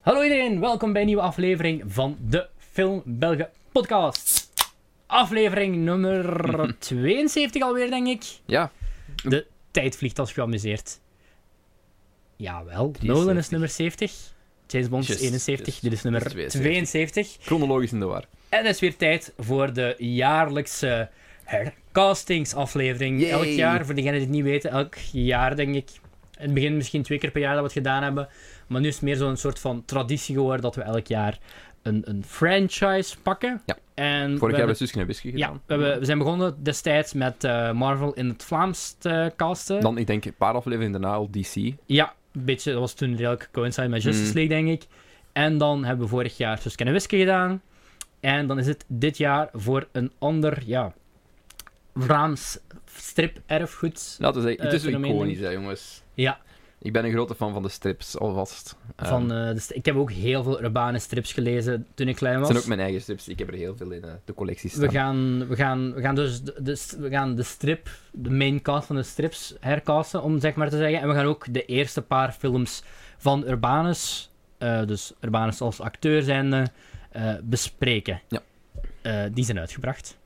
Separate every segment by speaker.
Speaker 1: Hallo iedereen, welkom bij een nieuwe aflevering van de Film Belgen podcast. Aflevering nummer 72 alweer, denk ik.
Speaker 2: Ja,
Speaker 1: De tijd vliegt als je amuseert. Jawel, Nolan is
Speaker 2: 73.
Speaker 1: nummer 70. James Bond
Speaker 2: Just,
Speaker 1: is 71,
Speaker 2: just.
Speaker 1: dit is nummer
Speaker 2: Dat is 72.
Speaker 1: 72.
Speaker 2: chronologisch in de war.
Speaker 1: En het is weer tijd voor de jaarlijkse hercastingsaflevering.
Speaker 2: Yay.
Speaker 1: Elk jaar, voor degenen die het niet weten, elk jaar denk ik. In het begin misschien twee keer per jaar dat we het gedaan hebben. Maar nu is het meer zo'n soort van traditie geworden dat we elk jaar een, een franchise pakken.
Speaker 2: Ja.
Speaker 1: En
Speaker 2: Vorig jaar
Speaker 1: we
Speaker 2: hebben we Suske en Whisky
Speaker 1: ja,
Speaker 2: gedaan.
Speaker 1: we, hebben- we zijn begonnen destijds met eh, Marvel in het Vlaams te casten.
Speaker 2: Dan, ik denk, een paar afleveringen daarna al DC.
Speaker 1: Ja, een beetje. Dat was toen redelijk coincide met Justice
Speaker 2: Mm.
Speaker 1: League, denk ik. En dan hebben we vorig jaar Suske en Wiske gedaan. En dan is het dit jaar voor een ander, ja, Vlaams strip erfgoed
Speaker 2: Laten we zeggen, het
Speaker 1: Eh,
Speaker 2: is wel
Speaker 1: fenomeen,
Speaker 2: iconisch, hè, jongens.
Speaker 1: Ja.
Speaker 2: Ik ben een grote fan van de strips, alvast. Eh,
Speaker 1: van eh, de st- Ik heb ook heel veel urbane strips gelezen toen ik klein
Speaker 2: het
Speaker 1: was.
Speaker 2: zijn ook mijn eigen strips, ik heb er heel veel in eh, de collectie staan.
Speaker 1: Dus we gaan, we, gaan, we gaan dus de, de- we gaan de strip, de main cast van de strips hercasten, om zeg maar te zeggen. En we gaan ook de eerste paar films van Urbanus, eh, dus Urbanus als acteur zijnde, eh, bespreken.
Speaker 2: Ja.
Speaker 1: Eh, die zijn uitgebracht.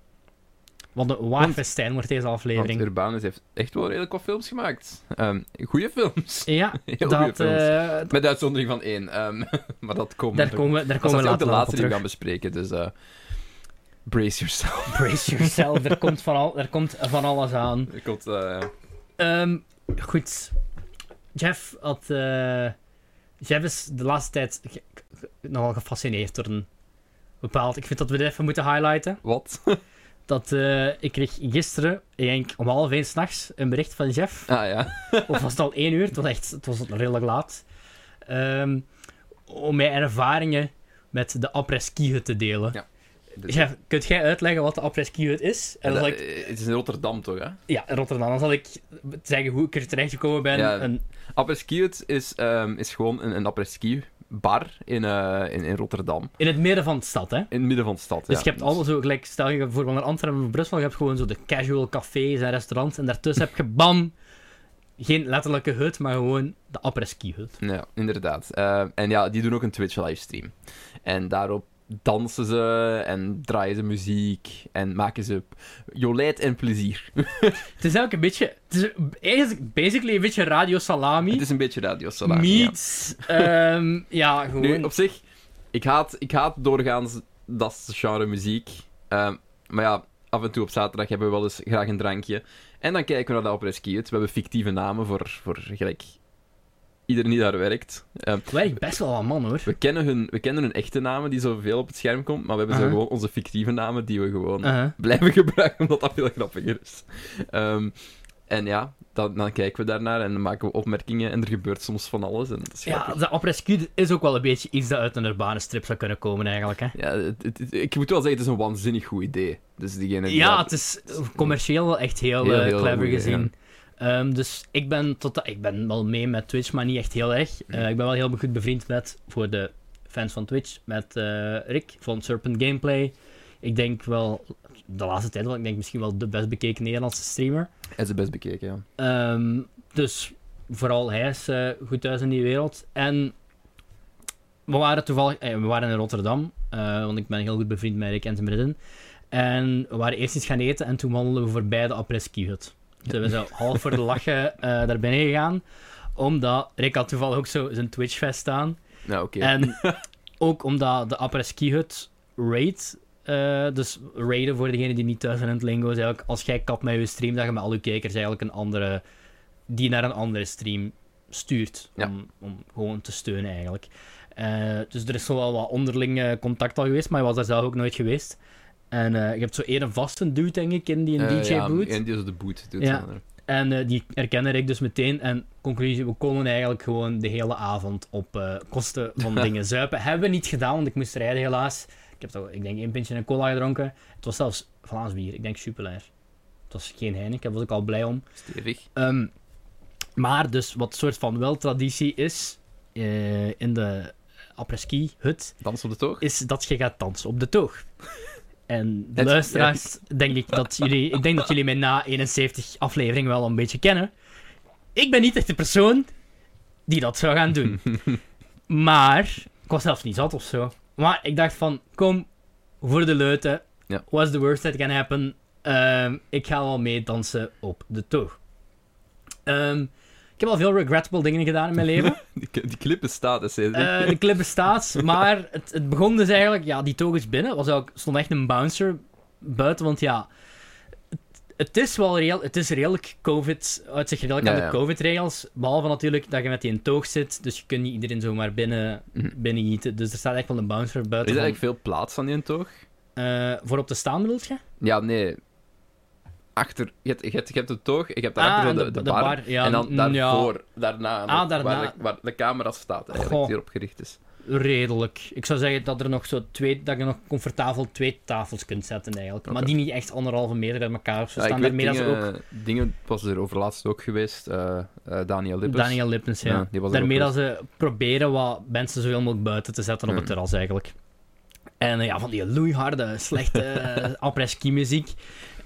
Speaker 1: Want een waar
Speaker 2: Want-
Speaker 1: festijn wordt deze
Speaker 2: Want
Speaker 1: aflevering.
Speaker 2: Urbanus heeft echt wel redelijk wat films gemaakt. Ehm goede films.
Speaker 1: Ja,
Speaker 2: Heel goede
Speaker 1: dat,
Speaker 2: films.
Speaker 1: eh,
Speaker 2: Met uitzondering van één. ehm, maar dat komen
Speaker 1: daar komen we, daar
Speaker 2: Dat
Speaker 1: komen we
Speaker 2: is ook
Speaker 1: later
Speaker 2: de
Speaker 1: wel op
Speaker 2: laatste die we
Speaker 1: terug.
Speaker 2: gaan bespreken, dus... eh, brace yourself.
Speaker 1: Brace yourself, er komt van, al, er komt van alles aan.
Speaker 2: Ik had, eh,
Speaker 1: Ehm, goed. Jeff had. eh, Jeff is de laatste tijd ge- ge- nogal gefascineerd door een bepaald. Ik vind dat we dit even moeten highlighten.
Speaker 2: wat?
Speaker 1: Dat eh, ik kreeg gisteren, ik denk om half één s'nachts, een bericht van Jeff.
Speaker 2: Ah ja.
Speaker 1: Of was het al één uur? Het was echt, het was al redelijk laat. Ehm, om mijn ervaringen met de apres-ski hut te delen.
Speaker 2: Ja. dus-
Speaker 1: Jeff, kunt jij uitleggen wat de apres-ski hut is? En dan zal ik
Speaker 2: Eh, Het is in Rotterdam, toch, hè?
Speaker 1: ja, in Rotterdam. Dan zal ik zeggen hoe ik er terecht gekomen ben.
Speaker 2: Ja.
Speaker 1: En
Speaker 2: Apres-ski Hut is, ehm, is gewoon een, een apres-ski bar in, eh, in, in Rotterdam.
Speaker 1: in het midden van de stad, hè?
Speaker 2: In het midden van de stad.
Speaker 1: Dus
Speaker 2: ja.
Speaker 1: je hebt allemaal zo, gelijk, stel je bijvoorbeeld naar Amsterdam of Brussel, je hebt gewoon zo de casual cafés en restaurants, en daartussen heb je bam, geen letterlijke hut, maar gewoon de apres-ski hut.
Speaker 2: Ja, inderdaad. Eh, en ja, die doen ook een Twitch-livestream. En daarop dansen ze en draaien ze muziek en maken ze jolijt en plezier.
Speaker 1: Het is eigenlijk een beetje, het is eigenlijk basically een beetje Radio Salami,
Speaker 2: Het is een beetje radio ja.
Speaker 1: meets, ja, ja gewoon,
Speaker 2: Nu, op zich, ik haat, ik haat doorgaans dat genre muziek. Ehm, maar ja, af en toe op zaterdag hebben we wel eens graag een drankje. En dan kijken we naar de Opera Ski Hut. We hebben fictieve namen voor, voor gelijk iedereen die daar werkt. Ehm,
Speaker 1: het werkt best wel aan man hoor.
Speaker 2: we, kennen hun, we kennen hun echte namen die zoveel op het scherm komt, maar we hebben
Speaker 1: Aha.
Speaker 2: zo gewoon onze fictieve namen die we gewoon
Speaker 1: Uh-huh.
Speaker 2: blijven gebruiken omdat dat veel grappiger is. Ehm, en ja, dan, dan kijken we daarnaar en dan maken we opmerkingen en er gebeurt soms van alles. En dat is grappig.
Speaker 1: Ja, de apres-ski is ook wel een beetje iets dat uit een urbane strip zou kunnen komen eigenlijk, hè.
Speaker 2: Ja, het- het- het- ik moet wel zeggen, het is een waanzinnig goed idee. Dus diegene die
Speaker 1: Ja,
Speaker 2: dat-
Speaker 1: het is commercieel wel echt heel,
Speaker 2: Heel,
Speaker 1: eh,
Speaker 2: heel
Speaker 1: clever
Speaker 2: goed, ja.
Speaker 1: gezien. Ehm, dus ik ben, tot, ik ben wel mee met Twitch, maar niet echt heel erg. Eh, ik ben wel heel goed bevriend met, voor de fans van Twitch, met eh, Rick van Serpent Gameplay. Ik denk wel, de laatste tijd wel, ik denk misschien wel de best bekeken Nederlandse streamer.
Speaker 2: Hij is het best bekeken, ja.
Speaker 1: Ehm, dus vooral hij is eh, goed thuis in die wereld. En we waren toevallig eh, we waren in Rotterdam, eh, want ik ben heel goed bevriend met Rick en zijn vriendin. En we waren eerst iets gaan eten en toen wandelden we voorbij de apres-ski hut. Dus we zijn half voor de lachen eh, daar binnen gegaan, omdat Rick had toevallig ook zo zijn Twitch-fest staan.
Speaker 2: Nou, oké.
Speaker 1: En ook omdat de apres-ski hut raid, eh, dus raiden voor degenen die niet thuis zijn in het lingo, is eigenlijk als jij kapt met je stream, dat je met al je kijkers eigenlijk een andere, die naar een andere stream stuurt.
Speaker 2: Ja.
Speaker 1: Om, om gewoon te steunen eigenlijk. Eh, dus er is zo wel wat onderling eh, contact al geweest, maar je was daar zelf ook nooit geweest. En eh, je hebt zo één vaste dude, denk ik, in die
Speaker 2: Eh, ja,
Speaker 1: DJ-boot.
Speaker 2: En die is de boot. Doet
Speaker 1: Ja.
Speaker 2: zo, hè.
Speaker 1: En eh, die herkende ik dus meteen. En conclusie, we konden eigenlijk gewoon de hele avond op eh, kosten van dingen zuipen. Hebben we niet gedaan, want ik moest rijden helaas. Ik heb toch, ik denk, één pintje en cola gedronken. Het was zelfs Vlaams bier, ik denk superleer. Het was geen Heineken, daar was ik al blij om.
Speaker 2: Stevig.
Speaker 1: Ehm, maar dus, wat soort van wel traditie is, eh, in de apres-ski hut,
Speaker 2: Dans op de toog.
Speaker 1: is dat je gaat dansen op de toog. En de
Speaker 2: Het-
Speaker 1: luisteraars, denk ik dat jullie, ik denk dat jullie mij na 71 aflevering wel een beetje kennen. Ik ben niet echt de persoon die dat zou gaan doen. Maar Ik was zelfs niet zat of zo. Maar ik dacht van, kom, voor de leuten.
Speaker 2: Ja.
Speaker 1: What's the worst that can happen? Ehm, ik ga wel meedansen op de tour. Ehm, ik heb al veel regrettable dingen gedaan in mijn leven.
Speaker 2: Die, die clip bestaat, hè, Cedric.
Speaker 1: Eh, de clip bestaat, maar het, het begon dus eigenlijk... Ja, die toog is binnen. Was ook, stond echt een bouncer buiten, want ja... Het, het is wel reëel, het is redelijk covid... Het zich redelijk
Speaker 2: Ja,
Speaker 1: aan
Speaker 2: ja.
Speaker 1: de covid-regels. Behalve natuurlijk dat je met die in toog zit, dus je kunt niet iedereen zomaar binnen,
Speaker 2: Mhm.
Speaker 1: binnen gieten. Dus er staat echt wel een bouncer
Speaker 2: er is
Speaker 1: buiten.
Speaker 2: eigenlijk veel plaats aan die toog.
Speaker 1: van, eh, voor op te staan, bedoel je?
Speaker 2: Ja, nee. Achter, je hebt, je hebt, je hebt de toog, je hebt daarachter
Speaker 1: Ah, en
Speaker 2: de, de, bar.
Speaker 1: ja,
Speaker 2: en dan
Speaker 1: mm, ja,
Speaker 2: daarvoor, daarna,
Speaker 1: Ah, daarna.
Speaker 2: Waar, de, waar de camera staat eigenlijk,
Speaker 1: Goh.
Speaker 2: die erop gericht is.
Speaker 1: redelijk. Ik zou zeggen dat, er nog zo twee, dat je nog comfortabel twee tafels kunt zetten, eigenlijk. Maar
Speaker 2: Oké.
Speaker 1: die niet echt anderhalve meter uit elkaar of zo
Speaker 2: Ja, Ah, ik
Speaker 1: staan.
Speaker 2: weet
Speaker 1: Daarmee dat ze ook
Speaker 2: dingen, dingen was er overlaatst ook geweest, eh, eh, Daniel Lippers.
Speaker 1: Daniel Lippens, ja.
Speaker 2: Ja, die was er
Speaker 1: Daarmee
Speaker 2: ook
Speaker 1: dat ze proberen wat mensen zoveel mogelijk buiten te zetten op het
Speaker 2: Ja.
Speaker 1: terras eigenlijk. En eh, ja, van die loeiharde, slechte eh, après-ski muziek.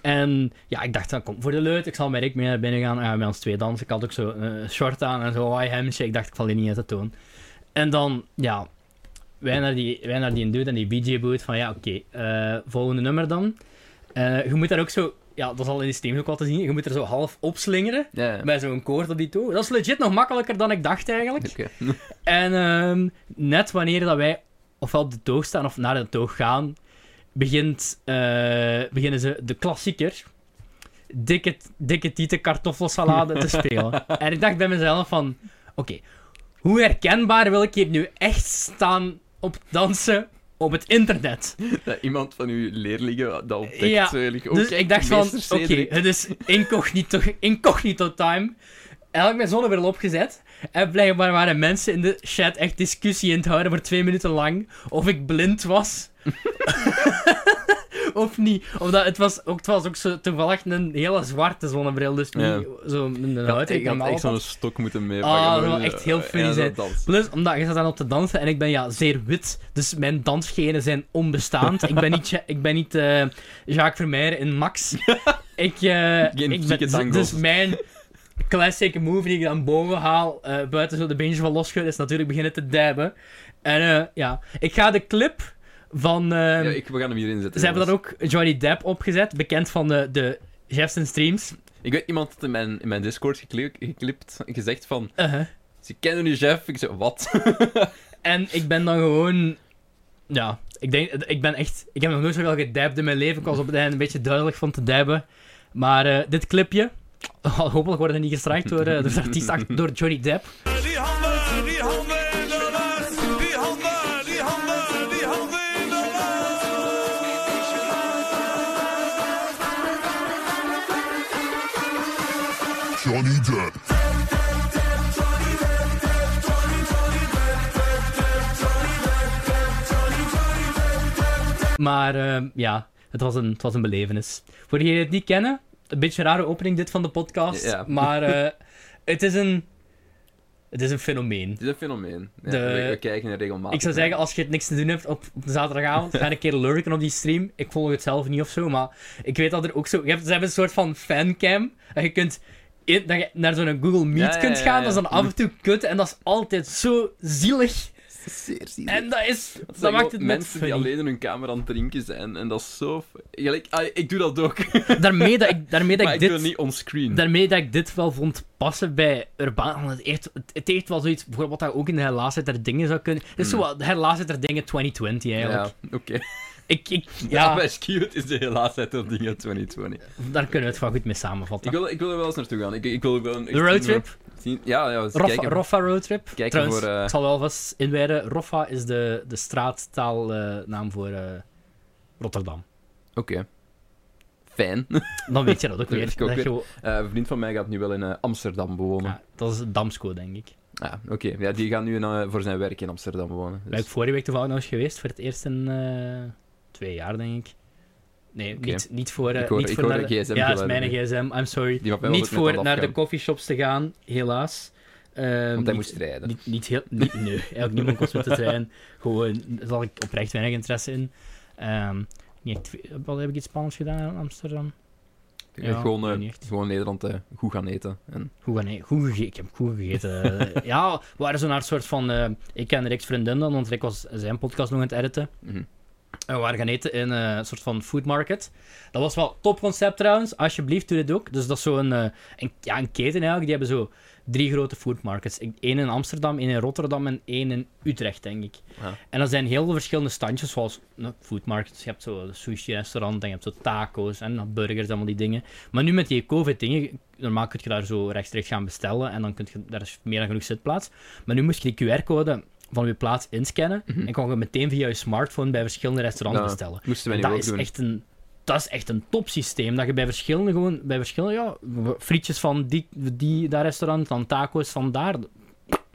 Speaker 1: En ja, ik dacht, dan kom voor de leut, ik zal met Rick mee naar binnen gaan. En we ons twee dansen. Ik had ook zo een short aan en zo, high hemdje. Ik dacht, ik val hier niet uit de toon. En dan, ja, wij naar die, wij naar die dude en die BJ boot van ja, oké, eh, volgende nummer dan. Eh, je moet daar ook zo, ja, dat is al in de stream ook wel te zien, je moet er zo half opslingeren
Speaker 2: Ja, ja.
Speaker 1: bij zo'n koord op die toe. Dat is legit nog makkelijker dan ik dacht eigenlijk.
Speaker 2: Oké.
Speaker 1: En ehm, net wanneer dat wij ofwel op de toog staan of naar de toog gaan, begint, eh, beginnen ze de klassieker dikke, dikke tieten kartoffelsalade te spelen. En ik dacht bij mezelf van, oké, hoe herkenbaar wil ik hier nu echt staan op dansen op het internet?
Speaker 2: Dat iemand van uw leerlingen dat ontdekt.
Speaker 1: Ja,
Speaker 2: zo eerlijk. Oh,
Speaker 1: Dus
Speaker 2: kijk,
Speaker 1: ik dacht van,
Speaker 2: meester
Speaker 1: oké,
Speaker 2: Cedric.
Speaker 1: het is incognito, incognito time. Eigenlijk mijn zonnebril opgezet. En blijkbaar waren mensen in de chat echt discussie in het houden voor twee minuten lang. Of ik blind was. of niet. Omdat het was ook, het was ook zo, toevallig een hele zwarte zonnebril. Dus niet
Speaker 2: Ja.
Speaker 1: zo een
Speaker 2: Ik had,
Speaker 1: huid.
Speaker 2: ik had
Speaker 1: normaal
Speaker 2: echt
Speaker 1: had.
Speaker 2: zo'n stok moeten meepakken.
Speaker 1: Ah, dat
Speaker 2: maar
Speaker 1: zou
Speaker 2: zo-
Speaker 1: echt heel funny
Speaker 2: ja,
Speaker 1: zijn.
Speaker 2: dat dans.
Speaker 1: Plus, omdat je zat dan op te dansen en ik ben ja, zeer wit, dus mijn dansgenen zijn onbestaand. ik ben niet, Ja- ik ben niet eh, Jacques Vermeijer in Max. ik, eh,
Speaker 2: Geen
Speaker 1: ik
Speaker 2: zieke
Speaker 1: ben, dus-
Speaker 2: tangos.
Speaker 1: dus mijn classic move die ik dan boven haal, eh, buiten zo de beentjes van losschud, is natuurlijk beginnen te dabben. En eh, ja, ik ga de clip van... eh,
Speaker 2: Ja, ik, we gaan hem hierin zetten.
Speaker 1: Ze hebben
Speaker 2: jongens.
Speaker 1: daar ook Johnny Depp opgezet, bekend van de, de Jeffs en Streams.
Speaker 2: Ik weet iemand had in mijn, in mijn Discord gekli- geklipt, gezegd van...
Speaker 1: Uh-huh.
Speaker 2: Ze kennen nu Jeff. Ik zei, wat?
Speaker 1: En ik ben dan gewoon. Ja, ik denk. Ik ben echt. Ik heb nog nooit zoveel gedabbed in mijn leven. Ik was op het einde een beetje duidelijk van te dabben. Maar eh, dit clipje. hopelijk worden die gestraft door, eh, door de artiest achter- door Johnny Depp.
Speaker 3: Die handen, die handen naar huis. Die handen, die handen, die handen naar
Speaker 4: Johnny Depp.
Speaker 1: Maar eh, ja, het was, een, het was een belevenis. Voor degenen die het niet kennen, een beetje een rare opening dit van de podcast.
Speaker 2: Ja.
Speaker 1: Maar eh, het is een. Het is een fenomeen.
Speaker 2: Het is een fenomeen. Ja,
Speaker 1: De-
Speaker 2: we, we kijken er regelmatig
Speaker 1: Ik zou
Speaker 2: naar.
Speaker 1: zeggen, als je het niks te doen hebt op op de zaterdagavond, ga een keer lurken op die stream. Ik volg het zelf niet of zo, maar ik weet dat er ook zo... Je hebt, ze hebben een soort van fancam, dat je kunt... in- dat je naar zo'n Google Meet
Speaker 2: Ja, ja,
Speaker 1: kunt
Speaker 2: ja,
Speaker 1: gaan,
Speaker 2: ja.
Speaker 1: dat is dan af en toe kut, en dat is altijd zo zielig.
Speaker 2: Zeer zielig.
Speaker 1: En dat is... Dat,
Speaker 2: zijn
Speaker 1: maakt
Speaker 2: gewoon
Speaker 1: het net
Speaker 2: mensen die
Speaker 1: funny.
Speaker 2: alleen in hun kamer aan het drinken zijn. En dat is zo... f- Gelijk, ah, ik doe dat ook.
Speaker 1: Daarmee dat ik, daarmee dat
Speaker 2: maar
Speaker 1: ik
Speaker 2: ik
Speaker 1: dit...
Speaker 2: doe het niet onscreen.
Speaker 1: Daarmee dat ik dit wel vond passen bij Urbaan. want Het heeft, het- het heeft wel zoiets, bijvoorbeeld wat dat ook in de herlaatheid der dingen zou kunnen. Het is zo wat herlaatheid der dingen 2020 eigenlijk.
Speaker 2: Hmm. Ja, oké.
Speaker 1: Ik, ik,
Speaker 2: Ja,
Speaker 1: ja,
Speaker 2: bij Skewed is de helaas uit dat ding uit 2020.
Speaker 1: daar kunnen we het wel goed mee samenvatten.
Speaker 2: Ik wil, ik wil er wel eens naartoe gaan. Ik, ik wil wel een...
Speaker 1: De roadtrip,
Speaker 2: zien- Ja, ja. eens
Speaker 1: Roffa,
Speaker 2: kijken.
Speaker 1: Roffa roadtrip.
Speaker 2: kijken
Speaker 1: Trouwens,
Speaker 2: voor, eh,
Speaker 1: ik zal wel vast inwijden, Roffa is de, de straattaalnaam voor eh, Rotterdam.
Speaker 2: Oké. Fijn.
Speaker 1: Dan weet je dat ook
Speaker 2: Dat
Speaker 1: weer.
Speaker 2: weet ik ook
Speaker 1: Dat je
Speaker 2: weer.
Speaker 1: gewoon-
Speaker 2: Eh, een vriend van mij gaat nu wel in eh, Amsterdam wonen.
Speaker 1: ja, dat is Damsco, denk ik.
Speaker 2: Ah, oké. Ja, die gaat nu in, eh, voor zijn werk in Amsterdam wonen.
Speaker 1: Ben ik
Speaker 2: Dus,
Speaker 1: vorige week toevallig nog eens geweest, voor het eerst in eh, twee jaar, denk ik. Nee,
Speaker 2: Oké.
Speaker 1: niet, niet voor... eh,
Speaker 2: Ik hoor-
Speaker 1: niet
Speaker 2: ik
Speaker 1: voor
Speaker 2: hoor
Speaker 1: naar
Speaker 2: een
Speaker 1: de-
Speaker 2: GSM
Speaker 1: Ja, dat is mijn
Speaker 2: geluiden.
Speaker 1: gsm, I'm sorry.
Speaker 2: Die mag mij wel
Speaker 1: Niet
Speaker 2: altijd met
Speaker 1: voor
Speaker 2: dat
Speaker 1: naar de
Speaker 2: afgaan.
Speaker 1: coffeeshops te gaan, helaas. Ehm,
Speaker 2: want hij
Speaker 1: niet-
Speaker 2: moest rijden.
Speaker 1: Niet, niet heel... Niet, nee, eigenlijk niemand kost met de trein. Gewoon, daar had ik oprecht weinig interesse in. Ehm, niet echt, veel- wat heb ik iets spannends gedaan in Amsterdam? Ja,
Speaker 2: gewoon, eh,
Speaker 1: nee, niet echt.
Speaker 2: gewoon in Nederland eh, goed gaan eten. En,
Speaker 1: Goed, gaan e- goed gegeten. Ik heb goed gegeten. Eh, ja, we waren zo naar een soort van... eh, ik en Rick's vriendin dan, want Rick was zijn podcast nog aan het editen.
Speaker 2: mhm.
Speaker 1: En we waren gaan eten in eh, een soort van food market. Dat was wel topconcept trouwens. Alsjeblieft, doe dit ook. Dus dat is zo'n eh, een, ja, een keten eigenlijk. Die hebben zo drie grote food markets. Eén in Amsterdam, één in Rotterdam en één in Utrecht, denk ik.
Speaker 2: Ja.
Speaker 1: En dat zijn heel veel verschillende standjes, zoals nou, food markets. Je hebt zo sushi-restaurant en je hebt zo taco's en nog burgers, allemaal die dingen. Maar nu met die COVID-dingen, normaal kun je daar zo rechtstreeks gaan bestellen en dan kun je, daar is meer dan genoeg zitplaats. Maar nu moest je die QR-code van je plaats inscannen en kon je meteen via je smartphone bij verschillende restaurants
Speaker 2: Nou,
Speaker 1: bestellen.
Speaker 2: moesten wij nu
Speaker 1: dat
Speaker 2: ook
Speaker 1: is
Speaker 2: doen.
Speaker 1: Echt een, dat is echt een topsysteem. Dat je bij verschillende, gewoon, bij verschillende ja, frietjes van die, die, dat restaurant, dan taco's van daar.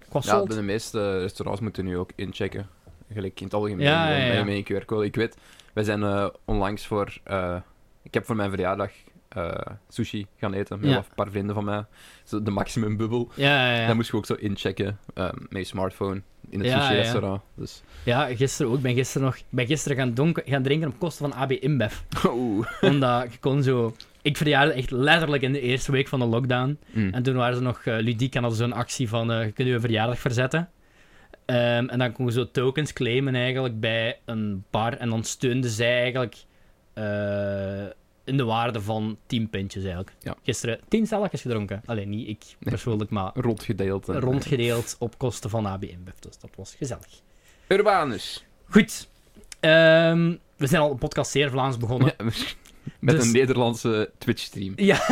Speaker 1: Qua
Speaker 2: Ja, de meeste restaurants moeten nu ook inchecken. Gelijk in het algemeen.
Speaker 1: Ja, ja,
Speaker 2: eh,
Speaker 1: ja.
Speaker 2: Met een QR-code. Ik weet, wij zijn eh, onlangs voor... eh, ik heb voor mijn verjaardag eh, sushi gaan eten met
Speaker 1: Ja.
Speaker 2: een paar vrienden van mij. Zo de maximum bubbel.
Speaker 1: ja, ja, ja.
Speaker 2: Dan moest je ook zo inchecken eh, met je smartphone in het
Speaker 1: Ja,
Speaker 2: sushi-restaurant. Dus...
Speaker 1: Ja, gisteren ook. Ik ben gisteren, nog, ik ben gisteren gaan, donk- gaan drinken op kosten van AB InBev.
Speaker 2: Oeh.
Speaker 1: Omdat je kon zo... Ik verjaarde echt letterlijk in de eerste week van de lockdown.
Speaker 2: Mm.
Speaker 1: En toen waren ze nog eh, ludiek en hadden ze zo'n actie van... eh, je kunt je verjaardag verzetten. Ehm, en dan kon je zo tokens claimen eigenlijk bij een bar. En dan steunde zij eigenlijk... eh, in de waarde van 10 pintjes eigenlijk.
Speaker 2: Ja.
Speaker 1: Gisteren 10 stelakjes gedronken. Alleen niet ik persoonlijk, maar
Speaker 2: Rondgedeeld. eh.
Speaker 1: rondgedeeld op kosten van AB InBev. Dus dat was gezellig.
Speaker 2: Urbanus.
Speaker 1: Goed. Ehm, we zijn al een podcast zeer Vlaams begonnen.
Speaker 2: Ja, met
Speaker 1: Dus-
Speaker 2: een Nederlandse Twitch-stream.
Speaker 1: Ja,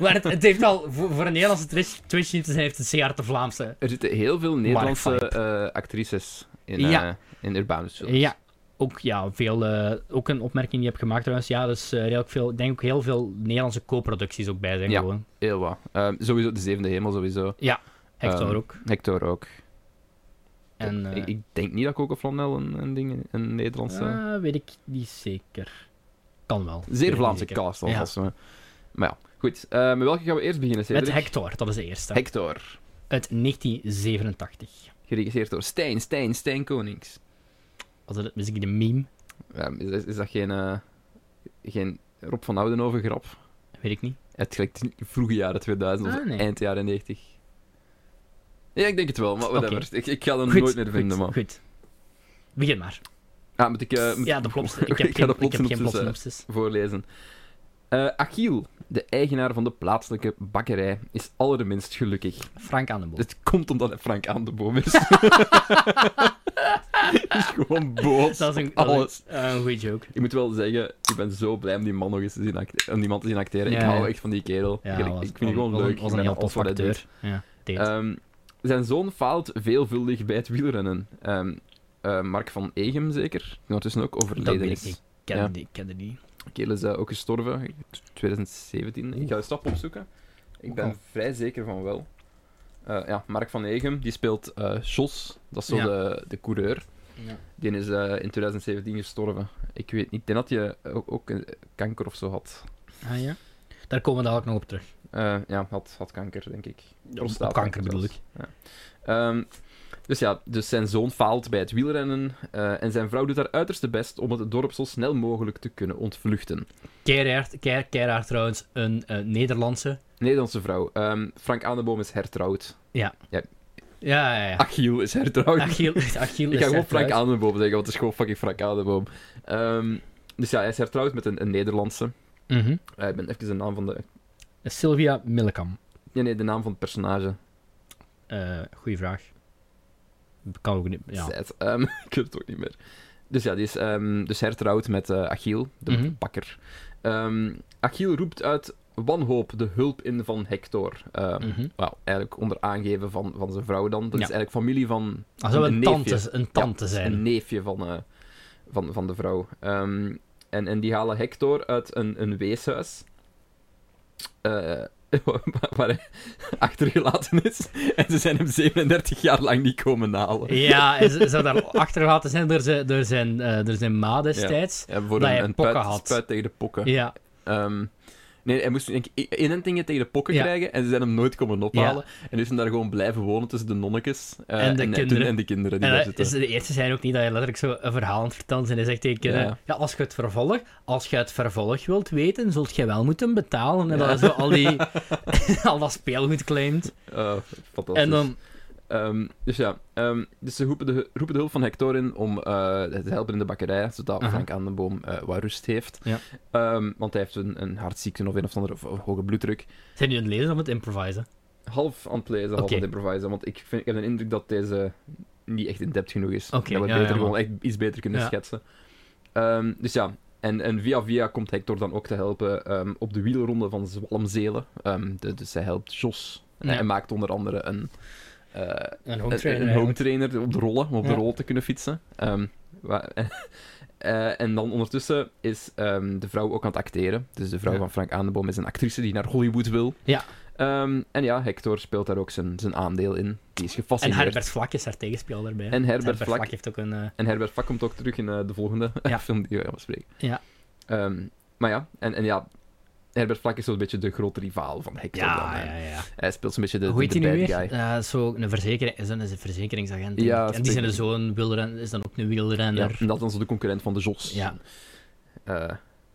Speaker 1: maar het, het heeft al, voor, voor een Nederlandse Twitch, Twitch niet te zijn, heeft het zeer hard de Vlaamse.
Speaker 2: Er zitten heel veel Nederlandse
Speaker 1: Mark
Speaker 2: eh, actrices in,
Speaker 1: Ja.
Speaker 2: eh, in Urbanus. films.
Speaker 1: Ja, ook, ja, veel, eh, ook een opmerking die je hebt gemaakt trouwens. Ja, dus eh, redelijk veel, ik denk ook heel veel Nederlandse co-producties ook bij zijn
Speaker 2: Ja.
Speaker 1: gewoon.
Speaker 2: Heel wat. Ehm, sowieso de zevende hemel, sowieso.
Speaker 1: Hector
Speaker 2: Ehm,
Speaker 1: ook.
Speaker 2: Hector ook.
Speaker 1: En, eh,
Speaker 2: ik, ik denk niet dat Coco Flanel een, een, ding, een Nederlandse...
Speaker 1: ah, weet ik niet zeker. Kan wel. Weet ik
Speaker 2: zeer
Speaker 1: niet
Speaker 2: Vlaamse
Speaker 1: zeker.
Speaker 2: cast,
Speaker 1: Ja.
Speaker 2: alvast. Maar, maar ja, goed. Eh, met welke gaan we eerst beginnen, Cedric?
Speaker 1: Met Hector, dat was de eerste.
Speaker 2: Hector.
Speaker 1: Uit 1987.
Speaker 2: Geregisseerd door Stijn, Stijn, Stijn Konings.
Speaker 1: Was dat misschien de meme?
Speaker 2: Ehm, is, is- is dat geen, eh, geen Rob van Oudenhoven grap?
Speaker 1: Weet ik niet.
Speaker 2: Het gelijk in de vroege jaren 2000 of
Speaker 1: Ah, nee.
Speaker 2: eind jaren 90. Ja, ik denk het wel, maar whatever. Ik, ik ga dat
Speaker 1: Goed,
Speaker 2: nooit meer vinden,
Speaker 1: goed,
Speaker 2: man.
Speaker 1: goed. Begin maar.
Speaker 2: Ah, moet ik... eh, moet
Speaker 1: Ja, de plots. Ik heb
Speaker 2: Ik ga
Speaker 1: geen,
Speaker 2: de
Speaker 1: ik heb geen
Speaker 2: plotsynopsis, eh,
Speaker 1: plotsynopsis.
Speaker 2: voorlezen. Eh Achiel, de eigenaar van de plaatselijke bakkerij, is allerminst gelukkig.
Speaker 1: Frank aan de boel.
Speaker 2: Dit komt omdat hij Frank aan de boom is. is gewoon boos.
Speaker 1: Dat is een,
Speaker 2: op
Speaker 1: dat is een-
Speaker 2: alles.
Speaker 1: eh, een goede joke.
Speaker 2: Ik moet wel zeggen, ik ben zo blij om die man nog eens te zien, act- om die man te zien acteren.
Speaker 1: Ja,
Speaker 2: ik hou
Speaker 1: ja.
Speaker 2: echt van die kerel.
Speaker 1: Ja,
Speaker 2: ik,
Speaker 1: was-
Speaker 2: ik vind die gewoon
Speaker 1: was
Speaker 2: leuk.
Speaker 1: Een, was
Speaker 2: Ik
Speaker 1: een
Speaker 2: ben
Speaker 1: heel tof
Speaker 2: alles wat hij doet.
Speaker 1: acteur. Ja, deed.
Speaker 2: Ehm, zijn zoon faalt veelvuldig bij het wielrennen. Ehm, eh, Mark van Egem zeker, die ondertussen ook
Speaker 1: dat
Speaker 2: overleden
Speaker 1: weet ik niet.
Speaker 2: is.
Speaker 1: Ik ken,
Speaker 2: Ja.
Speaker 1: die, ik ken die niet.
Speaker 2: Keel is eh, ook gestorven, 2017. Ik ga de stap opzoeken. Ik ben
Speaker 1: Oeh.
Speaker 2: vrij zeker van wel. Eh, ja, Mark van Egem, die speelt eh Jos, dat is zo
Speaker 1: Ja.
Speaker 2: de, de coureur.
Speaker 1: Ja.
Speaker 2: Die is eh, in 2017 gestorven. Ik weet niet, ik denk dat hij ook, ook een kanker of zo had.
Speaker 1: Ah ja? Daar komen we dadelijk nog op terug.
Speaker 2: Eh, ja, had, had kanker, denk ik.
Speaker 1: op kanker bedoel
Speaker 2: zelfs.
Speaker 1: ik.
Speaker 2: Ehm, dus ja, dus zijn zoon faalt bij het wielrennen eh, en zijn vrouw doet haar uiterste best om het dorp zo snel mogelijk te kunnen ontvluchten.
Speaker 1: Keiraard, keir, keiraard trouwens, een eh, Nederlandse.
Speaker 2: Nederlandse vrouw. Ehm, Frank Aandenboom is hertrouwd.
Speaker 1: Ja, ja, ja.
Speaker 2: Achiel is hertrouwd.
Speaker 1: Achilles. Achilles
Speaker 2: Ah, Ik ga gewoon Frank
Speaker 1: Frank
Speaker 2: Aandenboom zeggen, want het is gewoon fucking Frank Aandenboom. Ehm, dus ja, hij is hertrouwd met een, een Nederlandse. Eh, ik ben even de naam van de...
Speaker 1: Mhm. Sylvia Millekam.
Speaker 2: Nee, nee, de naam van het personage.
Speaker 1: Eh goeie vraag. Kan ook niet. Ja.
Speaker 2: Zet. Ehm, ik weet het ook niet meer. Dus ja, die is ehm, dus hertrouwd met eh Achiel, de
Speaker 1: Mhm.
Speaker 2: bakker. Ehm, Achiel roept uit wanhoop de hulp in van Hector. Ehm,
Speaker 1: Mhm.
Speaker 2: wel, eigenlijk onder aangeven van, van zijn vrouw dan. Dat is
Speaker 1: Ja.
Speaker 2: eigenlijk familie van
Speaker 1: Ah, zou
Speaker 2: Een
Speaker 1: een
Speaker 2: neefje.
Speaker 1: tante, een tante zijn.
Speaker 2: een neefje van, eh, van, van de vrouw. Ehm, en, en die halen Hector uit een, een weeshuis. Eh, waar hij achtergelaten is. En ze zijn hem 37 jaar lang niet komen halen.
Speaker 1: Ja, hij z- zou daar achter laten zijn door zijn, door zijn, eh, door zijn ma destijds.
Speaker 2: Ja, voor
Speaker 1: Dat
Speaker 2: een,
Speaker 1: hij
Speaker 2: een
Speaker 1: pokken
Speaker 2: puit,
Speaker 1: had.
Speaker 2: spuit tegen de pokken.
Speaker 1: Ja,
Speaker 2: Ehm, Nee, hij moest denk ik inentingen tegen de pokken
Speaker 1: Ja.
Speaker 2: krijgen en ze zijn hem nooit komen ophalen. En dus hem daar gewoon blijven wonen tussen de nonnetjes eh,
Speaker 1: En de
Speaker 2: en,
Speaker 1: kinderen.
Speaker 2: toen- en de kinderen die
Speaker 1: En
Speaker 2: daar
Speaker 1: dat
Speaker 2: zitten.
Speaker 1: is de eerste zijn ook niet dat je letterlijk zo een verhaal aan het vertellen is en hij zegt tegen kinderen, ja.
Speaker 2: Ja.
Speaker 1: als je het vervolg, als je het vervolg wilt weten, zult je wel moeten betalen. En dat is zo al, die, al dat speelgoed claimt.
Speaker 2: Eh, fantastisch.
Speaker 1: En dan,
Speaker 2: Ehm, dus ja, ehm, dus ze roepen de, roepen de hulp van Hector in om eh, te helpen in de bakkerij, zodat
Speaker 1: Aha.
Speaker 2: Frank aan de boom eh, wat rust heeft.
Speaker 1: Ja.
Speaker 2: Ehm, want hij heeft een, een hartziekte of een of andere of, of hoge bloeddruk.
Speaker 1: zijn jullie aan het lezen of aan het improvisen?
Speaker 2: Half aan het lezen, half
Speaker 1: Oké.
Speaker 2: aan het improvisen, want ik, vind, ik heb de indruk dat deze niet echt in depth genoeg is.
Speaker 1: Oké,
Speaker 2: dat we
Speaker 1: ja,
Speaker 2: beter
Speaker 1: ja,
Speaker 2: gewoon echt iets beter kunnen
Speaker 1: Ja.
Speaker 2: schetsen. Ehm, dus ja, en, en via via komt Hector dan ook te helpen ehm, op de wielronde van Zwalmzelen. Ehm, de- dus hij helpt Jos en,
Speaker 1: Ja.
Speaker 2: hij maakt onder andere een... eh,
Speaker 1: Een
Speaker 2: een-
Speaker 1: home trainer
Speaker 2: een, home
Speaker 1: eigenlijk.
Speaker 2: trainer op de rollen, om op
Speaker 1: Ja.
Speaker 2: de rol te kunnen fietsen. Ehm, wa- eh, en dan ondertussen is ehm, de vrouw ook aan het acteren. Dus de vrouw
Speaker 1: Ja.
Speaker 2: van Frank Aandenboom is een actrice die naar Hollywood wil.
Speaker 1: Ja.
Speaker 2: Ehm, en ja, Hector speelt daar ook zijn, zijn aandeel in. Die is
Speaker 1: En
Speaker 2: gefascineerd.
Speaker 1: Herbert Vlak is haar tegenspeler erbij.
Speaker 2: En Herbert Vlak.
Speaker 1: heeft ook een... eh,
Speaker 2: En Herbert Vak komt ook terug in eh, de volgende
Speaker 1: Ja.
Speaker 2: film die we gaan bespreken.
Speaker 1: Ja.
Speaker 2: Ehm, maar ja, en, en ja, Herbert Vlak is zo'n beetje de grote rivaal van Hector. dan,
Speaker 1: ja,
Speaker 2: hè.
Speaker 1: ja, ja.
Speaker 2: Hij speelt zo'n beetje de,
Speaker 1: Hoe heet
Speaker 2: de
Speaker 1: die nu
Speaker 2: bad
Speaker 1: weer?
Speaker 2: guy.
Speaker 1: Eh, zo een, verzekering, zo'n is een verzekeringsagent. denk
Speaker 2: Ja,
Speaker 1: ik. en die zijn
Speaker 2: spreek-
Speaker 1: zoon wielren, is dan ook een
Speaker 2: Ja,
Speaker 1: wielrenner.
Speaker 2: en dat is dan zo de concurrent van de Jos.
Speaker 1: Ja.
Speaker 2: Eh,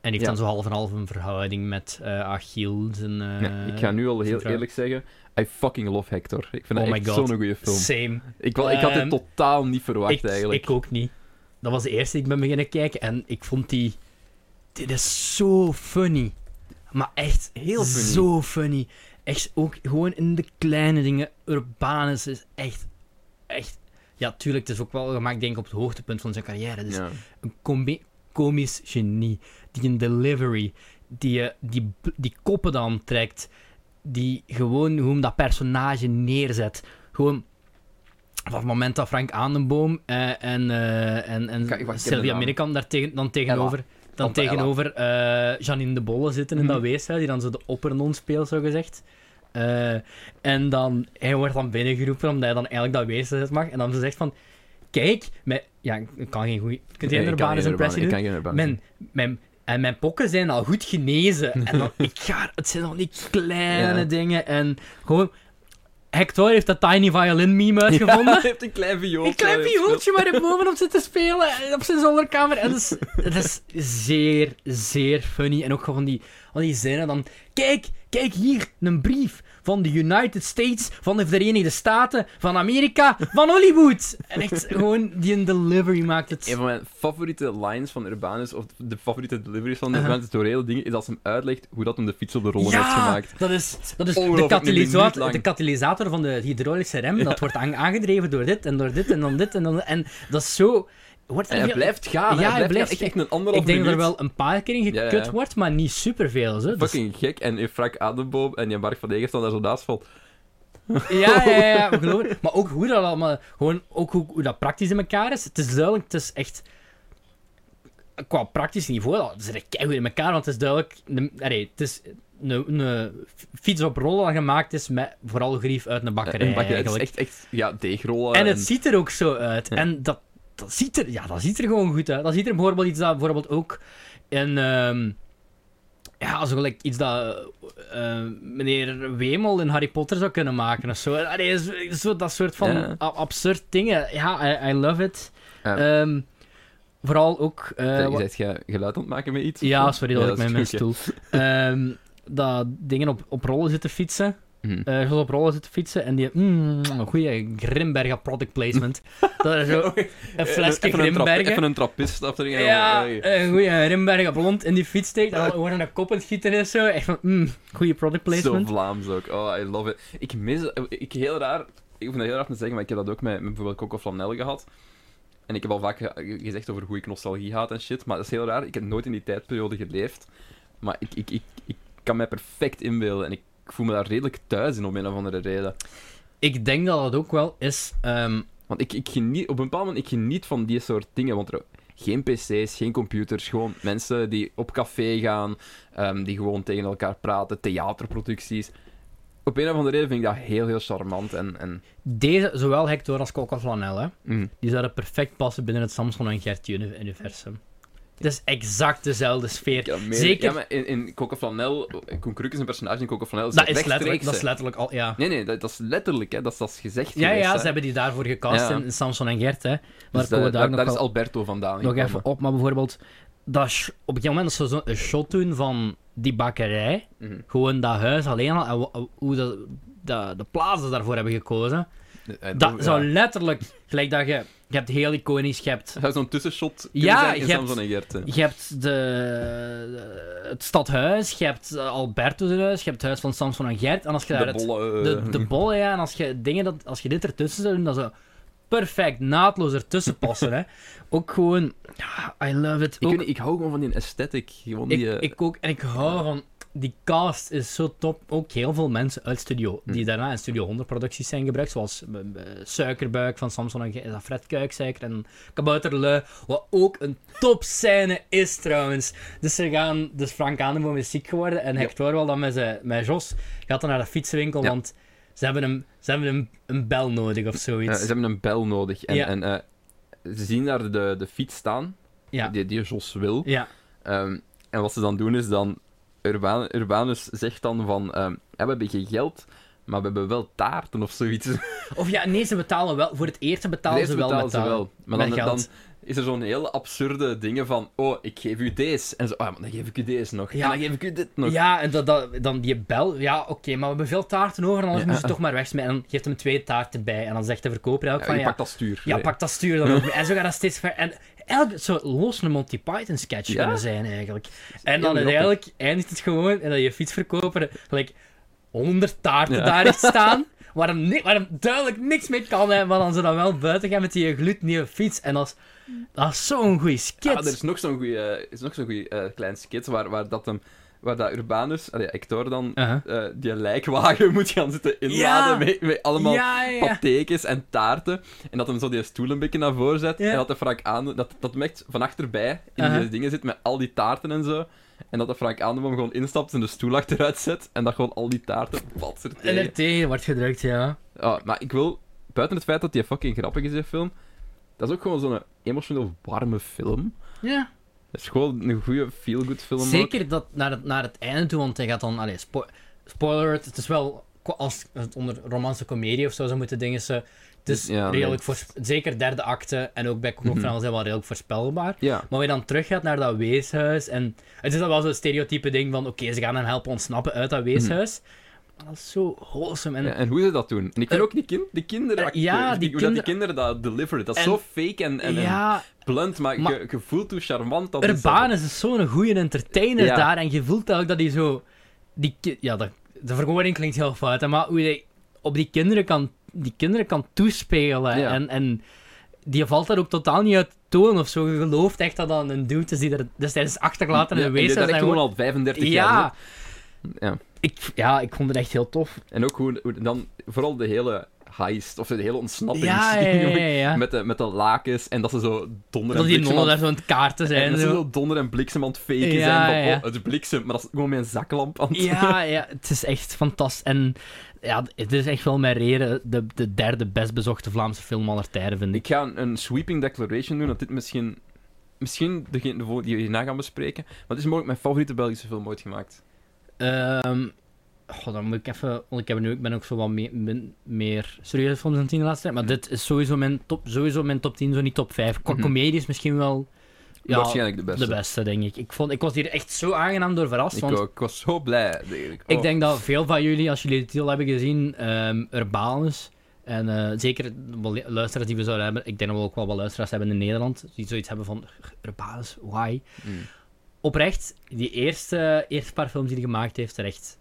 Speaker 1: En die heeft
Speaker 2: Ja.
Speaker 1: dan zo half en half een verhouding met eh Achilles. En, eh,
Speaker 2: Ja, ik ga nu al heel
Speaker 1: vrouw.
Speaker 2: eerlijk zeggen, I fucking love Hector. Ik vind
Speaker 1: Oh
Speaker 2: dat
Speaker 1: my
Speaker 2: echt
Speaker 1: God.
Speaker 2: zo'n goede film.
Speaker 1: Same.
Speaker 2: Ik, wa- ik had het
Speaker 1: Ehm,
Speaker 2: totaal niet verwacht
Speaker 1: Ik,
Speaker 2: eigenlijk.
Speaker 1: ik ook niet. Dat was de eerste die ik ben beginnen kijken. En ik vond die... Dit is zo funny. Maar echt heel
Speaker 2: funny.
Speaker 1: zo funny. Echt ook gewoon in de kleine dingen. Urbanus is echt... Echt... Ja, tuurlijk, het is ook wel gemaakt denk ik op het hoogtepunt van zijn carrière. Dus
Speaker 2: Ja.
Speaker 1: een combi- komisch genie. Die een delivery, die, eh, die, b- die koppen dan trekt, die gewoon hoe hem dat personage neerzet. Gewoon van het moment dat Frank Aandenboom eh, en, eh, en, en
Speaker 2: Ga- ik- wacht, ik heb de
Speaker 1: Sylvia
Speaker 2: naam.
Speaker 1: Minnekamp daar tegen, dan tegenover, dan
Speaker 2: Tante Ella.
Speaker 1: tegenover eh, Janine de Bolle zitten in
Speaker 2: Mhm.
Speaker 1: dat weeshuis, die dan zo de oppernon speelt, zo gezegd. Eh, en dan, hij wordt dan binnengeroepen omdat hij dan eigenlijk dat weeshuis mag. En dan ze zegt van, kijk, mijn, ja, ik kan geen goeie... Kunt jij
Speaker 2: Nee,
Speaker 1: een
Speaker 2: ik kan
Speaker 1: urbane
Speaker 2: geen
Speaker 1: impressie
Speaker 2: Ik
Speaker 1: doen?
Speaker 2: kan geen Urbanus
Speaker 1: Mijn, mijn, en mijn pokken zijn al goed genezen. En dan, ik ga, het zijn al die kleine
Speaker 2: Ja.
Speaker 1: dingen. En gewoon, Hector heeft dat Tiny Violin meme
Speaker 2: doen.
Speaker 1: uitgevonden.
Speaker 2: Hij heeft een klein viooltje.
Speaker 1: Een klein
Speaker 2: gespeeld.
Speaker 1: viooltje waar hij bovenop zit te spelen, eh, op zijn zolderkamer. En dat is, dat is zeer, zeer funny. En ook gewoon die, al die zinnen dan... Kijk, kijk hier, een brief van de United States, van de Verenigde Staten, van Amerika, van Hollywood. En echt gewoon, die een delivery maakt het...
Speaker 2: Een van mijn favoriete lines van Urbanus, of de favoriete deliveries van
Speaker 1: Uh-huh.
Speaker 2: Urbanus, door hele dingen, is als hij hem uitlegt hoe dat hem de fiets op de rollen heeft gemaakt.
Speaker 1: dat is, dat is de,
Speaker 2: Ongelooflijk, een minuut
Speaker 1: katalysator,
Speaker 2: lang.
Speaker 1: de katalysator van de hydraulische rem. Dat wordt aan- aangedreven door dit en door dit en dan dit en dan... En dat is zo... Wordt
Speaker 2: En hij
Speaker 1: heel-
Speaker 2: blijft gaan.
Speaker 1: Ja, hij
Speaker 2: hè. hij
Speaker 1: blijft-
Speaker 2: blijft echt, echt een anderhalf
Speaker 1: Ik denk dat er
Speaker 2: minuut.
Speaker 1: wel een paar keer in
Speaker 2: Ja,
Speaker 1: gekut
Speaker 2: ja.
Speaker 1: wordt, maar niet superveel. Zo. Dus-
Speaker 2: Fucking gek. En Frank Adenboom en Jan Mark van Degen staan daar zo naast van...
Speaker 1: ja, ja, ja, ja, we geloven het. Maar ook hoe dat allemaal, gewoon ook hoe, hoe dat praktisch in elkaar is. Het is duidelijk, het is echt. Qua praktisch niveau, dat is echt goed in elkaar, want het is duidelijk. de- allee, het is een, een fiets op rollen dat gemaakt is met vooral grief uit een bakkerij.
Speaker 2: Een bakkerij. Het is
Speaker 1: eigenlijk.
Speaker 2: echt, echt ja, deegrollen.
Speaker 1: En het ziet er ook zo uit. En dat, dat, ziet er, ja, dat ziet er gewoon goed uit. Dat ziet er bijvoorbeeld iets dat bijvoorbeeld ook in. ehm, ja, zo gelijk iets dat eh, meneer Wemel in Harry Potter zou kunnen maken of zo. Allee, zo, zo dat soort van
Speaker 2: Ja.
Speaker 1: a- absurd dingen. Ja, I, I love it.
Speaker 2: Ja.
Speaker 1: Ehm, vooral ook. eh,
Speaker 2: Zeg,
Speaker 1: wat-
Speaker 2: Zet jij geluid aan het maken met iets?
Speaker 1: ja, sorry dat ik met mijn
Speaker 2: mensen
Speaker 1: stoel. Ehm, dat dingen op, op rollen zitten fietsen.
Speaker 2: Mhm.
Speaker 1: Eh, zoals op rollen zitten fietsen. En die. Mm, een goede Grimberga product placement. dat is zo. Een flesje
Speaker 2: Eh, even een, trap, even
Speaker 1: Grimbergen.
Speaker 2: een trappist afdringen.
Speaker 1: Ja,
Speaker 2: Eh,
Speaker 1: een goede Grimberga blond in die fiets steekt. En dan worden een kop aan het gieten en zo. Echt van. Mm, goede product
Speaker 2: Zo
Speaker 1: placement.
Speaker 2: Vlaams ook. Oh, I love it. Ik mis... Ik heel raar... Ik hoef dat heel raar te zeggen, maar ik heb dat ook met, met bijvoorbeeld Coco Flanel gehad. En ik heb al vaak ge- gezegd over hoe ik nostalgie haat en shit, maar dat is heel raar. Ik heb nooit in die tijdperiode geleefd. Maar ik, ik, ik, ik kan mij perfect inbeelden en ik voel me daar redelijk thuis in om een of andere reden.
Speaker 1: Ik denk dat dat ook wel is. ehm,
Speaker 2: Want ik, ik geniet, op een bepaald moment, ik geniet van die soort dingen. Want er, geen pc's, geen computers, gewoon mensen die op café gaan, ehm, die gewoon tegen elkaar praten, theaterproducties. Op een of andere reden vind ik dat heel, heel charmant. En, en
Speaker 1: deze, zowel Hector als Coca Flanel, hè,
Speaker 2: mm.
Speaker 1: die zouden perfect passen binnen het Samson en Gert uni- universum. Dat is exact dezelfde
Speaker 2: Ik heb
Speaker 1: sfeer.
Speaker 2: dat meer-
Speaker 1: Zeker,
Speaker 2: Ja, maar in, in Coco Flanel, Koen Kruk is een personage in Coco Flanel.
Speaker 1: dat, is
Speaker 2: rechtstreeks,
Speaker 1: letterlijk, dat is
Speaker 2: hè.
Speaker 1: letterlijk al... Ja,
Speaker 2: Nee, nee, dat, dat is letterlijk, hè. Dat, is, dat is gezegd
Speaker 1: ja,
Speaker 2: geweest,
Speaker 1: ja
Speaker 2: hè.
Speaker 1: ze hebben die daarvoor gecast
Speaker 2: Ja.
Speaker 1: in, in Samson en Gert. Hè. Maar
Speaker 2: Dus
Speaker 1: daar komen
Speaker 2: dat-
Speaker 1: we daar
Speaker 2: daar
Speaker 1: nog
Speaker 2: daar
Speaker 1: wel-
Speaker 2: is Alberto vandaan
Speaker 1: nog
Speaker 2: gekomen.
Speaker 1: even op, maar bijvoorbeeld dat sh- op een moment dat ze zo een shot doen van die bakkerij,
Speaker 2: Mhm.
Speaker 1: gewoon dat huis alleen al, en wa- hoe dat, dat- de plaatsen daarvoor hebben gekozen,
Speaker 2: Eh,
Speaker 1: dat
Speaker 2: ja.
Speaker 1: zou letterlijk, gelijk dat je, je hebt heel iconisch, je hebt,
Speaker 2: Dat zou zo'n tussenshot kunnen
Speaker 1: Ja,
Speaker 2: zijn in
Speaker 1: je hebt-
Speaker 2: Samson en Gert. hè.
Speaker 1: je hebt de, het stadhuis, je hebt eh, Alberto's huis, je hebt het huis van Samson en Gert, en als je daar
Speaker 2: De
Speaker 1: het,
Speaker 2: bolle... eh,
Speaker 1: de, de bollen, ja. En als je, dingen dat, als je dit ertussen zou doen, dat zou perfect, naadloos ertussen passen. hè. Ook gewoon, ja, I love it.
Speaker 2: Ik,
Speaker 1: Ook-
Speaker 2: weet niet, ik hou gewoon van die aesthetic. Gewoon die,
Speaker 1: ik,
Speaker 2: eh,
Speaker 1: ik ook. En ik hou van... Die cast is zo top. Ook heel veel mensen uit Studio...
Speaker 2: Hm.
Speaker 1: Die daarna in Studio 100 producties zijn gebruikt. Zoals eh, eh, Suikerbuik van Samson en Ge- eh, Fred Kuiksuiker en Kabouterlui. Wat ook een topscène is trouwens. Dus ze gaan... Dus Frank Aandenboom is ziek geworden. En Hector wel dan met, zijn, met Jos gaat dan naar de fietsenwinkel.
Speaker 2: Ja.
Speaker 1: Want ze hebben, hem, ze hebben hem, een bel nodig of
Speaker 2: eh,
Speaker 1: zoiets.
Speaker 2: ze hebben een bel nodig. En,
Speaker 1: Ja.
Speaker 2: en eh, ze zien daar de, de fiets staan,
Speaker 1: ja.
Speaker 2: die, die Jos wil.
Speaker 1: Ja.
Speaker 2: Ehm, en wat ze dan doen is dan... Urban- Urbanus zegt dan van... ehm, ja, we hebben geen geld, maar we hebben wel taarten of zoiets.
Speaker 1: Of ja, nee, ze betalen wel. Voor het eerst betalen
Speaker 2: Eerst
Speaker 1: ze wel
Speaker 2: betalen
Speaker 1: met taal.
Speaker 2: Maar
Speaker 1: met
Speaker 2: dan, dan
Speaker 1: geld.
Speaker 2: is er zo'n hele absurde dingen van... Oh, ik geef u deze. En zo... Oh, ja, maar dan geef ik u deze nog.
Speaker 1: Ja.
Speaker 2: En dan geef ik u dit nog.
Speaker 1: Ja, en dat, dat, dan die bel. Ja, oké, maar we hebben veel taarten over, anders
Speaker 2: Ja.
Speaker 1: moet je toch maar wegsmijten. En dan geeft hem twee taarten bij. En dan zegt de verkoper ook
Speaker 2: Ja,
Speaker 1: van
Speaker 2: je
Speaker 1: ja,
Speaker 2: pakt dat stuur.
Speaker 1: ja,
Speaker 2: Nee.
Speaker 1: pak dat stuur dan ook mee. En zo gaat dat steeds ver. En eigenlijk zou het los een Monty Python sketch
Speaker 2: Ja?
Speaker 1: kunnen zijn eigenlijk. En
Speaker 2: heel
Speaker 1: dan uiteindelijk eindigt het gewoon en dat je fietsverkoper gelijk 100 taarten
Speaker 2: Ja.
Speaker 1: daar heeft staan. Waar hem, ni- waar hem duidelijk niks mee kan, hè, maar dan ze dan wel buiten gaan met die gloednieuwe fiets. En dat is, dat is zo'n goede skit.
Speaker 2: Ah, er is nog zo'n goede is nog zo'n goeie, eh, klein skit waar, waar dat hem... Waar dat Urbanus, allee, Hector dan,
Speaker 1: Uh-huh.
Speaker 2: eh, die lijkwagen moet gaan zitten inladen
Speaker 1: Ja.
Speaker 2: met, met allemaal
Speaker 1: Ja, ja, ja.
Speaker 2: patekes en taarten. En dat hem zo die stoel een beetje naar voren zet.
Speaker 1: Ja.
Speaker 2: En dat de Frank aan dat, dat hem echt van achterbij in
Speaker 1: Uh-huh.
Speaker 2: die dingen zit met al die taarten en zo. En dat de Frank Aandenboom gewoon instapt en de stoel achteruit zet. En dat gewoon al die taarten wat er
Speaker 1: En er
Speaker 2: tegen.
Speaker 1: tegen wordt gedrukt, ja.
Speaker 2: Ah, maar ik wil, buiten het feit dat die fucking grappig is, die film. Dat is ook gewoon zo'n emotioneel warme film.
Speaker 1: Ja.
Speaker 2: Dat is gewoon een goede feel-good film. ook.
Speaker 1: Zeker dat naar het, naar het einde toe, want hij gaat dan... Allee, spo- spoiler alert, het is wel... ko- Als het onder romantische komedie of zo zou moeten dingen... ze- Het is
Speaker 2: Ja, nee. Mhm.
Speaker 1: redelijk... Voor, zeker derde acte en ook bij Koen mm zijn wel redelijk voorspelbaar.
Speaker 2: Ja.
Speaker 1: Maar weer dan teruggaat naar dat weeshuis en... Het is dan wel zo'n stereotype ding van... Oké, ze gaan hem helpen ontsnappen uit dat weeshuis. Maar Dat is zo wholesome en...
Speaker 2: Mhm. Ja, en hoe ze dat doen. En ik vind ook die, kind, die kinderen...
Speaker 1: eh, ja,
Speaker 2: acteurs,
Speaker 1: die
Speaker 2: hoe dat die
Speaker 1: kinder-
Speaker 2: kinderen dat deliveren. Dat is
Speaker 1: En-
Speaker 2: zo fake en, en, en
Speaker 1: ja,
Speaker 2: blunt, maar
Speaker 1: Maar-
Speaker 2: je je voelt hoe charmant dat is.
Speaker 1: Urbanus is dus zo'n goede entertainer
Speaker 2: Ja.
Speaker 1: daar. En je voelt ook dat hij zo. Die, ki- ja, dat, de verwoording klinkt heel fout, hè, maar hoe hij op die kinderen kan, die kinderen kan toespelen.
Speaker 2: Ja.
Speaker 1: En, en die valt daar ook totaal niet uit toon of zo. Je gelooft echt dat dat een dude is die er destijds achtergelaten
Speaker 2: Ja,
Speaker 1: in
Speaker 2: en
Speaker 1: een
Speaker 2: die-
Speaker 1: wezen.
Speaker 2: dat
Speaker 1: is
Speaker 2: is
Speaker 1: en
Speaker 2: gewoon
Speaker 1: gewoon-
Speaker 2: al 35 jaar.
Speaker 1: Ja,
Speaker 2: hè. Ja.
Speaker 1: ik, ja, ik vond het echt heel tof.
Speaker 2: En ook hoe, hoe dan... Vooral de hele heist, of de hele ontsnapping.
Speaker 1: Ja, ja, ja, ja, ja.
Speaker 2: Met, de, met de lakens en dat ze zo donder en
Speaker 1: Dat die
Speaker 2: bliksem...
Speaker 1: nonnen
Speaker 2: aan-
Speaker 1: daar zo aan het kaarten
Speaker 2: en
Speaker 1: zijn.
Speaker 2: dat ze
Speaker 1: zo.
Speaker 2: zo donder en bliksem aan het faken
Speaker 1: Ja,
Speaker 2: zijn. Van,
Speaker 1: ja.
Speaker 2: oh, het is bliksem, maar dat is gewoon met een zaklamp aan het...
Speaker 1: Ja, ja, het is echt fantastisch. En ja, het is echt wel mijn reden de, de derde best bezochte Vlaamse film aller tijden, vind ik.
Speaker 2: Ik ga een, een sweeping declaration doen dat dit misschien... Misschien degene de volgende die we hierna gaan bespreken. Maar het is mogelijk mijn favoriete Belgische film ooit gemaakt.
Speaker 1: Ehm goh, dan moet ik even. Want ik, heb nu, ik ben ook zo wat mee- ben- meer serieuze films aan het zien de laatste tijd. Maar dit is sowieso mijn top, sowieso mijn top 10, zo niet top 5. Qua
Speaker 2: Mhm.
Speaker 1: comedie is misschien wel. Ja,
Speaker 2: Waarschijnlijk de beste.
Speaker 1: de beste, denk ik. Ik, vond, ik was hier echt zo aangenaam door verrast.
Speaker 2: Ik,
Speaker 1: want
Speaker 2: ook. Ik was zo blij. Eigenlijk.
Speaker 1: ik
Speaker 2: Oh.
Speaker 1: denk dat veel van jullie, als jullie de titel hebben gezien, ehm Urbanus. En eh, zeker wel lu- luisteraars die we zouden hebben. Ik denk dat we ook wel wat luisteraars hebben in Nederland. Die zoiets hebben van Urbanus, why?
Speaker 2: Mm.
Speaker 1: Oprecht, die eerste, eerste paar films die hij gemaakt heeft, terecht.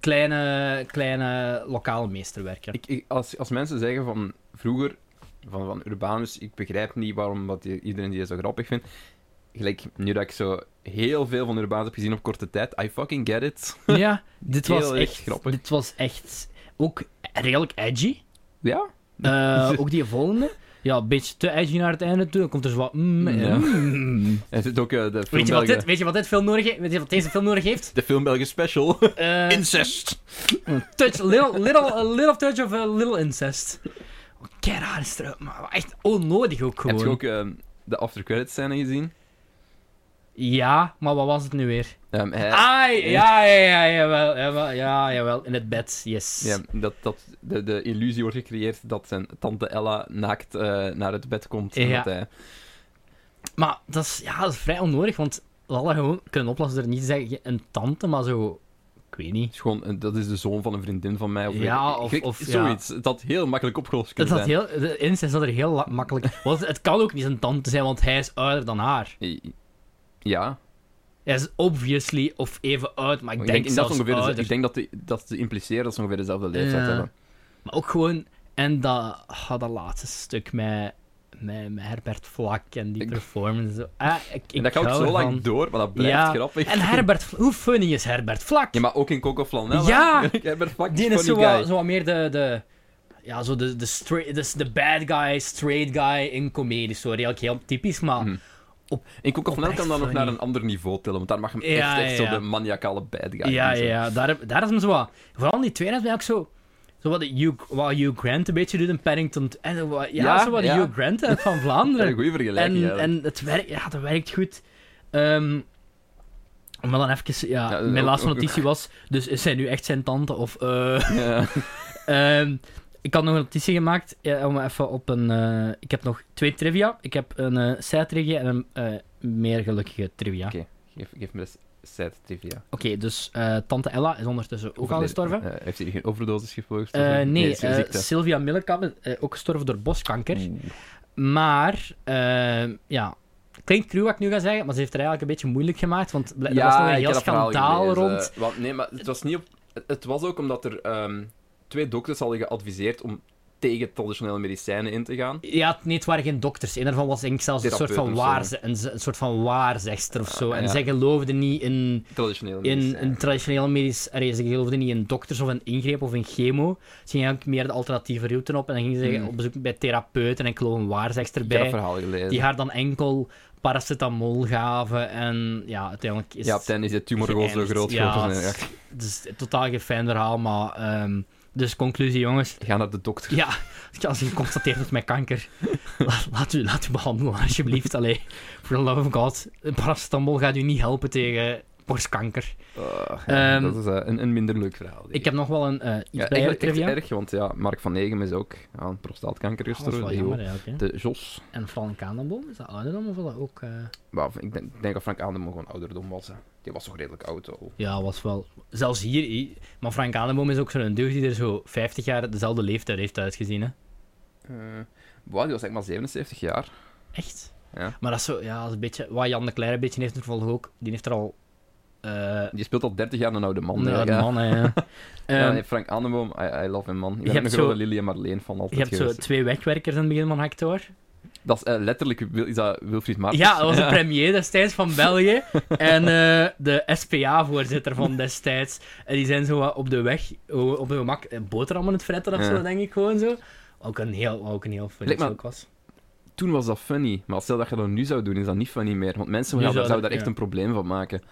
Speaker 1: Kleine, kleine lokale meesterwerken.
Speaker 2: Ik, ik- als, als mensen zeggen van vroeger, van, van Urbanus, ik begrijp niet waarom dat die- iedereen die zo grappig vindt. Gelijk, nu dat ik zo heel veel van Urbanus heb gezien op korte tijd, I fucking get it.
Speaker 1: ja, dit
Speaker 2: Heel
Speaker 1: was
Speaker 2: erg
Speaker 1: echt
Speaker 2: grappig.
Speaker 1: Dit was echt ook redelijk edgy.
Speaker 2: Ja?
Speaker 1: Eh, ook die volgende. Ja, een beetje te edgy naar het einde toe. Dan komt er zo wat... mm, en-
Speaker 2: Ja.
Speaker 1: mm.
Speaker 2: En zit ook eh, de film
Speaker 1: Weet je, wat
Speaker 2: Belgen-
Speaker 1: dit, weet je wat dit film nodig heeft? Weet je wat deze film nodig heeft?
Speaker 2: De film Belgen special.
Speaker 1: Eh,
Speaker 3: Incest.
Speaker 1: touch, little, little, a little touch of a little incest. Oh, Kei raar is er, maar echt onnodig ook
Speaker 2: Heb je
Speaker 1: gewoon.
Speaker 2: ook eh, de after credits scène gezien?
Speaker 1: Ja, maar wat was het nu weer?
Speaker 2: Ehm, hij-
Speaker 1: Ai, ja, ja, ja, jawel, jawel, ja, jawel. In het bed, yes.
Speaker 2: ja, dat, dat de, de illusie wordt gecreëerd dat zijn tante Ella naakt eh, naar het bed komt. En
Speaker 1: Ja.
Speaker 2: dat hij-
Speaker 1: Maar dat is, ja, dat is vrij onnodig, want we hadden gewoon kunnen oplossen door niet te zeggen een tante, maar zo... Ik weet niet.
Speaker 2: Het is gewoon, eh, dat is de zoon van een vriendin van mij. Of
Speaker 1: Ja,
Speaker 2: ik-
Speaker 1: of-
Speaker 2: ik-
Speaker 1: of- ja.
Speaker 2: zoiets. Dat had heel makkelijk opgelost
Speaker 1: Dat
Speaker 2: kunnen
Speaker 1: dat
Speaker 2: zijn.
Speaker 1: heel, de incest dat er heel la- makkelijk... Want het kan ook niet zijn tante zijn, want hij is ouder dan haar.
Speaker 2: I- Ja,
Speaker 1: Hij is obviously of even oud, maar ik
Speaker 2: ik
Speaker 1: denk,
Speaker 2: denk, dat,
Speaker 1: zelfs oh, Eh,
Speaker 2: ongeveer de-
Speaker 1: ouder.
Speaker 2: ik denk dat, die, dat ze impliceren dat ze ongeveer dezelfde leeftijd
Speaker 1: Ja.
Speaker 2: hebben.
Speaker 1: Maar ook gewoon... En dat, ah, dat laatste stuk met, met, met Herbert Vlak en die
Speaker 2: Ik-
Speaker 1: performance. zo. Ah, ik, ik
Speaker 2: en dat gaat ook
Speaker 1: hou
Speaker 2: zo lang
Speaker 1: ervan.
Speaker 2: door, maar dat blijft
Speaker 1: Ja.
Speaker 2: grappig.
Speaker 1: En Herbert... Vla- Hoe funny is Herbert Vlak?
Speaker 2: Ja, maar ook in Coco Flanel.
Speaker 1: Ja!
Speaker 2: Herbert Vlak
Speaker 1: Die
Speaker 2: funny
Speaker 1: is zo
Speaker 2: guy.
Speaker 1: wat, zo wat meer de, de, ja, zo de, de, straight, de, de bad guy, straight guy in comedie. Sorry, eigenlijk heel typisch, maar
Speaker 2: Mhm. In Coco Flanel kan dan nog
Speaker 1: Oprecht
Speaker 2: naar
Speaker 1: funny.
Speaker 2: een ander niveau tillen, want daar mag hem
Speaker 1: Ja,
Speaker 2: echt, echt
Speaker 1: ja,
Speaker 2: zo
Speaker 1: ja.
Speaker 2: de maniacale bad guy
Speaker 1: ja,
Speaker 2: in zijn.
Speaker 1: ja, daar, heb- daar is hem zo wat. Vooral in die tweede is mij ook zo, zo wat de Hugh, wat Hugh Grant een beetje doet in Paddington. En zo wat, ja,
Speaker 2: Ja,
Speaker 1: zo wat
Speaker 2: ja.
Speaker 1: de Hugh Grant uit van
Speaker 2: Dat is een
Speaker 1: Vlaanderen.
Speaker 2: goede vergelijking.
Speaker 1: en
Speaker 2: eigenlijk.
Speaker 1: en het werkt, ja, dat werkt goed. Ehm maar dan even, ja,
Speaker 2: Ja,
Speaker 1: mijn
Speaker 2: ook-
Speaker 1: laatste
Speaker 2: ook-
Speaker 1: notitie was, dus is zij nu echt zijn tante of... eh,
Speaker 2: Ja.
Speaker 1: Ehm, ik had nog een notitie gemaakt. eh, om even op een, eh, ik heb nog twee trivia. Ik heb een eh side trivia en een eh, meer gelukkige trivia. Oké,
Speaker 2: Oké. Geef, geef me eens sad trivia.
Speaker 1: dus eh, tante Ella is ondertussen ook al
Speaker 2: Overleden.
Speaker 1: gestorven.
Speaker 2: Eh, heeft hij geen overdosis gevolgd?
Speaker 1: Eh, nee,
Speaker 2: is een
Speaker 1: eh,
Speaker 2: ziekte.
Speaker 1: Sylvia Millekap is eh, ook gestorven door boskanker. Maar, ehm, ja... Klinkt cru wat ik nu ga zeggen, maar ze heeft er eigenlijk een beetje moeilijk gemaakt. Want bl- er was nog een
Speaker 2: ik
Speaker 1: heel
Speaker 2: heb dat verhaal
Speaker 1: schandaal
Speaker 2: gelezen.
Speaker 1: rond.
Speaker 2: Want, nee, maar het was niet op... het- Het was ook omdat er ehm, twee dokters hadden geadviseerd om tegen traditionele medicijnen in te gaan.
Speaker 1: Ja, nee, het waren geen dokters. Een daarvan was denk ik zelfs een soort, van
Speaker 2: Therapeuten of Ah,
Speaker 1: waar, een, een soort van waarzegster of zo. En
Speaker 2: ja. eh,
Speaker 1: zij geloofde niet in...
Speaker 2: Traditionele
Speaker 1: in
Speaker 2: medicijnen.
Speaker 1: een traditioneel medisch... allee, ze geloofden niet in dokters of een ingreep of in chemo. Ze gingen eigenlijk meer de alternatieve route op. En dan gingen ze
Speaker 2: Hmm.
Speaker 1: op bezoek bij therapeuten en ik geloof een waarzegster
Speaker 2: Ik heb dat
Speaker 1: bij.
Speaker 2: verhaal gelezen.
Speaker 1: Die haar dan enkel paracetamol gaven. En ja, uiteindelijk is
Speaker 2: Ja, op het einde is de tumor gewoon zo
Speaker 1: geëindigd.
Speaker 2: groot.
Speaker 1: Ja,
Speaker 2: geworden. Ja.
Speaker 1: het is totaal geen fijn verhaal, maar... ehm, dus conclusie, jongens.
Speaker 2: Ga naar de dokter.
Speaker 1: Ja, als je geconstateerd wordt met kanker, laat, laat, u, laat u behandelen, alsjeblieft. Allee, for the love of God. Paracetamol gaat u niet helpen tegen borstkanker.
Speaker 2: Oh, ja,
Speaker 1: Ehm,
Speaker 2: dat is eh, een, een minder leuk verhaal. denk
Speaker 1: Ik heb nog wel een eh iets
Speaker 2: ja,
Speaker 1: bij
Speaker 2: eigenlijk echt
Speaker 1: trivia.
Speaker 2: erg, want ja, Mark van Egem is ook aan prostaatkanker
Speaker 1: Oh, dat is
Speaker 2: gestorven.
Speaker 1: wel
Speaker 2: Die
Speaker 1: jammer
Speaker 2: ook.
Speaker 1: eigenlijk, hè.
Speaker 2: de Jos.
Speaker 1: En Frank Kaandenboom, is dat ouderdom of was dat ook... eh?
Speaker 2: Wauw, ik ben- ik denk dat Frank Aandem gewoon ouderdom was. Hè. Die was toch redelijk oud al.
Speaker 1: Ja, was wel... Zelfs hier... i- Maar Frank Kaandenboom is ook zo'n deugd die er zo 50 jaar dezelfde leeftijd heeft uitgezien, hè.
Speaker 2: Eh, wauw, die was echt maar 77 jaar.
Speaker 1: Echt?
Speaker 2: Ja.
Speaker 1: Maar dat is zo... Ja, dat is een beetje... Wat Jan de Cler een beetje heeft toevallig ook. Die heeft er al... eh
Speaker 2: Die speelt al 30 jaar een oude man.
Speaker 1: een
Speaker 2: hè,
Speaker 1: oude
Speaker 2: ja.
Speaker 1: man, hè, ja.
Speaker 2: Ja,
Speaker 1: Ehm,
Speaker 2: nee, Frank Annenboom, I, I love him, man. Ik
Speaker 1: je
Speaker 2: ben
Speaker 1: hebt
Speaker 2: een
Speaker 1: zo-
Speaker 2: grote Lily en Marleen van
Speaker 1: je
Speaker 2: altijd
Speaker 1: hebt zo
Speaker 2: geweest.
Speaker 1: twee wegwerkers in het begin van Hector.
Speaker 2: Dat is eh, letterlijk, Wil- is dat Wilfried Martens?
Speaker 1: Ja, dat was de premier destijds van België. En eh, de SPA-voorzitter van destijds. En die zijn zo wat op de weg, o- op hun gemak, eh, boterhammen aan het fretten of
Speaker 2: Ja.
Speaker 1: zo, denk ik gewoon zo. Ook een heel, ook een heel funny
Speaker 2: Lijkt me-
Speaker 1: joke was.
Speaker 2: Toen was dat funny, maar stel dat je dat nu zou doen, is dat niet funny meer. Want mensen
Speaker 1: Nu
Speaker 2: gaan-
Speaker 1: zou
Speaker 2: zouden
Speaker 1: dat-
Speaker 2: daar echt
Speaker 1: ja.
Speaker 2: een probleem van maken.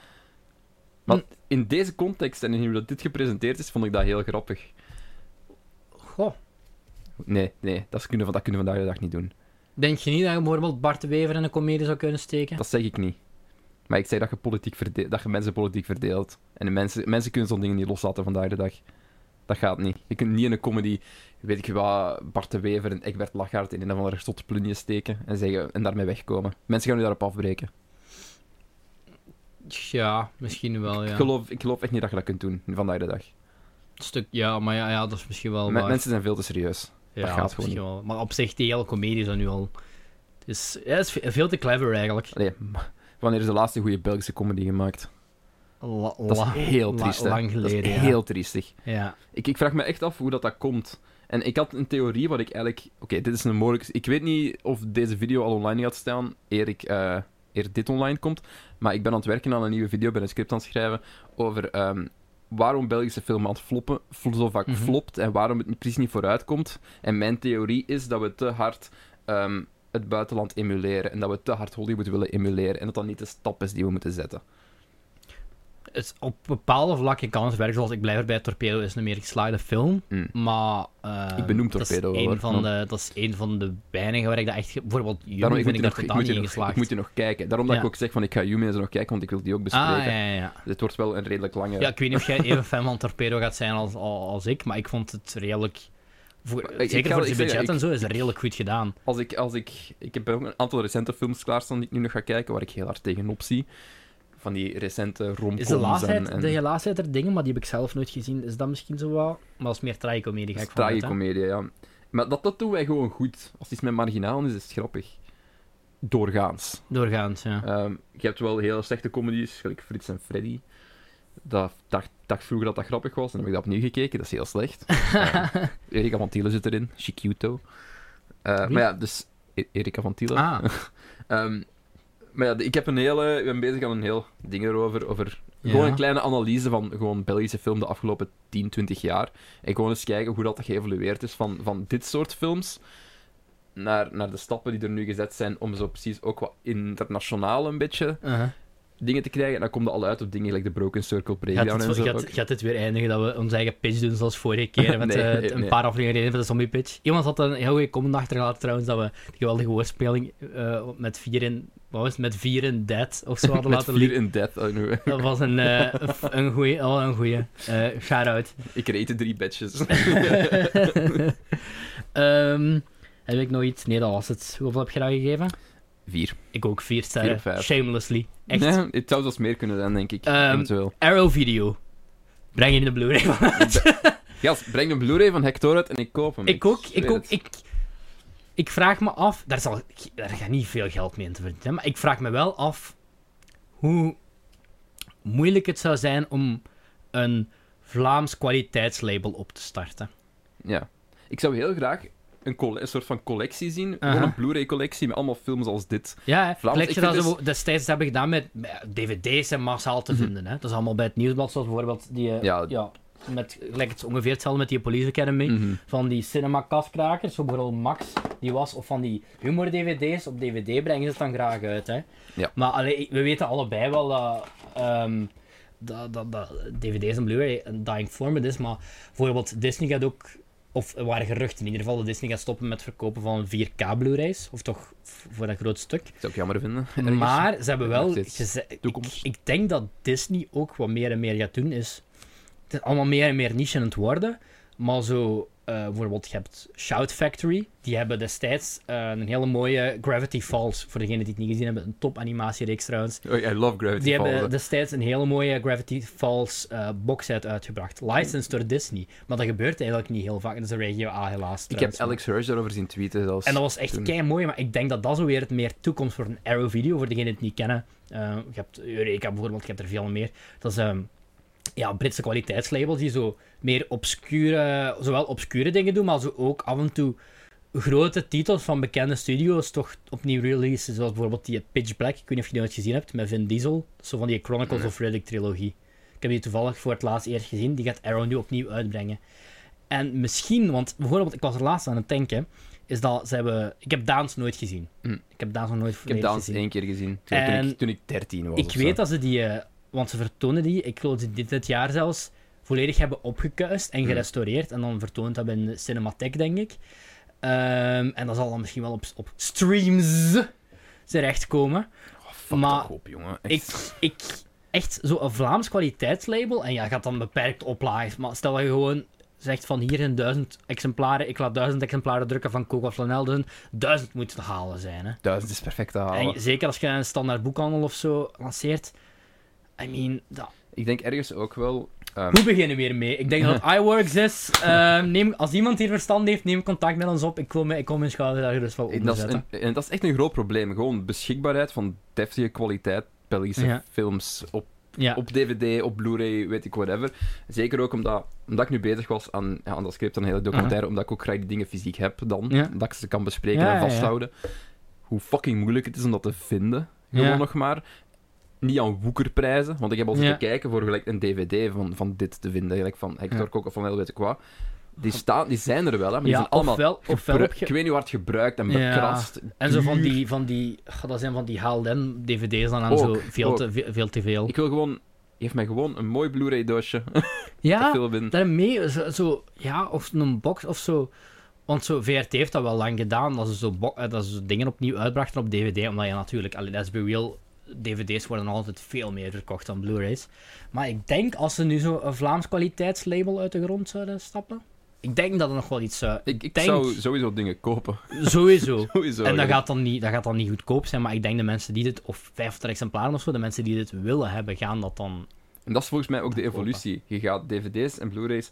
Speaker 2: Maar
Speaker 1: Hm.
Speaker 2: in deze context en in hoe dat dit gepresenteerd is, vond ik dat heel grappig.
Speaker 1: Goh.
Speaker 2: Nee, nee, dat, is kunnen, dat kunnen we vandaag de dag niet doen.
Speaker 1: Denk je niet dat je bijvoorbeeld Bart de Wever in een komedie zou kunnen steken?
Speaker 2: Dat zeg ik niet. Maar ik zeg dat je, politiek verde- dat je mensen politiek verdeelt. En de mensen, mensen kunnen zo'n dingen niet loslaten vandaag de dag. Dat gaat niet. Je kunt niet in een comedy, weet ik wat, Bart de Wever en Egbert Lachard in een of andere tot plunje steken en, zeggen, en daarmee wegkomen. Mensen gaan nu daarop afbreken.
Speaker 1: Ja, misschien wel,
Speaker 2: Ik,
Speaker 1: ja.
Speaker 2: geloof, ik geloof echt niet dat je dat kunt doen vandaag de dag.
Speaker 1: Stuk, ja, maar ja, ja, dat is misschien wel
Speaker 2: Me-
Speaker 1: waar.
Speaker 2: mensen zijn veel te serieus.
Speaker 1: ja,
Speaker 2: dat gaat
Speaker 1: misschien
Speaker 2: gewoon
Speaker 1: wel. Maar op zich, die hele komedie is dat nu al... Het is, ja, het is ve- veel te clever eigenlijk.
Speaker 2: Allee, maar wanneer is de laatste goede Belgische comedy gemaakt?
Speaker 1: La-
Speaker 2: Dat is
Speaker 1: la-
Speaker 2: heel
Speaker 1: la-
Speaker 2: triest. hè.
Speaker 1: lang geleden,
Speaker 2: dat is
Speaker 1: ja.
Speaker 2: heel triestig.
Speaker 1: Ja.
Speaker 2: Ik, ik vraag me echt af hoe dat, dat komt. En ik had een theorie waar ik eigenlijk... Oké, dit is een mogelijk... Ik weet niet of deze video al online gaat staan eer, ik, eh, eer dit online komt. Maar ik ben aan het werken aan een nieuwe video, ben een script aan het schrijven over ehm, waarom Belgische film aan het floppen, fl- zo vaak
Speaker 1: Mhm.
Speaker 2: flopt en waarom het niet- precies niet vooruit komt. En mijn theorie is dat we te hard ehm, het buitenland emuleren en dat we te hard Hollywood willen emuleren en dat dat niet de stap is die we moeten zetten.
Speaker 1: is op bepaalde vlakken kan het werken. Zoals ik blijf erbij, Torpedo is een meer geslaagde film.
Speaker 2: Mm.
Speaker 1: Maar... eh,
Speaker 2: Ik benoem
Speaker 1: dat is
Speaker 2: Torpedo wel,
Speaker 1: één
Speaker 2: hoor.
Speaker 1: van
Speaker 2: Maar-
Speaker 1: de, Dat is een van de weinigen waar ik dat echt... ge- Bijvoorbeeld Jumbo
Speaker 2: Daarom,
Speaker 1: vind
Speaker 2: ik,
Speaker 1: ik,
Speaker 2: moet
Speaker 1: dat
Speaker 2: die nog, ik,
Speaker 1: totaal
Speaker 2: moet
Speaker 1: niet
Speaker 2: die
Speaker 1: in
Speaker 2: nog, ik
Speaker 1: geslaagd.
Speaker 2: moet die nog kijken. Daarom dat
Speaker 1: Ja.
Speaker 2: ik ook zeg van ik ga Yumi eens nog kijken, want ik wil die ook bespreken.
Speaker 1: ah, ja, ja, ja.
Speaker 2: Dit wordt wel een redelijk lange.
Speaker 1: Ja, ik weet niet of jij even fan van Torpedo gaat zijn als, als, als ik, maar ik vond het redelijk... Voor,
Speaker 2: Maar ik- ik
Speaker 1: zeker
Speaker 2: ga-
Speaker 1: voor
Speaker 2: ik
Speaker 1: zijn
Speaker 2: zeg,
Speaker 1: budget
Speaker 2: ik-
Speaker 1: en zo is het redelijk goed gedaan.
Speaker 2: Als ik, als ik, ik heb ook een aantal recente films klaarstaan die ik nu nog ga kijken, waar ik heel hard tegenop zie. Van die recente romcoms
Speaker 1: Is de laatheid,
Speaker 2: en, en
Speaker 1: de laatheid er dingen, maar die heb ik zelf nooit gezien. Is dat misschien zo wel? Maar dat is meer tragicomedie, ga ik vanuit, hè.
Speaker 2: tragicomedie, ja. Maar dat, dat doen wij gewoon goed. Als iets met marginaal is, is het grappig. Doorgaans.
Speaker 1: Doorgaans, ja.
Speaker 2: Ehm, je hebt wel hele slechte comedies, gelijk Frits en Freddy. Dat dacht, dacht vroeger dat dat grappig was, en dan heb ik dat opnieuw gekeken, dat is heel slecht. Ehm, Erika van Tielen zit erin, Chiquito. Eh,
Speaker 1: Wie?
Speaker 2: maar ja, dus E- Erika van Tielen.
Speaker 1: Ah,
Speaker 2: Ehm, maar ja, de- ik heb een hele, ik ben bezig aan een heel ding erover. Over,
Speaker 1: Ja.
Speaker 2: Gewoon een kleine analyse van gewoon Belgische film de afgelopen 10, 20 jaar. En gewoon eens kijken hoe dat geëvolueerd is van, van dit soort films. Naar, naar de stappen die er nu gezet zijn om zo precies ook wat internationaal een beetje
Speaker 1: uh-huh.
Speaker 2: dingen te krijgen. En dan komt er al uit op dingen like de Broken Circle
Speaker 1: gaat,
Speaker 2: Breakdown
Speaker 1: dit,
Speaker 2: en zo.
Speaker 1: zo- gaat,
Speaker 2: ook.
Speaker 1: gaat dit weer eindigen dat we onze eigen pitch doen zoals vorige keer met
Speaker 2: Nee,
Speaker 1: eh,
Speaker 2: nee,
Speaker 1: een
Speaker 2: nee.
Speaker 1: paar afleveringen geleden met de zombie pitch? Iemand had een heel goede comment achtergelaten trouwens dat we die geweldige woordspeling eh, met vier in, wat was het, met vier in dead of zo hadden
Speaker 2: Met
Speaker 1: laten
Speaker 2: Fear
Speaker 1: liggen.
Speaker 2: in Death. oh, nu,
Speaker 1: Dat was een, eh, een goeie, oh, een goeie. Eh, shout-out.
Speaker 2: ik rate drie batches.
Speaker 1: Ehm, heb ik nog iets? Nee, dat was het. Hoeveel heb je dat gegeven?
Speaker 2: Vier.
Speaker 1: Ik ook vier
Speaker 2: Vier
Speaker 1: sterren.
Speaker 2: op vijf.
Speaker 1: Shamelessly. Echt.
Speaker 2: Nee, het zou zelfs meer kunnen zijn, denk ik.
Speaker 1: Ehm,
Speaker 2: eventueel.
Speaker 1: Arrow Video. Breng in de Blu-ray van uit.
Speaker 2: Jas, breng een Blu-ray van Hector uit en ik koop hem.
Speaker 1: Ik ook, ik
Speaker 2: zweer
Speaker 1: ook,
Speaker 2: het.
Speaker 1: ik... Ik vraag me af... Daar, zal, daar gaat niet veel geld mee in te verdienen, maar ik vraag me wel af hoe moeilijk het zou zijn om een Vlaams kwaliteitslabel op te starten.
Speaker 2: Ja. Ik zou heel graag een, colle- een soort van collectie zien. Gewoon
Speaker 1: Aha.
Speaker 2: een Blu-ray-collectie met allemaal films als dit.
Speaker 1: Ja, hè.
Speaker 2: Vlaams,
Speaker 1: gelijk
Speaker 2: ik
Speaker 1: dat
Speaker 2: vind dus- Mhm.
Speaker 1: ze destijds hebben gedaan met met dvd's en massaal te vinden. Hè? Dat is allemaal bij het nieuwsblad, zoals bijvoorbeeld die... eh,
Speaker 2: Ja.
Speaker 1: ja. met, gelijk het is ongeveer hetzelfde met die Police Academy.
Speaker 2: Mhm.
Speaker 1: Van die cinema-kastkrakers, zo bijvoorbeeld Max, die was, of van die humor-dvd's, op dvd brengen ze het dan graag uit. Hè?
Speaker 2: Ja.
Speaker 1: Maar allee, we weten allebei wel dat... ehm, dat, dat, dat dvd's en blu-ray een dying format is, maar bijvoorbeeld Disney gaat ook... Of er waren geruchten in ieder geval dat Disney gaat stoppen met verkopen van 4K Blu-rays. Of toch v- voor dat groot stuk.
Speaker 2: Dat zou ik jammer vinden. ergens.
Speaker 1: Maar ze hebben wel
Speaker 2: Nog steeds.
Speaker 1: gezegd. Ik,
Speaker 2: Toekomst.
Speaker 1: ik denk dat Disney ook wat meer en meer gaat doen. Is, het is allemaal meer en meer niche aan het worden. Maar zo, eh, bijvoorbeeld, je hebt Shout Factory. Die hebben destijds eh, een hele mooie Gravity Falls. Voor degenen die het niet gezien hebben, een top animatiereeks trouwens.
Speaker 2: Oh, I love Gravity
Speaker 1: Die
Speaker 2: Falls.
Speaker 1: hebben destijds een hele mooie Gravity Falls eh boxset uitgebracht. Licensed door Disney. Maar dat gebeurt eigenlijk niet heel vaak. Dat is een regio A helaas.
Speaker 2: Ik heb
Speaker 1: trouwens.
Speaker 2: Alex Hirsch daarover zien tweeten zelfs.
Speaker 1: En dat was echt
Speaker 2: toen.
Speaker 1: kei mooi, maar ik denk dat dat zo weer het meer toekomst voor een Arrow video, voor degenen die het niet kennen. Eh, je hebt Eureka bijvoorbeeld, je hebt er veel meer. Dat is ehm, ja, Britse kwaliteitslabels die zo meer obscure, zowel obscure dingen doen, maar zo ook af en toe grote titels van bekende studio's toch opnieuw releasen. Zoals bijvoorbeeld die Pitch Black, ik weet niet of je die ooit gezien hebt, met Vin Diesel. Zo van die Chronicles of Riddick trilogie. Ik heb die toevallig voor het laatst eerst gezien. Die gaat Arrow nu opnieuw uitbrengen. En misschien, want bijvoorbeeld, ik was er laatst aan het denken, is dat ze hebben... Ik heb Daans nooit gezien.
Speaker 2: Hm.
Speaker 1: Ik heb Daans nog nooit
Speaker 2: Ik heb
Speaker 1: volledig
Speaker 2: Daans
Speaker 1: gezien.
Speaker 2: één keer gezien. Toen, toen ik,
Speaker 1: En-
Speaker 2: toen ik 13 was.
Speaker 1: Ik
Speaker 2: of zo.
Speaker 1: weet dat ze die, eh, want ze vertonen die, ik geloof dat ze dit, dit jaar zelfs, volledig hebben opgekuist
Speaker 2: Mm.
Speaker 1: en gerestaureerd. En dan vertoond hebben in de Cinematheek, denk ik. Ehm, en dat zal dan misschien wel op, op streams terechtkomen.
Speaker 2: Oh, fuck
Speaker 1: maar
Speaker 2: toch op, jongen. Echt.
Speaker 1: Ik, ik, echt zo'n Vlaams kwaliteitslabel, en ja, gaat dan beperkt oplages. Maar stel dat je gewoon zegt van hier zijn duizend exemplaren, ik laat duizend exemplaren drukken van Coco Flanel, dus duizend moet te halen zijn. Hè.
Speaker 2: Duizend is perfect te halen.
Speaker 1: En zeker als je een standaard boekhandel of zo lanceert. I mean, dat-
Speaker 2: Ik denk ergens ook wel... ehm,
Speaker 1: hoe beginnen we hiermee? Ik denk dat het iWorks is. Ehm, neem, als iemand hier verstand heeft, neem contact met ons op. Ik wil, me, ik wil mijn schouder daar dus wel
Speaker 2: en
Speaker 1: onder
Speaker 2: dat, is
Speaker 1: zetten.
Speaker 2: een, en dat is echt een groot probleem. Gewoon beschikbaarheid van deftige kwaliteit Belgische
Speaker 1: Ja.
Speaker 2: films op
Speaker 1: ja.
Speaker 2: op DVD, op Blu-ray, weet ik whatever. Zeker ook omdat, omdat ik nu bezig was aan, ja, aan dat script, aan een hele documentaire, omdat ik ook graag die dingen fysiek heb dan,
Speaker 1: Ja.
Speaker 2: dat ik ze kan bespreken
Speaker 1: Ja,
Speaker 2: en
Speaker 1: ja, ja.
Speaker 2: vasthouden. Hoe fucking moeilijk het is om dat te vinden, gewoon
Speaker 1: Ja.
Speaker 2: nog maar. Niet aan woekerprijzen, want ik heb al zitten
Speaker 1: Ja.
Speaker 2: kijken voor gelijk een DVD van, van dit te vinden, gelijk van Hector
Speaker 1: Ja.
Speaker 2: Kok of van heel weet ik wat. Die, staan, die zijn er wel, hè, maar die
Speaker 1: Ja,
Speaker 2: zijn allemaal
Speaker 1: ofwel- ofwel
Speaker 2: gebru-
Speaker 1: heb je-
Speaker 2: ik weet niet waar het gebruikt en
Speaker 1: Ja.
Speaker 2: bekrast.
Speaker 1: En zo van
Speaker 2: duur.
Speaker 1: die, van die, goh, dat zijn van die HLN-dvd's dan aan
Speaker 2: Ook,
Speaker 1: zo veel
Speaker 2: ook.
Speaker 1: te, veel te veel.
Speaker 2: Ik wil gewoon geef mij gewoon een mooi Blu-ray-doosje te
Speaker 1: Ja,
Speaker 2: filmen.
Speaker 1: daarmee, zo, zo, ja, of een box of zo. Want zo, VRT heeft dat wel lang gedaan, dat ze, zo bo- eh, dat ze zo dingen opnieuw uitbrachten op DVD. Omdat je natuurlijk, allee, let's be real, DVD's worden nog altijd veel meer verkocht dan Blu-rays. Maar ik denk als ze nu zo een Vlaams kwaliteitslabel uit de grond zouden stappen, ik denk dat er nog wel iets zou.
Speaker 2: Ik, ik
Speaker 1: denk-
Speaker 2: zou sowieso dingen kopen.
Speaker 1: Sowieso.
Speaker 2: Sowieso.
Speaker 1: En dat
Speaker 2: ja.
Speaker 1: gaat, dan niet, dat gaat dan niet goedkoop zijn, maar ik denk de mensen die dit, of 50 exemplaren of zo, de mensen die dit willen hebben, gaan dat dan.
Speaker 2: En dat is volgens mij ook de
Speaker 1: Dat kopen.
Speaker 2: evolutie. Je gaat dvd's en blu-rays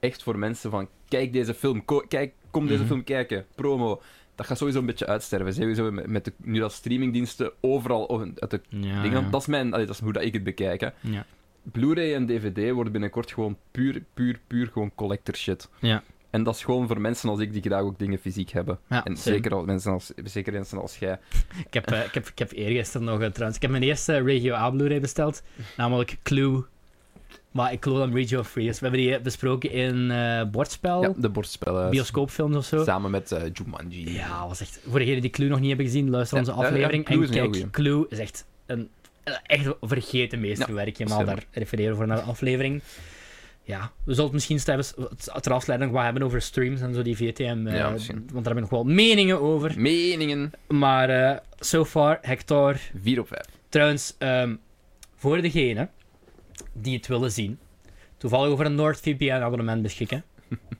Speaker 2: echt voor mensen van... Kijk deze film, ko- kijk, kom deze
Speaker 1: Mhm.
Speaker 2: film kijken, promo. Dat gaat sowieso een beetje uitsterven. Sowieso met, met de, nu dat streamingdiensten overal op- uit de
Speaker 1: Ja,
Speaker 2: dingen...
Speaker 1: ja.
Speaker 2: Dat, is mijn, allee, dat is hoe dat ik het bekijk. hè.
Speaker 1: Ja.
Speaker 2: Blu-ray en dvd worden binnenkort gewoon puur, puur, puur gewoon collector shit.
Speaker 1: Ja.
Speaker 2: En dat is gewoon voor mensen als ik die graag ook dingen fysiek hebben.
Speaker 1: Ja,
Speaker 2: en
Speaker 1: same.
Speaker 2: zeker, als mensen als, zeker mensen als jij.
Speaker 1: Ik heb, eh, ik heb, ik heb eergisteren nog eh, trouwens. Ik heb mijn eerste Regio A Blu-ray besteld, namelijk Clue. Maar ik geloof dan Regio Free is. We hebben die eh, besproken in eh bordspel,
Speaker 2: Ja, de bordspellen.
Speaker 1: bioscoopfilms of zo.
Speaker 2: Samen met eh, Jumanji.
Speaker 1: Ja, was echt. Voor degenen die Clue nog niet hebben gezien, luister
Speaker 2: Ja,
Speaker 1: onze
Speaker 2: ja, ja,
Speaker 1: aflevering.
Speaker 2: Clue
Speaker 1: en
Speaker 2: is een heel
Speaker 1: kijk,
Speaker 2: goeie.
Speaker 1: Clue is echt een eh, echt een vergeten meesterwerk.
Speaker 2: Ja,
Speaker 1: helemaal daar refereren we voor naar de aflevering. Ja, we zullen het misschien tijdens het ter afleiding wat hebben over streams en zo die VTM. eh,
Speaker 2: Ja,
Speaker 1: want
Speaker 2: misschien.
Speaker 1: daar heb ik nog wel meningen over.
Speaker 2: Meningen
Speaker 1: Maar eh, so far, Hector.
Speaker 2: 4 op 5.
Speaker 1: Trouwens, ehm, voor degenen die het willen zien, toevallig over een NordVPN-abonnement beschikken.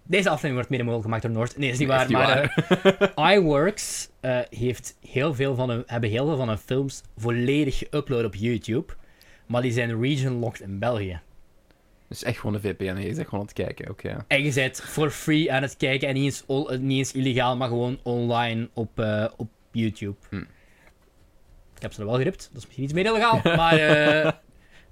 Speaker 1: Deze aflevering wordt mede mogelijk gemaakt door Noord. Nee, is niet
Speaker 2: Nee,
Speaker 1: waar.
Speaker 2: is niet
Speaker 1: maar eh, iWorks eh, heeft heel veel van hun, hebben heel veel van hun films volledig geüpload op YouTube. Maar die zijn region locked in België.
Speaker 2: Dus echt gewoon een VPN, je is echt gewoon aan het kijken. Oké. ja.
Speaker 1: En je bent for free aan het kijken en niet eens, on- eh, niet eens illegaal, maar gewoon online op, eh, op YouTube.
Speaker 2: Hm.
Speaker 1: Ik heb ze er wel geript, dat is misschien iets meer illegaal, maar eh,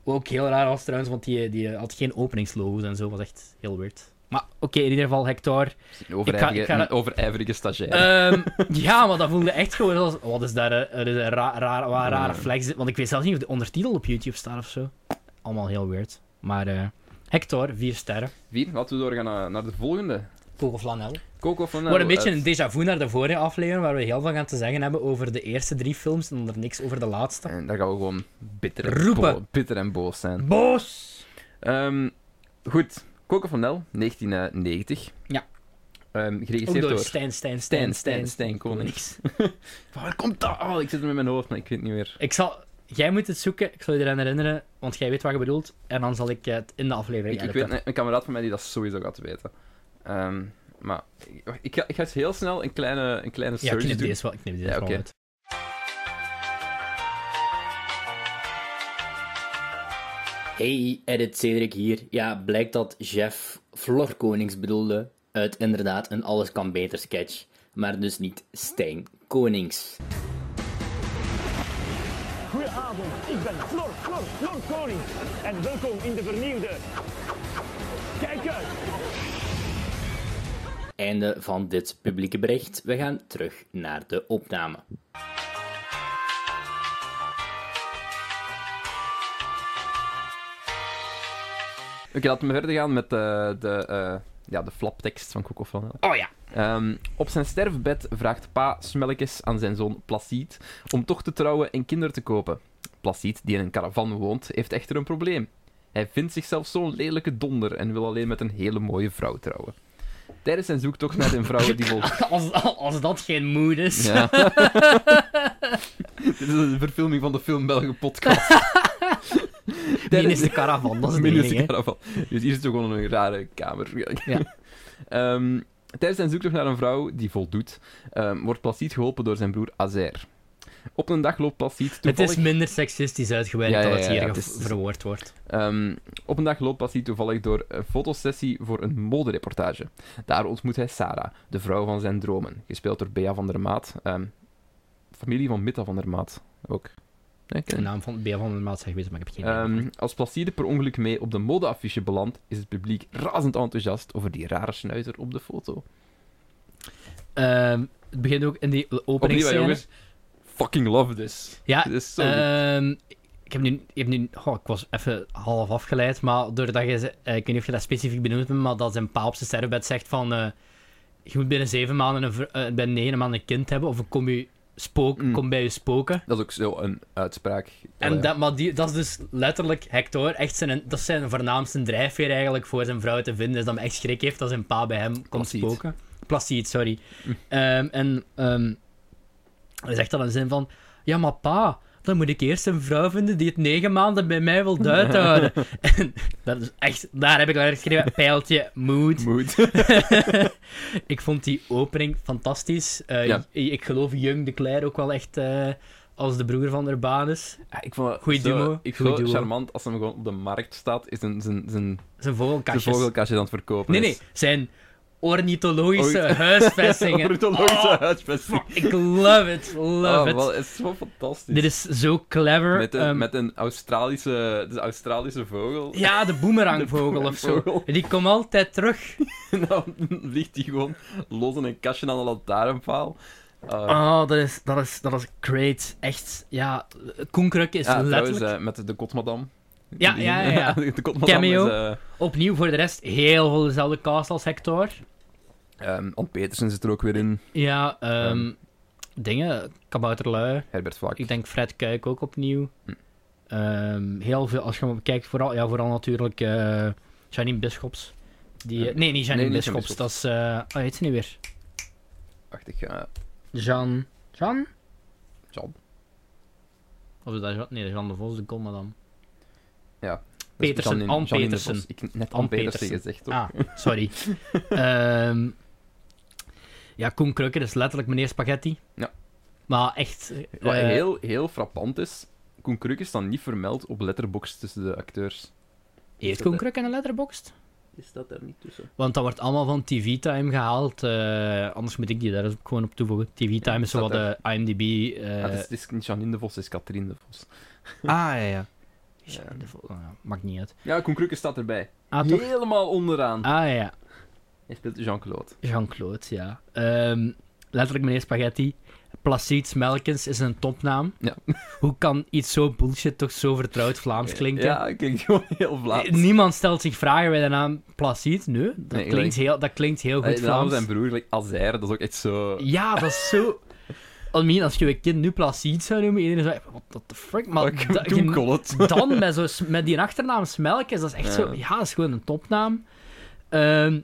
Speaker 1: ook heel raar was trouwens, want die, die had geen openingslogo's en zo, was echt heel weird. Maar oké, in ieder geval, Hector.
Speaker 2: Een overijverige,
Speaker 1: ik ga-
Speaker 2: een overijverige stagiair.
Speaker 1: Ehm, ja, maar dat voelde echt gewoon als, wat is daar, eh, er is een ra raar, wat een rare flex, want ik weet zelfs niet of de ondertitel op YouTube staat of zo. Allemaal heel weird. Maar eh, Hector, vier sterren.
Speaker 2: Vier, laten we doorgaan naar, naar de volgende.
Speaker 1: Kogel flanel.
Speaker 2: Coco van eh,
Speaker 1: Wordt een beetje een déjà vu naar de vorige aflevering, waar we heel veel gaan te zeggen hebben over de eerste drie films en er niks over de laatste.
Speaker 2: En daar gaan we gewoon bitter en,
Speaker 1: Roepen.
Speaker 2: bo- bitter en boos zijn.
Speaker 1: Boos!
Speaker 2: Ehm, goed, Coco van Nel, 1990.
Speaker 1: Ja.
Speaker 2: Ehm,
Speaker 1: Ook
Speaker 2: geregisseerd
Speaker 1: door
Speaker 2: door
Speaker 1: Stijn, Stijn,
Speaker 2: Stijn,
Speaker 1: Stijn,
Speaker 2: Stijn, Stijn Konings. Van Waar komt dat? Oh, ik zit er met mijn hoofd, maar ik weet niet meer.
Speaker 1: Ik zal... Jij moet het zoeken, ik zal je eraan herinneren, want jij weet wat je bedoelt. En dan zal ik het in de aflevering
Speaker 2: Ik, ik
Speaker 1: editen.
Speaker 2: weet een, een kameraad van mij die dat sowieso gaat weten. Ehm, maar ik, ik ga, ik ga eens heel snel een kleine, een kleine
Speaker 1: Ja, ik
Speaker 2: search
Speaker 1: knip
Speaker 2: doen.
Speaker 1: deze wel, ik knip deze
Speaker 2: Ja,
Speaker 1: wel
Speaker 2: oké.
Speaker 1: uit.
Speaker 5: Hey, edit Cedric hier. Ja, blijkt dat Jeff Florkonings bedoelde uit inderdaad een Alles kan beter sketch, maar dus niet Stijn Konings.
Speaker 6: Goedenavond, ik ben Flor, Flor, Flor Koning. En welkom in de vernieuwde. Kijk uit!
Speaker 5: Einde van dit publieke bericht. We gaan terug naar de opname.
Speaker 2: Oké, laten we verder gaan met de, de, eh, ja, de flaptekst van Coco van Nel.
Speaker 1: Oh ja,
Speaker 2: Ehm, op zijn sterfbed vraagt pa Smelkes aan zijn zoon Placide om toch te trouwen en kinderen te kopen. Placide, die in een caravan woont, heeft echter een probleem. Hij vindt zichzelf zo'n lelijke donder en wil alleen met een hele mooie vrouw trouwen. Tijdens zijn zoektocht naar zijn vrouw die vol...
Speaker 1: als, als dat geen moed is.
Speaker 2: Ja. Dit is een verfilming van de Film Belgen podcast.
Speaker 1: Die is de caravan, dat is het
Speaker 2: Min
Speaker 1: enige.
Speaker 2: de caravan. Dus hier is toch gewoon een rare kamer.
Speaker 1: Ja.
Speaker 2: Ehm, tijdens zijn zoektocht naar een vrouw die voldoet, ehm, wordt Placide geholpen door zijn broer Azer. Op een dag loopt Placide
Speaker 1: Het
Speaker 2: toevallig...
Speaker 1: is minder seksistisch uitgewerkt
Speaker 2: Ja, ja,
Speaker 1: dan het
Speaker 2: ja,
Speaker 1: hier
Speaker 2: ja,
Speaker 1: ge-
Speaker 2: het is-
Speaker 1: verwoord wordt.
Speaker 2: Ehm, op een dag loopt Placide toevallig door een fotosessie voor een modereportage. Daar ontmoet hij Sarah, de vrouw van zijn dromen, gespeeld door Bea van der Maat. ehm, familie van Mitta van der Maat, ook. Nee,
Speaker 1: De
Speaker 2: ken-
Speaker 1: naam van B.A. van der Maat zou ik weten, maar ik heb geen idee.
Speaker 2: Ehm, als Placide per ongeluk mee op de modeaffiche belandt, is het publiek razend enthousiast over die rare snuiter op de foto.
Speaker 1: Ehm, het begint ook in die
Speaker 2: Opnieuw, hè,
Speaker 1: openingsscène.
Speaker 2: jongens. Fucking love this.
Speaker 1: Ja,
Speaker 2: Dit is zo goed.
Speaker 1: ehm, ik heb nu, ik, heb nu oh, ik was even half afgeleid, maar doordat je, ze- eh, ik weet niet of je dat specifiek benoemd hebt, maar dat zijn pa op zijn sterfbed zegt van, eh, je moet binnen zeven maanden, een, vr- eh, binnen negen maanden een kind hebben, of ik kom je spook
Speaker 2: Mm.
Speaker 1: komt bij je spoken.
Speaker 2: Dat is ook zo een uitspraak.
Speaker 1: En dat, maar die, dat is dus letterlijk Hector, echt zijn, dat is zijn voornaamste drijfveer eigenlijk voor zijn vrouw te vinden. Is dat hem echt schrik heeft als zijn pa bij hem komt
Speaker 2: Placide.
Speaker 1: spoken. Placide, sorry.
Speaker 2: Hm.
Speaker 1: Ehm, en ehm, hij zegt dan in de zin van: Ja, maar pa, dan moet ik eerst een vrouw vinden die het negen maanden bij mij wil uithouden. en dat is echt, daar heb ik al geschreven: pijltje, moed.
Speaker 2: Moed.
Speaker 1: Ik vond die opening fantastisch. Eh,
Speaker 2: Ja.
Speaker 1: ik, ik geloof Jung de Cler ook wel echt eh, als de broer van Urbanus.
Speaker 2: Ja, ik vond het
Speaker 1: Goeie
Speaker 2: zo-
Speaker 1: duo, goeie
Speaker 2: Ik vond het
Speaker 1: duo.
Speaker 2: charmant als hem gewoon op de markt staat, is een, zijn, zijn,
Speaker 1: Zijn
Speaker 2: zijn
Speaker 1: vogelkastjes.
Speaker 2: vogelkastje aan het verkopen.
Speaker 1: Nee,
Speaker 2: is.
Speaker 1: nee, zijn ornithologische
Speaker 2: Ornith-
Speaker 1: huisvestingen.
Speaker 2: Ornithologische
Speaker 1: Oh,
Speaker 2: huisvesting.
Speaker 1: Ik love it, love
Speaker 2: eh, Oh,
Speaker 1: it.
Speaker 2: wel, het is zo fantastisch.
Speaker 1: Dit is zo clever.
Speaker 2: met, een,
Speaker 1: Ehm,
Speaker 2: met een Australische, de Australische vogel.
Speaker 1: Ja, de boemerangvogel of zo.
Speaker 2: boemerangvogel.
Speaker 1: Die komt altijd terug.
Speaker 2: En dan ligt hij gewoon los in een kastje aan een lantaarnpaal. Eh,
Speaker 1: Oh, dat is, dat is, dat is great. Echt, ja, Koenkruk is
Speaker 2: ja,
Speaker 1: letterlijk...
Speaker 2: trouwens, eh, met de kotmadam.
Speaker 1: Ja,
Speaker 2: Die-
Speaker 1: ja, ja, ja.
Speaker 2: de kotmadam
Speaker 1: Cameo.
Speaker 2: is... eh,
Speaker 1: Opnieuw voor de rest, heel veel dezelfde cast als Hector.
Speaker 2: ehm, Ant Petersen zit er ook weer in.
Speaker 1: Ja, ehm,
Speaker 2: Ehm.
Speaker 1: dingen, Kabouterlui.
Speaker 2: Herbert Vlak.
Speaker 1: Ik denk Fred Kuik ook opnieuw.
Speaker 2: Hm.
Speaker 1: Ehm, heel veel, als je maar kijkt, vooral, ja, vooral natuurlijk eh Janine Bischops. Die, eh,
Speaker 2: Eh,
Speaker 1: nee, niet
Speaker 2: nee,
Speaker 1: Janine
Speaker 2: niet
Speaker 1: Bischops,
Speaker 2: Janine
Speaker 1: dat is... eh oh, heet ze nu weer?
Speaker 2: Wacht, ik eh, ga...
Speaker 1: Jean... Jean?
Speaker 2: Jan.
Speaker 1: Of is dat Jean? Nee, dat is Jean de Vos, de Colmadam.
Speaker 2: Dat is
Speaker 1: Petersen,
Speaker 2: Janine-
Speaker 1: Ant
Speaker 2: Janine de
Speaker 1: Petersen.
Speaker 2: Vos. Ik net
Speaker 1: Ant
Speaker 2: Ant Petersen
Speaker 1: Petersen.
Speaker 2: gezegd, toch?
Speaker 1: Ah, sorry. Ehm, ja, Koen Krukker is letterlijk meneer Spaghetti.
Speaker 2: Ja.
Speaker 1: Maar echt... eh,
Speaker 2: Wat heel, heel frappant is, Koen Kruk is dan niet vermeld op letterbox tussen de acteurs.
Speaker 1: heeft Koen Krukker een letterboxd?
Speaker 2: Is dat daar niet tussen?
Speaker 1: Want dat wordt allemaal van TV Time gehaald. eh, anders moet ik die daar eens ook gewoon op toevoegen. TV Time is zo wat
Speaker 2: staat
Speaker 1: de IMDb. eh,
Speaker 2: het, is, het is niet Janine de Vos, het is Katrien de Vos.
Speaker 1: Ah, ja, ja. Ja, de vol- ah, ja, Maakt niet uit.
Speaker 2: Ja, Koen Krukke staat erbij.
Speaker 1: Ah, toch?
Speaker 2: Helemaal onderaan.
Speaker 1: Ah, ja, ja.
Speaker 2: Hij speelt Jean-Claude.
Speaker 1: Jean-Claude, ja. Ehm, letterlijk meneer Spaghetti. Placide Melkens is een topnaam.
Speaker 2: Ja.
Speaker 1: Hoe kan iets zo bullshit toch zo vertrouwd Vlaams klinken?
Speaker 2: Ja, het klinkt gewoon heel Vlaams.
Speaker 1: Eh, Niemand stelt zich vragen bij de naam Placide, nee. Dat,
Speaker 2: Nee,
Speaker 1: klinkt, heel, dat klinkt heel
Speaker 2: Hij-
Speaker 1: goed
Speaker 2: Eh, de naam van
Speaker 1: Vlaams.
Speaker 2: zijn broer, like Azair, dat is ook echt zo...
Speaker 1: Ja, dat is zo. I mean, als je je kind nu Placide zou noemen, iedereen zou zeggen: What the fuck, maar
Speaker 2: Fuck,
Speaker 1: dat-
Speaker 2: Toen
Speaker 1: je-
Speaker 2: kon het.
Speaker 1: dan met, zo, met die achternaam Smelkens, dat is echt
Speaker 2: Ja.
Speaker 1: zo. Ja, dat is gewoon een topnaam. Ehm,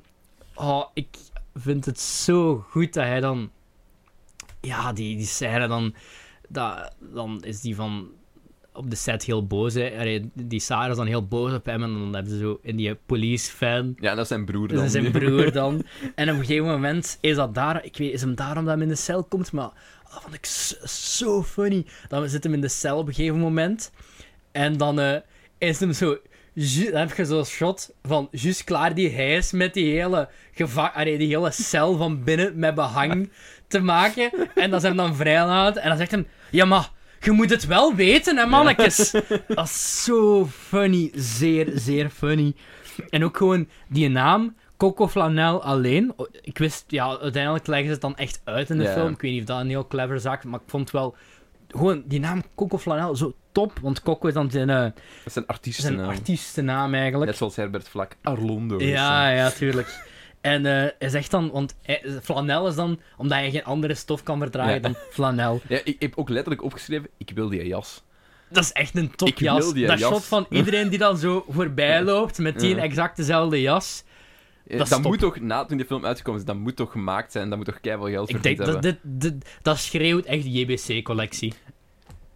Speaker 1: oh, ik vind het zo goed dat hij dan. Ja, die, die scène dan. Dat, dan is die van. Op de set heel boos. Hè. Allee, Die Sarah is dan heel boos op hem. En dan hebben ze zo in die police fan.
Speaker 2: Ja, dat is zijn broer dan.
Speaker 1: Dat is zijn broer dan. En op een gegeven moment is dat daar, ik weet, is hem daarom dat hem in de cel komt, maar dat vond ik zo, zo funny. Dan zit hem in de cel op een gegeven moment en dan eh, is hem zo, ju- dan heb je zo'n shot van juist klaar die hij is met die hele, geva- allee, die hele cel van binnen met behang te maken. En dat ze hem dan vrijlaat en dan zegt hem, ja maar. Je moet het wel weten, hè, mannetjes. Dat is zo funny. Zeer, zeer funny. En ook gewoon die naam, Coco Flanel alleen. O, Ik wist, ja, uiteindelijk leggen ze het dan echt uit in de
Speaker 2: Ja.
Speaker 1: film. Ik weet niet of dat een heel clever zaak is, maar ik vond wel gewoon die naam Coco Flanel zo top. Want Coco is dan zijn, eh,
Speaker 2: Dat zijn
Speaker 1: zijn
Speaker 2: artiestennaam.
Speaker 1: artiestennaam eigenlijk.
Speaker 2: Net zoals Herbert Vlak. Arlondo. is
Speaker 1: Ja,
Speaker 2: hij.
Speaker 1: ja, tuurlijk. En eh hij zegt dan, want hij- flanel is dan, omdat hij geen andere stof kan verdragen
Speaker 2: Ja.
Speaker 1: dan flanel.
Speaker 2: Ja, ik heb ook letterlijk opgeschreven, ik wil die jas.
Speaker 1: Dat is echt een
Speaker 2: Ik wil
Speaker 1: topjas.
Speaker 2: die
Speaker 1: Dat
Speaker 2: jas.
Speaker 1: shot van iedereen die dan zo voorbij loopt met die
Speaker 2: Ja.
Speaker 1: exact dezelfde jas.
Speaker 2: Eh,
Speaker 1: Dat is
Speaker 2: Dat,
Speaker 1: top.
Speaker 2: moet toch, na toen die film uitgekomen is, dat moet toch gemaakt zijn, dat moet toch keihard geld
Speaker 1: Ik
Speaker 2: verdiend
Speaker 1: denk dat
Speaker 2: hebben.
Speaker 1: dit, dit- dat schreeuwt echt JBC-collectie.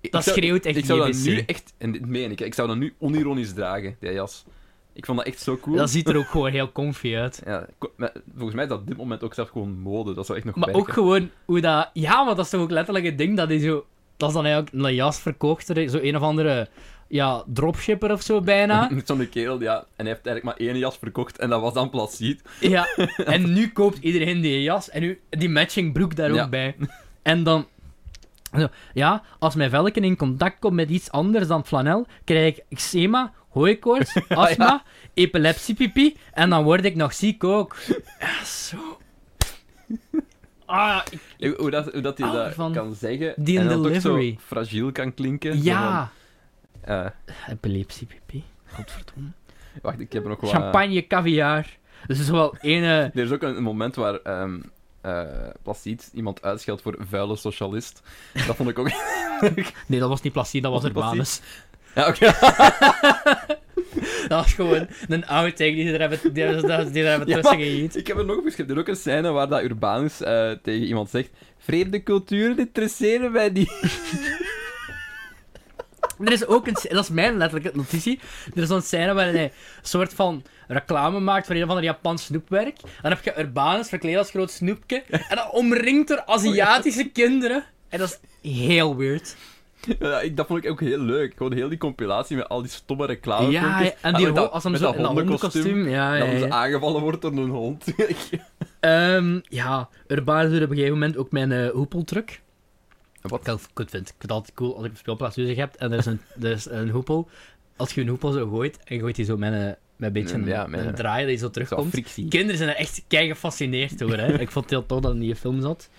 Speaker 2: Ik
Speaker 1: dat
Speaker 2: zou-
Speaker 1: schreeuwt echt
Speaker 2: Ik zou dat
Speaker 1: JBC.
Speaker 2: nu echt, en dit meen ik, ik zou dat nu onironisch dragen, die jas. Ik vond dat echt zo cool.
Speaker 1: Dat ziet er ook gewoon heel comfy uit.
Speaker 2: Ja, ko- maar volgens mij is dat op dit moment ook zelf gewoon mode, dat zou echt nog
Speaker 1: Maar
Speaker 2: werken.
Speaker 1: ook gewoon hoe dat... Ja, maar dat is toch ook letterlijk het ding dat hij zo... Dat is dan eigenlijk een jas verkocht. door Zo een of andere ja, dropshipper of zo bijna.
Speaker 2: Zo'n kerel, ja, en hij heeft eigenlijk maar één jas verkocht en dat was dan Placide.
Speaker 1: Ja. En nu koopt iedereen die jas en nu die matching broek daar ook
Speaker 2: Ja.
Speaker 1: bij. En dan... zo, Ja, als mijn velken in contact komt met iets anders dan flanel, krijg ik eczema, hooikoorts, astma, epilepsiepipi en dan word ik nog ziek ook. Ja, zo. Ah, ik-
Speaker 2: Hoe hoe dat, hoe dat hij
Speaker 1: Ah,
Speaker 2: dat
Speaker 1: van-
Speaker 2: kan zeggen
Speaker 1: die
Speaker 2: en dan
Speaker 1: delivery.
Speaker 2: toch zo fragiel kan klinken. zo
Speaker 1: ja.
Speaker 2: van, eh,
Speaker 1: Epilepsiepipi. Godverdomme.
Speaker 2: wacht, ik heb er nog wat...
Speaker 1: Champagne, caviar. Dus er is wel ene...
Speaker 2: Er is ook een, een moment waar ehm, eh, eh Plastiet iemand uitscheldt voor vuile socialist. Dat vond ik ook...
Speaker 1: Nee, dat was niet Plastic, dat was
Speaker 2: Was het
Speaker 1: Urbanus.
Speaker 2: ja, oké.
Speaker 1: Dat was gewoon een outtake die ze er hebben, die, hebben- die er hebben
Speaker 2: Ja,
Speaker 1: tussen
Speaker 2: maar
Speaker 1: gejiet.
Speaker 2: Ik heb er nog op geschreven. Er is ook een scène waar dat Urbanus eh, tegen iemand zegt... Vreemde culturen interesseren mij niet.
Speaker 1: Er is ook een... sc- Dat is mijn letterlijke notitie. Er is zo'n scène waarin hij een soort van reclame maakt voor een of ander Japans snoepwerk. Dan heb je Urbanus verkleed als groot snoepje. En dat omringt door Aziatische kinderen. En dat is heel weird.
Speaker 2: Ja, ik, dat vond ik ook heel leuk. Gewoon heel die compilatie met al die stomme reclame.
Speaker 1: Ja, en die ho- als hem zo in Ah, dat hondenkostuum. Ja, ja,
Speaker 2: dat hem zo
Speaker 1: ja.
Speaker 2: aangevallen wordt door een hond.
Speaker 1: Ehm, ja, Urbanus doet op een gegeven moment ook mijn eh hoepeltruc.
Speaker 2: Wat?
Speaker 1: Wat ik heel goed vind. Ik vind het altijd cool als ik op speelplaats muziek heb en er is, een, er is een hoepel. Als je een hoepel zo gooit en je gooit die zo met een, met een beetje een,
Speaker 2: Mm, Ja, met
Speaker 1: een
Speaker 2: een-
Speaker 1: draai dat die zo terugkomt.
Speaker 2: frictie.
Speaker 1: Kinderen zijn er echt kei gefascineerd door. Hè. ik vond het heel tof dat het in die film zat.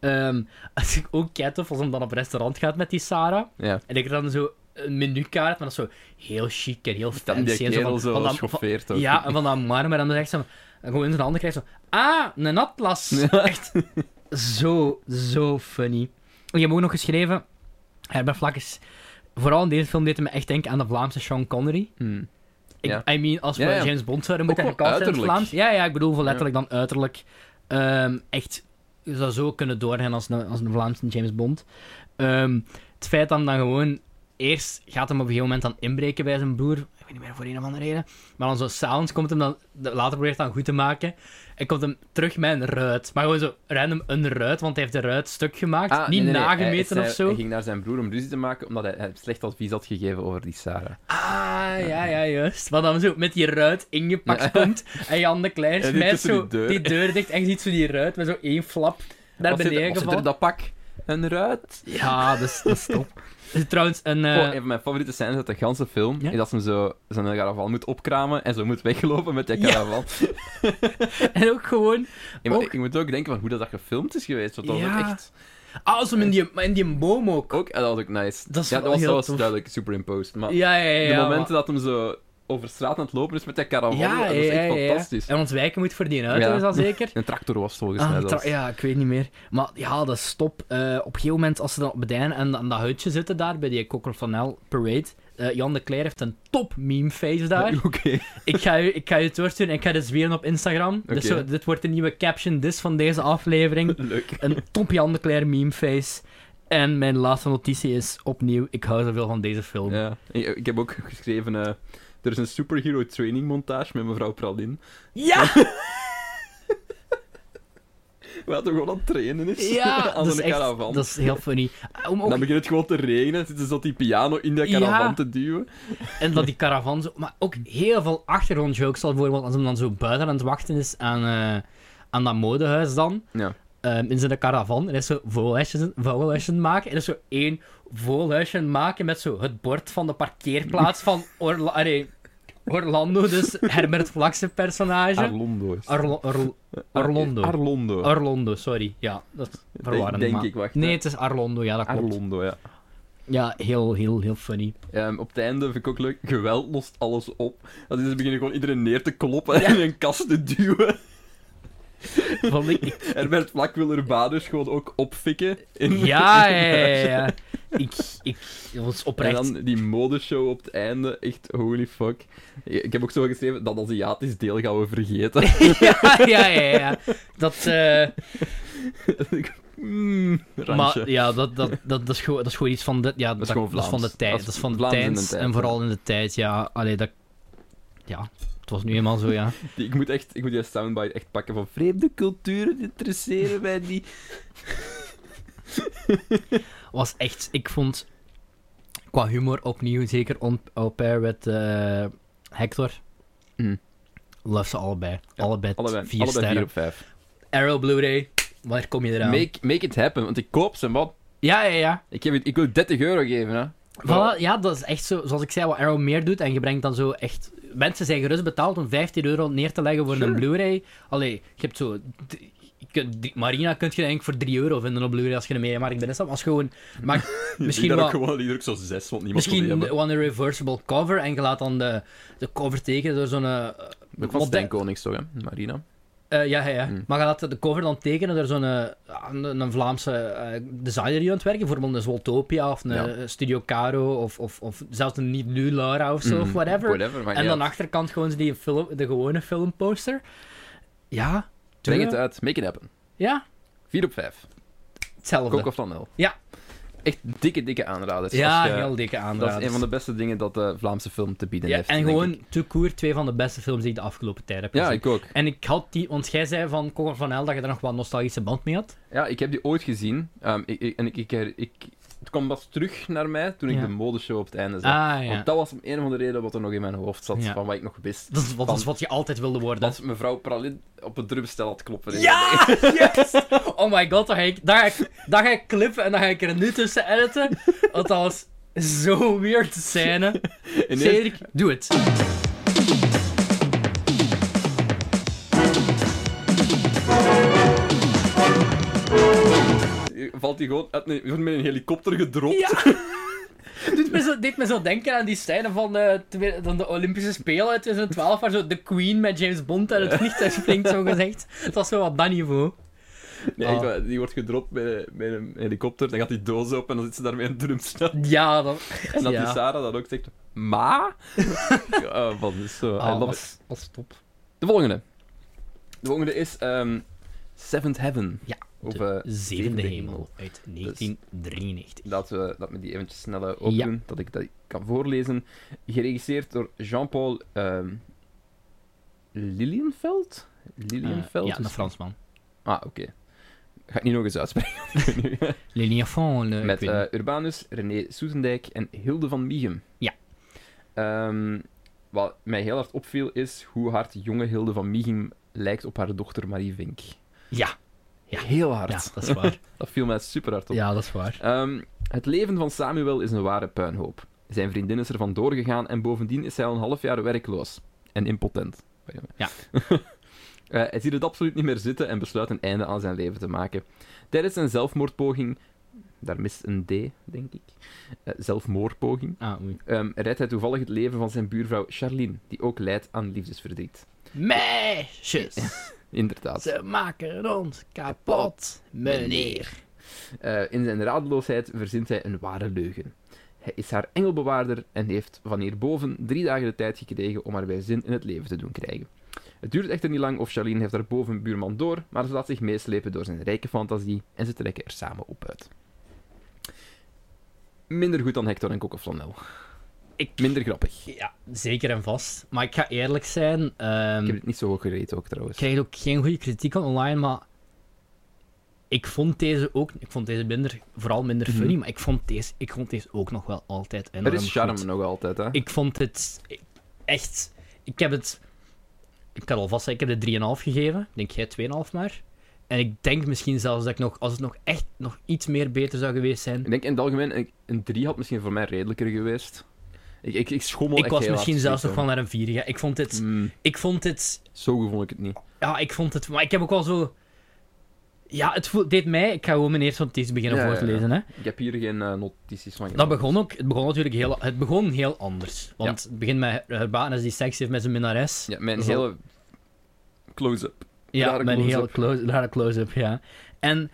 Speaker 1: Ehm, als ik ook kei tof als hem dan op restaurant gaat met die Sarah.
Speaker 2: Ja.
Speaker 1: En ik heb dan zo een menukaart, maar dat is zo heel chic en heel fancy.
Speaker 2: En die
Speaker 1: en zo
Speaker 2: kerel zo
Speaker 1: dat-
Speaker 2: schoffeert ook.
Speaker 1: Ja, en van dat marmer. En dan zegt ze, van- en gewoon in zijn handen krijgt zo... Ah, een atlas. Echt zo, zo funny. En je hebt ook nog geschreven... Herbert Vlak is... Vooral in deze film deed hij me echt denken aan de Vlaamse Sean Connery.
Speaker 2: Hmm.
Speaker 1: Ik,
Speaker 2: Ja.
Speaker 1: I mean, als we
Speaker 2: Ja, ja.
Speaker 1: James Bond zouden moeten
Speaker 2: Ook wel
Speaker 1: gecast zijn in het
Speaker 2: uiterlijk.
Speaker 1: Vlaams. Ja, ja, ik bedoel voor letterlijk dan uiterlijk. Ehm, echt, je zou zo kunnen doorgaan als een, als een Vlaamse James Bond. Ehm, het feit dat hem dan gewoon... Eerst gaat hem op een gegeven moment dan inbreken bij zijn broer. Ik weet niet meer voor een of andere reden. Maar dan zo s'avonds komt hem dan... de- Later probeert hij dan goed te maken. En komt hem terug met een ruit. Maar gewoon zo random een ruit, want hij heeft de ruit stuk gemaakt.
Speaker 2: Ah,
Speaker 1: niet
Speaker 2: nee, nee, nee.
Speaker 1: nagemeten
Speaker 2: Hij- hij-
Speaker 1: of zo.
Speaker 2: Hij ging naar zijn broer om ruzie te maken, omdat hij, hij slecht advies had gegeven over die Sarah.
Speaker 1: Ah, ja, ja, juist. Wat dan zo met die ruit ingepakt komt en Jan de Klein
Speaker 2: En die
Speaker 1: smijt
Speaker 2: tussen
Speaker 1: zo
Speaker 2: die deur.
Speaker 1: die deur dicht en je ziet zo die ruit met zo één flap naar
Speaker 2: Wat zit-
Speaker 1: beneden
Speaker 2: wat zit er in
Speaker 1: gevallen.
Speaker 2: dat pak? Een ruit?
Speaker 1: Ja, dat is, dat is top. Is trouwens een... eh,
Speaker 2: Oh, een van mijn favoriete scènes uit de ganse film
Speaker 1: Ja?
Speaker 2: is dat ze hem zo zijn caravan moet opkramen en zo moet weglopen met die
Speaker 1: Ja.
Speaker 2: caravan.
Speaker 1: en ook gewoon...
Speaker 2: Ja, maar
Speaker 1: Ook-
Speaker 2: Ik moet ook denken van hoe dat, dat gefilmd is geweest. Want dat was
Speaker 1: Ja.
Speaker 2: ook echt...
Speaker 1: Ah, zo in die, in die boom ook.
Speaker 2: Ook, en dat was ook nice.
Speaker 1: Dat is
Speaker 2: ja, dat
Speaker 1: wel
Speaker 2: was,
Speaker 1: heel
Speaker 2: dat was
Speaker 1: tof.
Speaker 2: duidelijk superimposed. Maar
Speaker 1: Ja, ja, ja.
Speaker 2: de
Speaker 1: ja,
Speaker 2: momenten dat hem zo over straat aan het lopen is met die
Speaker 1: maar-
Speaker 2: caravan,
Speaker 1: Ja,
Speaker 2: dat
Speaker 1: ja,
Speaker 2: is
Speaker 1: ja,
Speaker 2: echt
Speaker 1: ja.
Speaker 2: fantastisch.
Speaker 1: En ontwijken moet voor die auto,
Speaker 2: Ja.
Speaker 1: is dat zeker?
Speaker 2: Een tractor was volgens
Speaker 1: Ah,
Speaker 2: mij
Speaker 1: tra-
Speaker 2: dat.
Speaker 1: ja, ik weet niet meer. Maar ja, dat is top. Eh, op een gegeven moment, als ze dan op het einde en aan dat hutje zitten daar, bij die Cocker Parade, eh, Jan de Cler heeft een top meme-face daar.
Speaker 2: Oké.
Speaker 1: ik, ga je, ik ga je het doorsturen en ik ga dit zweren op Instagram. Dus
Speaker 2: Oké.
Speaker 1: zo, dit wordt de nieuwe caption dis van deze aflevering.
Speaker 2: Leuk.
Speaker 1: Een top Jan de Cler memeface. En mijn laatste notitie is opnieuw, ik hou zoveel van deze film.
Speaker 2: Ja. Ik, ik heb ook geschreven... eh, er is een superhero training montage met mevrouw Pralin.
Speaker 1: Ja!
Speaker 2: Waar toch gewoon aan het trainen is.
Speaker 1: Ja,
Speaker 2: aan
Speaker 1: dat, is
Speaker 2: zijn
Speaker 1: echt,
Speaker 2: caravan.
Speaker 1: dat is heel funny. Eh, Om ook-
Speaker 2: Dan begint het gewoon te regenen. Zitten ze zo die piano in die
Speaker 1: Ja.
Speaker 2: caravan te duwen.
Speaker 1: En dat die caravan zo... Maar ook heel veel achtergrondjokes. Al bijvoorbeeld als hem dan zo buiten aan het wachten is aan, eh, aan dat modehuis dan.
Speaker 2: Ja.
Speaker 1: ehm, in zijn caravan. En hij is zo vogelhuisjes vogelhuisjes maken. En er is zo één vogelhuisje maken met zo het bord van de parkeerplaats van Orla allee, Orlando. Dus Herbert Vlakse personage.
Speaker 2: Arlondo is Ah,
Speaker 1: Arlo- Arlo- Arlondo.
Speaker 2: Arlondo.
Speaker 1: Arlondo, sorry. Ja, dat is verwarrend.
Speaker 2: denk
Speaker 1: maar-
Speaker 2: ik, wacht, hè.
Speaker 1: Nee, het is Arlondo. Ja, dat klopt.
Speaker 2: Arlondo, ja.
Speaker 1: Ja, heel, heel, heel funny.
Speaker 2: Ehm, op het einde vind ik ook leuk, geweld lost alles op. Dat is, ze beginnen gewoon iedereen neer te kloppen en in een kast te duwen.
Speaker 1: Vond ik, ik
Speaker 2: Herbert Vlak wil Urbanus gewoon ook opfikken. In,
Speaker 1: Ja,
Speaker 2: in
Speaker 1: ja,
Speaker 2: een
Speaker 1: ja, ja,
Speaker 2: huisje.
Speaker 1: ja. Ik, ik, dat was
Speaker 2: En
Speaker 1: oprecht.
Speaker 2: dan die modeshow op het einde, echt holy fuck. Ik ik heb ook zo geschreven, dat Aziatisch deel gaan we vergeten.
Speaker 1: ja, ja, ja, ja. Dat, eh,
Speaker 2: mm,
Speaker 1: maar
Speaker 2: randje.
Speaker 1: ja, dat, dat, dat, dat, is gewoon, dat is gewoon iets van de, ja, dat,
Speaker 2: gewoon
Speaker 1: dat is van de
Speaker 2: Vlaams.
Speaker 1: tijd.
Speaker 2: Dat
Speaker 1: Dat
Speaker 2: is
Speaker 1: is van de
Speaker 2: Vlaams in de
Speaker 1: tijd,
Speaker 2: tijd,
Speaker 1: en
Speaker 2: ja.
Speaker 1: vooral in de tijd, ja. Allee, dat, ja, het was nu eenmaal zo, ja.
Speaker 2: Die- ik, moet echt, ik moet die soundbite echt pakken van vreemde culturen interesseren mij die.
Speaker 1: Was echt, ik vond qua humor opnieuw zeker on, au pair met eh, Hector.
Speaker 2: Mhm.
Speaker 1: Love ze allebei. allebei,
Speaker 2: Allebei,
Speaker 1: vier
Speaker 2: allebei
Speaker 1: sterren.
Speaker 2: vier op vijf.
Speaker 1: Arrow Blu-ray, wanneer kom je eraan?
Speaker 2: Make, make it happen, want ik koop ze, man.
Speaker 1: Ja, ja, ja.
Speaker 2: Ik, heb, het- ik wil 30 euro geven, hè.
Speaker 1: Voilà, ja, dat is echt zo, zoals ik zei, wat Arrow meer doet. En je brengt dan zo echt... Mensen zijn gerust betaald om 15 euro neer te leggen voor een Blu-ray. Allee, je hebt zo... d- je kunt drie- Marina kun je eigenlijk voor 3 euro vinden op Blu-ray als je een mediamarkt binnen staat. Maar als je gewoon... Maar misschien wel-
Speaker 2: gewoon die druk zo zes, want niemand
Speaker 1: Misschien wel een reversible cover en je laat dan de, de cover tekenen door zo'n... eh,
Speaker 2: Ik
Speaker 1: wat
Speaker 2: was
Speaker 1: denk-
Speaker 2: Stijn Konings toch, hè? Marina.
Speaker 1: Eh, ja, ja, ja.
Speaker 2: Hmm.
Speaker 1: Maar gaat de cover dan tekenen door zo'n eh, een, een Vlaamse eh, designer die aan het werken? Bijvoorbeeld een Zoltopia of een
Speaker 2: Ja.
Speaker 1: eh, Studio Caro of, of, of zelfs een niet nu Lara of zo, of
Speaker 2: Mhm.
Speaker 1: whatever.
Speaker 2: Whatever, maakt
Speaker 1: en
Speaker 2: niet
Speaker 1: dan
Speaker 2: uit.
Speaker 1: achterkant gewoon die film, de gewone filmposter. Ja,
Speaker 2: Breng het
Speaker 1: tuurlijk.
Speaker 2: uit, make it happen.
Speaker 1: Ja,
Speaker 2: 4 op 5.
Speaker 1: hetzelfde.
Speaker 2: Kok of Tanel.
Speaker 1: Ja.
Speaker 2: Echt dikke, dikke aanrader.
Speaker 1: ja,
Speaker 2: Als je-
Speaker 1: heel dikke aanrader.
Speaker 2: Dat is een van de beste dingen dat de Vlaamse film te bieden
Speaker 1: ja,
Speaker 2: heeft.
Speaker 1: En
Speaker 2: denk
Speaker 1: gewoon,
Speaker 2: ik.
Speaker 1: tout court, twee van de beste films die ik de afgelopen tijd heb
Speaker 2: Ja,
Speaker 1: gezien.
Speaker 2: ik ook.
Speaker 1: En ik had die, want jij zei van Coco van El dat je er nog wel een nostalgische band mee had.
Speaker 2: Ja, ik heb die ooit gezien. Ehm, ik, ik- en ik, ik, her- ik, het kwam pas terug naar mij toen ik
Speaker 1: Ja.
Speaker 2: de modeshow op het einde zag.
Speaker 1: Ah, ja.
Speaker 2: Want dat was om een van de redenen wat er nog in mijn hoofd zat,
Speaker 1: Ja.
Speaker 2: van wat ik nog wist.
Speaker 1: Dat is, wat, dat is
Speaker 2: Van-
Speaker 1: wat je altijd wilde worden.
Speaker 2: Dat mevrouw Pralin op het drumstel had kloppen.
Speaker 1: Ja! Yes! Oh my god, dan ga, ik, dan, ga ik, dan ga ik clippen en dan ga ik er nu tussen editen. Want dat was zo'n weird scène.
Speaker 2: Ineens-
Speaker 1: Cedric, doe het.
Speaker 2: Valt hij gewoon uit, een- wordt met een helikopter gedropt.
Speaker 1: Ja. Doet me zo, deed me zo denken aan die scène van de, twe- van de Olympische Spelen uit 2012, waar zo de Queen met James Bond uit het vliegtuig springt, zo gezegd. Het was zo wat dat niveau.
Speaker 2: Nee,
Speaker 1: Ah.
Speaker 2: echt waar, die wordt gedropt met, met een helikopter, dan gaat die doos open en dan zit ze daar met een drumstel.
Speaker 1: Ja, dat...
Speaker 2: En dat
Speaker 1: ja.
Speaker 2: die Sarah dat ook zegt. Ma? ja, man, dus zo. I
Speaker 1: Ah,
Speaker 2: love
Speaker 1: dat
Speaker 2: it.
Speaker 1: was, dat was top.
Speaker 2: De volgende. De volgende is ehm Seventh Heaven.
Speaker 1: Ja,
Speaker 2: Of, eh, Dus-
Speaker 1: de zevende hemel uit 1993.
Speaker 2: Laten we, laten we die eventjes snel eh, opdoen, dat ik dat kan voorlezen. Geregisseerd door Jean-Paul ehm Lilienfeld? Lilienfeld?
Speaker 1: Eh, ja,
Speaker 2: is-
Speaker 1: een Fransman.
Speaker 2: Ah, oké. Ga ik niet nog eens uitspreken.
Speaker 1: Les Lignafons, le- ik
Speaker 2: Met
Speaker 1: weet niet.
Speaker 2: eh, Urbanus, René Soetendijk en Hilde van Mieghem.
Speaker 1: Ja.
Speaker 2: Ehm, wat mij heel hard opviel is hoe hard jonge Hilde van Mieghem lijkt op haar dochter Marie Vink. eh,
Speaker 1: Ja, Ja.
Speaker 2: Heel hard.
Speaker 1: ja, dat is waar.
Speaker 2: Dat viel mij super hard op.
Speaker 1: Ja, dat is waar.
Speaker 2: Ehm, het leven van Samuel is een ware puinhoop. Zijn vriendin is er vandoor gegaan en bovendien is hij al een half jaar werkloos. En impotent.
Speaker 1: Ja.
Speaker 2: Eh, hij ziet het absoluut niet meer zitten en besluit een einde aan zijn leven te maken. Tijdens zijn zelfmoordpoging... Daar mist een D, denk ik. Eh, zelfmoordpoging.
Speaker 1: Ah, oei.
Speaker 2: ehm, redt hij toevallig het leven van zijn buurvrouw Charlene, die ook lijdt aan liefdesverdriet.
Speaker 1: Meisjes,
Speaker 2: Inderdaad.
Speaker 1: ze maken ons kapot, meneer.
Speaker 2: Eh, in zijn radeloosheid verzint hij een ware leugen. Hij is haar engelbewaarder en heeft van hierboven drie dagen de tijd gekregen om haar bij zin in het leven te doen krijgen. Het duurt echter niet lang of Charlene heeft haar boven buurman door, maar ze laat zich meeslepen door zijn rijke fantasie en ze trekken er samen op uit. Minder goed dan Hector en Kokoflanel.
Speaker 1: Ik-
Speaker 2: Minder grappig.
Speaker 1: Ja, zeker en vast. Maar ik ga eerlijk zijn, ehm,
Speaker 2: Ik heb
Speaker 1: ik
Speaker 2: het niet zo hoog gereden ook trouwens.
Speaker 1: krijg ook geen goede kritiek online, maar ik vond deze ook, ik vond deze minder, vooral minder funny, maar ik vond, deze, ik vond deze ook nog wel altijd enorm
Speaker 2: Er Mhm. is charme
Speaker 1: goed.
Speaker 2: nog altijd, hè?
Speaker 1: Ik vond het ik- echt. Ik heb het. Ik kan alvast zeggen, ik heb de 3,5 gegeven. Ik denk jij 2,5 maar. En ik denk misschien zelfs dat ik nog, als het nog echt nog iets meer beter zou geweest zijn.
Speaker 2: Ik denk in het algemeen, een- een 3 had misschien voor mij redelijker geweest. Ik, ik, ik schommel
Speaker 1: Ik
Speaker 2: echt
Speaker 1: was
Speaker 2: heel
Speaker 1: misschien
Speaker 2: hard.
Speaker 1: zelfs
Speaker 2: Ik,
Speaker 1: nog
Speaker 2: eh,
Speaker 1: wel naar een 4 gegaan. Ik vond het.
Speaker 2: mm.
Speaker 1: Ik vond het.
Speaker 2: Zo goed vond ik het niet.
Speaker 1: Ja, ik vond het. Maar ik heb ook wel zo. Ja, het voel- deed mij. Ik ga gewoon mijn eerste notitie beginnen
Speaker 2: Ja,
Speaker 1: voor
Speaker 2: ja,
Speaker 1: te
Speaker 2: ja.
Speaker 1: lezen. Hè.
Speaker 2: Ik heb hier geen eh, notities van
Speaker 1: Dat
Speaker 2: gemaakt.
Speaker 1: begon ook. Het begon natuurlijk heel, het begon heel anders. Want het begint met Herbanus die seks heeft met zijn minnares.
Speaker 2: Ja, mijn
Speaker 1: Dat is al-
Speaker 2: hele close-up.
Speaker 1: Ja,
Speaker 2: Rare
Speaker 1: met een heel
Speaker 2: close-up.
Speaker 1: close, rare close-up, ja. En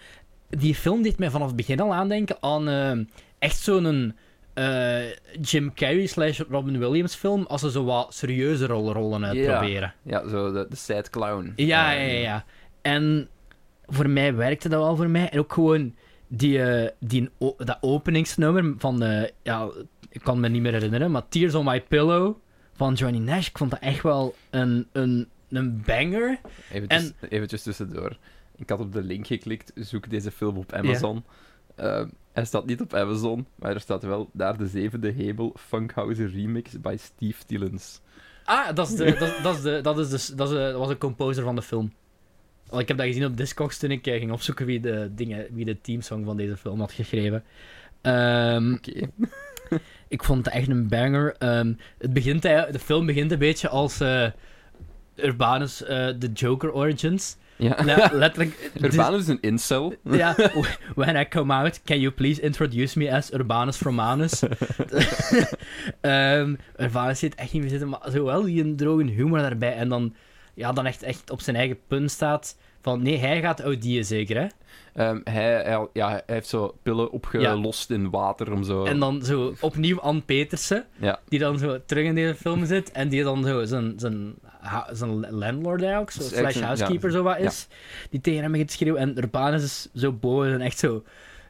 Speaker 1: die film deed mij vanaf het begin al aandenken aan eh, echt zo'n eh, Jim Carrey slash Robin Williams film, als ze zo wat serieuze rollen, rollen uitproberen.
Speaker 2: Ja, zo de, de sad clown.
Speaker 1: Ja, ja,
Speaker 2: Eh,
Speaker 1: ja, ja. En voor mij werkte dat wel voor mij. En ook gewoon die, eh, die, o- dat openingsnummer van, eh, ja, ik kan me niet meer herinneren, maar Tears on My Pillow van Johnny Nash, ik vond dat echt wel een, een, een banger.
Speaker 2: Eventjes, eventjes tussendoor. Ik had op de link geklikt, zoek deze film op Amazon. Eh, hij staat niet op Amazon, maar er staat wel daar de zevende hebel Funkhauser remix by Steve Tillens.
Speaker 1: Ah, dat is de, dat, dat is de, dat is de, dat is de- dat was de composer van de film. Want ik heb dat gezien op Discogs toen ik eh, ging opzoeken wie de, dingen, wie de teamsong van deze film had geschreven. Ehm,
Speaker 2: Oké.
Speaker 1: ik vond het echt een banger. Ehm, het begint, eigenlijk- de film begint een beetje als eh, Urbanus, eh The Joker Origins.
Speaker 2: Ja.
Speaker 1: Le- letterlijk.
Speaker 2: Urbanus is een incel.
Speaker 1: Dus- ja, when I come out, can you please introduce me as Urbanus Romanus? Ehm Urbanus zit echt niet meer zitten, maar zowel die een droge humor daarbij en dan ja, dan echt, echt op zijn eigen punt staat. Van nee, hij gaat Audie zeker, hè?
Speaker 2: Ehm, hij, hij- ja, hij heeft zo pillen opgelost in water om zo...
Speaker 1: En dan zo opnieuw Ann Petersen,
Speaker 2: Oh. Ja.
Speaker 1: die dan zo terug in deze film zit. En die dan zo zijn, zijn, ha- zijn landlord eigenlijk, zo,
Speaker 2: Dat is echt
Speaker 1: slash
Speaker 2: een- ja,
Speaker 1: housekeeper zo wat is. Die tegen hem gaat schreeuwen. En Urbanus is zo boos en echt zo...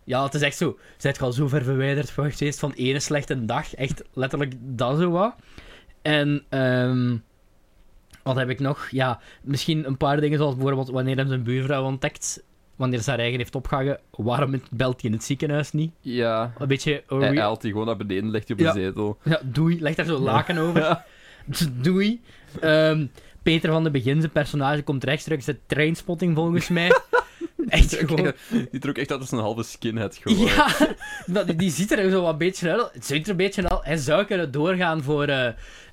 Speaker 1: Ja, het is echt zo. Zijt je al zo ver verwijderd van geweest van ene slechte dag. Echt letterlijk dat zo wat. En... ehm, wat heb ik nog? Ja, misschien een paar dingen zoals bijvoorbeeld wanneer hem zijn buurvrouw ontdekt. Wanneer ze haar eigen heeft opgehangen. Waarom belt hij in het ziekenhuis niet?
Speaker 2: Ja.
Speaker 1: Een beetje... oh,
Speaker 2: Hij
Speaker 1: re-
Speaker 2: eilt die gewoon naar beneden, legt die op
Speaker 1: Ja.
Speaker 2: de zetel.
Speaker 1: ja, doei. Leg daar zo laken over. Dus Doei. Ehm, Peter van de Begin, zijn personage, komt rechtstreeks de trainspotting volgens mij. Echt gewoon.
Speaker 2: Die trok echt uit als een halve skinhead gewoon.
Speaker 1: Ja, dat- die ziet er zo wat een beetje uit. Het ziet er een beetje al. Hij zou kunnen doorgaan voor eh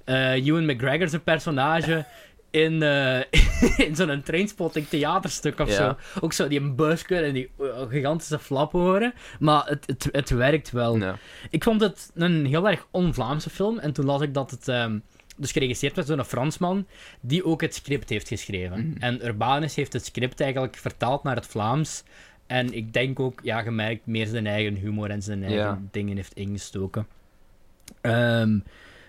Speaker 1: eh, Ewan McGregor, zijn personage. In, eh, in zo'n trainspotting theaterstuk of
Speaker 2: Ja.
Speaker 1: zo. Ook zo die een busker en die eh, gigantische flappen horen. Maar het, het, het werkt wel.
Speaker 2: Ja.
Speaker 1: Ik vond het een heel erg on-Vlaamse film. En toen las ik dat het ehm, dus geregisseerd werd door een Fransman die ook het script heeft geschreven. En Urbanus heeft het script eigenlijk vertaald naar het Vlaams. En ik denk ook, ja, gemerkt, meer zijn eigen humor en zijn eigen
Speaker 2: Ja.
Speaker 1: dingen heeft ingestoken. Ehm,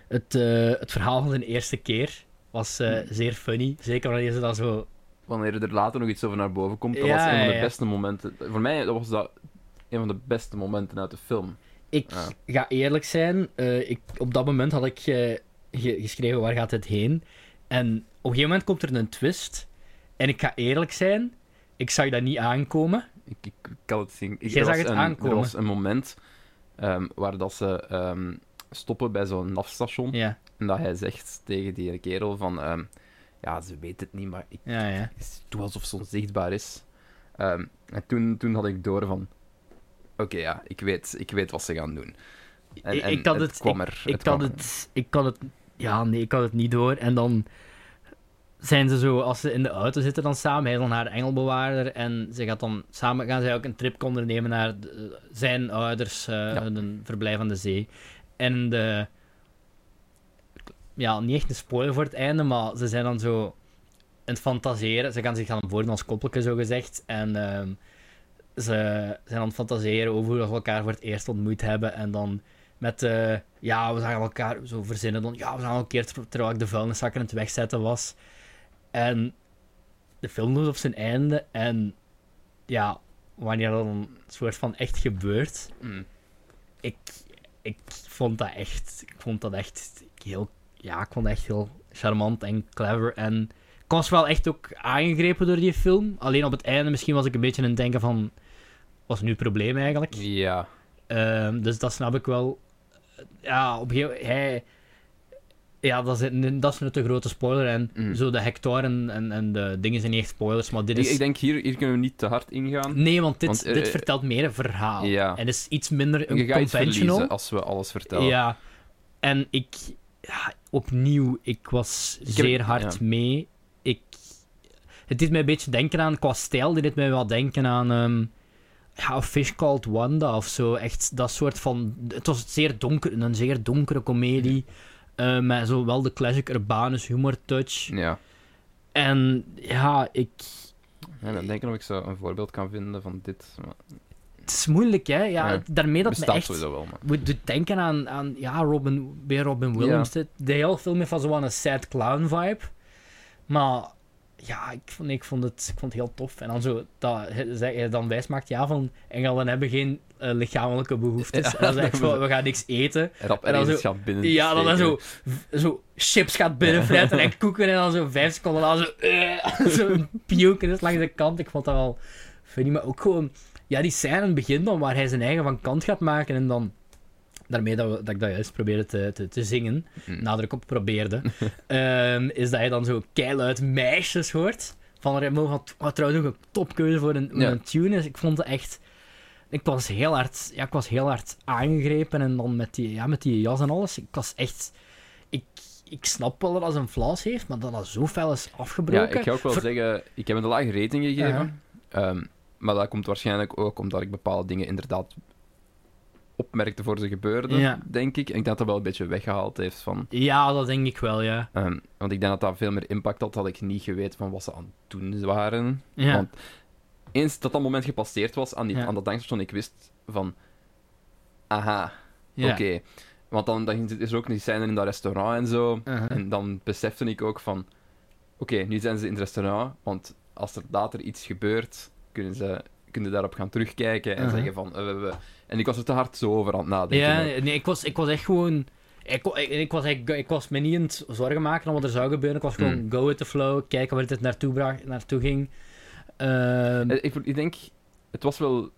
Speaker 1: het, eh, het verhaal van zijn eerste keer was eh, zeer funny. Zeker wanneer ze dat zo...
Speaker 2: Wanneer er later nog iets over naar boven komt, dat
Speaker 1: Ja,
Speaker 2: was een van
Speaker 1: ja,
Speaker 2: de
Speaker 1: ja.
Speaker 2: beste momenten. Voor mij was dat een van de beste momenten uit de film.
Speaker 1: Ik
Speaker 2: Ja.
Speaker 1: ga eerlijk zijn, eh, ik, op dat moment had ik eh, ge- geschreven waar gaat het heen. En op een gegeven moment komt er een twist. En ik ga eerlijk zijn, ik zag dat niet aankomen.
Speaker 2: Ik, ik, ik kan het zien. Ik,
Speaker 1: Jij
Speaker 2: er
Speaker 1: zag
Speaker 2: was
Speaker 1: het
Speaker 2: een,
Speaker 1: aankomen.
Speaker 2: Er was een moment ehm, waar dat ze ehm, stoppen bij zo'n afstation.
Speaker 1: Ja,
Speaker 2: En dat hij zegt tegen die kerel van... ehm, ja, ze weet het niet, maar ik
Speaker 1: ja, ja.
Speaker 2: doe alsof ze onzichtbaar is. Ehm, en toen, toen had ik door van... Oké, ja, ik weet, ik weet wat ze gaan doen. En,
Speaker 1: Ik-
Speaker 2: en
Speaker 1: ik had het,
Speaker 2: kwam
Speaker 1: ik,
Speaker 2: er.
Speaker 1: ik
Speaker 2: kwam
Speaker 1: had
Speaker 2: er.
Speaker 1: het, ik had het, ja, nee, ik had het niet door. En dan zijn ze zo, als ze in de auto zitten dan samen, hij is dan haar engelbewaarder en ze gaat dan samen gaan zij ook een trip ondernemen naar de- zijn ouders, eh hun verblijf aan de zee. En de, ja, niet echt een spoiler voor het einde, maar ze zijn dan zo aan het fantaseren. Ze gaan zich gaan voordoen als koppelke, zo gezegd. En ehm, ze zijn aan het fantaseren over hoe dat we elkaar voor het eerst ontmoet hebben. En dan met, eh, ja, we zagen elkaar zo verzinnen. Dan, ja, we zagen elkaar ter- terwijl ik de vuilniszakken aan het wegzetten was. En de film loopt op zijn einde. En ja, wanneer dat dan een soort van echt gebeurt.
Speaker 2: Mm.
Speaker 1: Ik, ik vond dat echt, ik vond dat echt heel, ja, ik vond dat echt heel charmant en clever. En ik was wel echt ook aangegrepen door die film. Alleen op het einde misschien was ik een beetje aan het denken van... Wat is nu het probleem eigenlijk?
Speaker 2: Ja.
Speaker 1: Ehm, dus dat snap ik wel. Ja, op een gegeven moment... Hij... Ja, dat is, een- dat is een te grote spoiler. En
Speaker 2: Mm.
Speaker 1: zo de hector en, en, en de dingen zijn niet echt spoilers, maar dit
Speaker 2: Ik,
Speaker 1: is...
Speaker 2: ik denk, hier, hier kunnen we niet te hard ingaan.
Speaker 1: Nee, want dit,
Speaker 2: Want, eh,
Speaker 1: dit
Speaker 2: eh,
Speaker 1: vertelt meer een verhaal.
Speaker 2: ja.
Speaker 1: En is iets minder
Speaker 2: Je
Speaker 1: een
Speaker 2: gaat iets verliezen
Speaker 1: conventional.
Speaker 2: als we alles vertellen.
Speaker 1: Ja. En ik... Ja, opnieuw, ik was
Speaker 2: Ik heb-
Speaker 1: zeer hard
Speaker 2: ja.
Speaker 1: mee. Ik... Het deed mij een beetje denken aan... Qua stijl deed het mij wel denken aan... ehm, ja, A Fish Called Wanda of zo. Echt dat soort van... Het was zeer donker, een zeer donkere komedie. eh, met zo wel de classic urbanus humor touch.
Speaker 2: Ja.
Speaker 1: En ja, ik...
Speaker 2: Ja, dan denk ik of ik zo een voorbeeld kan vinden van dit. Maar
Speaker 1: Het is moeilijk, hè. Ja,
Speaker 2: Ja.
Speaker 1: het- daarmee dat me
Speaker 2: bestaat
Speaker 1: echt...
Speaker 2: sowieso wel, maar...
Speaker 1: moet doet denken aan, aan ja, Robin, bij Robin Williams. De, de hele film heeft wel zo'n sad clown vibe. Maar ja, ik vond, ik, vond het, ik vond het heel tof. En dan zo, dat hij- zij- hij dan wijs maakt, ja, van Engelden hebben geen eh, lichamelijke behoeftes.
Speaker 2: Ja,
Speaker 1: en dan
Speaker 2: dat
Speaker 1: zegt hij
Speaker 2: was-
Speaker 1: van, we gaan niks eten.
Speaker 2: Rap
Speaker 1: En dan
Speaker 2: ergens
Speaker 1: zo-
Speaker 2: gaan binnen
Speaker 1: Ja, dan, dan
Speaker 2: steken.
Speaker 1: zo, zo chips gaat binnenfluiten en koeken. En dan zo vijf seconden later zo, eh, zo puken is langs de kant. Ik vond dat wel funny. Maar ook gewoon, ja, die scène in het begin dan, waar hij zijn eigen van kant gaat maken. En dan, daarmee dat, we- dat ik dat juist probeerde te, te, te zingen,
Speaker 2: Hmm.
Speaker 1: nadruk op probeerde, ehm, is dat hij dan zo keiluid meisjes hoort. Van Remo, wat, wat trouwens ook een topkeuze voor een, voor
Speaker 2: Ja.
Speaker 1: een tune is. Ik vond het echt... Ik was heel hard, ja, ik was heel hard aangegrepen en dan met die, ja, met die jas en alles. Ik was echt. Ik, ik snap wel dat dat een flaws heeft, maar dat dat zo fel is
Speaker 2: Ja,
Speaker 1: afgebroken.
Speaker 2: ik ga ook wel
Speaker 1: Ver-
Speaker 2: zeggen, ik heb een lage rating gegeven. Ehm, maar dat komt waarschijnlijk ook omdat ik bepaalde dingen inderdaad opmerkte voor ze gebeurde,
Speaker 1: Ja.
Speaker 2: denk ik. En ik denk dat dat wel een beetje weggehaald heeft van...
Speaker 1: Ja, dat denk ik wel, ja.
Speaker 2: ehm, want ik denk dat dat veel meer impact had, had ik niet geweten van wat ze aan het doen waren.
Speaker 1: Ja.
Speaker 2: Want eens dat dat moment gepasseerd was aan, die,
Speaker 1: Ja.
Speaker 2: aan dat tankstation, ik wist van... Aha,
Speaker 1: ja.
Speaker 2: oké. Want dan, dan is er ook die scène in dat restaurant en zo.
Speaker 1: Uh-huh.
Speaker 2: En dan besefte ik ook van... Oké, nu zijn ze in het restaurant, want als er later iets gebeurt, kunnen ze kunnen daarop gaan terugkijken en
Speaker 1: Uh-huh.
Speaker 2: zeggen van... eh, we- we- En ik was er te hard zo over aan het nadenken.
Speaker 1: Ja,
Speaker 2: ook.
Speaker 1: nee, ik was, ik was echt gewoon... Ik, wa- ik, ik, was, ik, ik was me niet aan het zorgen maken om wat er zou gebeuren. Ik was gewoon
Speaker 2: Mm.
Speaker 1: go with the flow, kijken waar dit naartoe, bracht, naartoe ging. Ehm,
Speaker 2: Eh, Ik, ik denk, het was wel.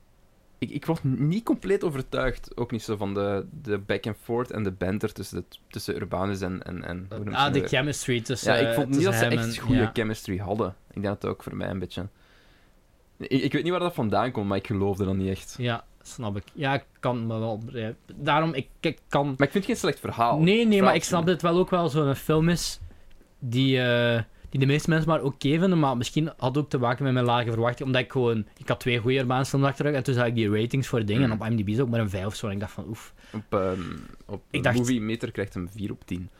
Speaker 2: Ik, ik was niet compleet overtuigd, ook niet zo van de, de back and forth en de banter tussen, de, tussen Urbanus en. en, en hoe noem je
Speaker 1: ah, de
Speaker 2: dat?
Speaker 1: chemistry
Speaker 2: Ja,
Speaker 1: tussen
Speaker 2: ik vond niet
Speaker 1: tussen
Speaker 2: dat ze
Speaker 1: hem
Speaker 2: echt
Speaker 1: en-
Speaker 2: goede
Speaker 1: ja.
Speaker 2: chemistry hadden. Ik denk dat het ook voor mij een beetje. Ik, ik weet niet waar dat vandaan komt, maar ik geloofde dat niet echt.
Speaker 1: Ja, snap ik. Ja, ik kan me wel... begrijpen. Daarom, ik, ik kan...
Speaker 2: Maar ik vind het geen slecht verhaal.
Speaker 1: Nee, nee, maar
Speaker 2: Verhaal-
Speaker 1: ik snap dat het wel ook wel zo'n film is die, eh, die de meeste mensen maar oké vinden. Maar misschien had ook te maken met mijn lage verwachting. Omdat ik gewoon... Ik had twee goede Urbaanse films achteruit. En toen zag ik die ratings voor dingen. En op IMDb is ook maar een 5 of zo. En ik dacht van, oef.
Speaker 2: Op, ehm op
Speaker 1: Ik dacht-
Speaker 2: Movie Meter krijgt hem 4 op 10.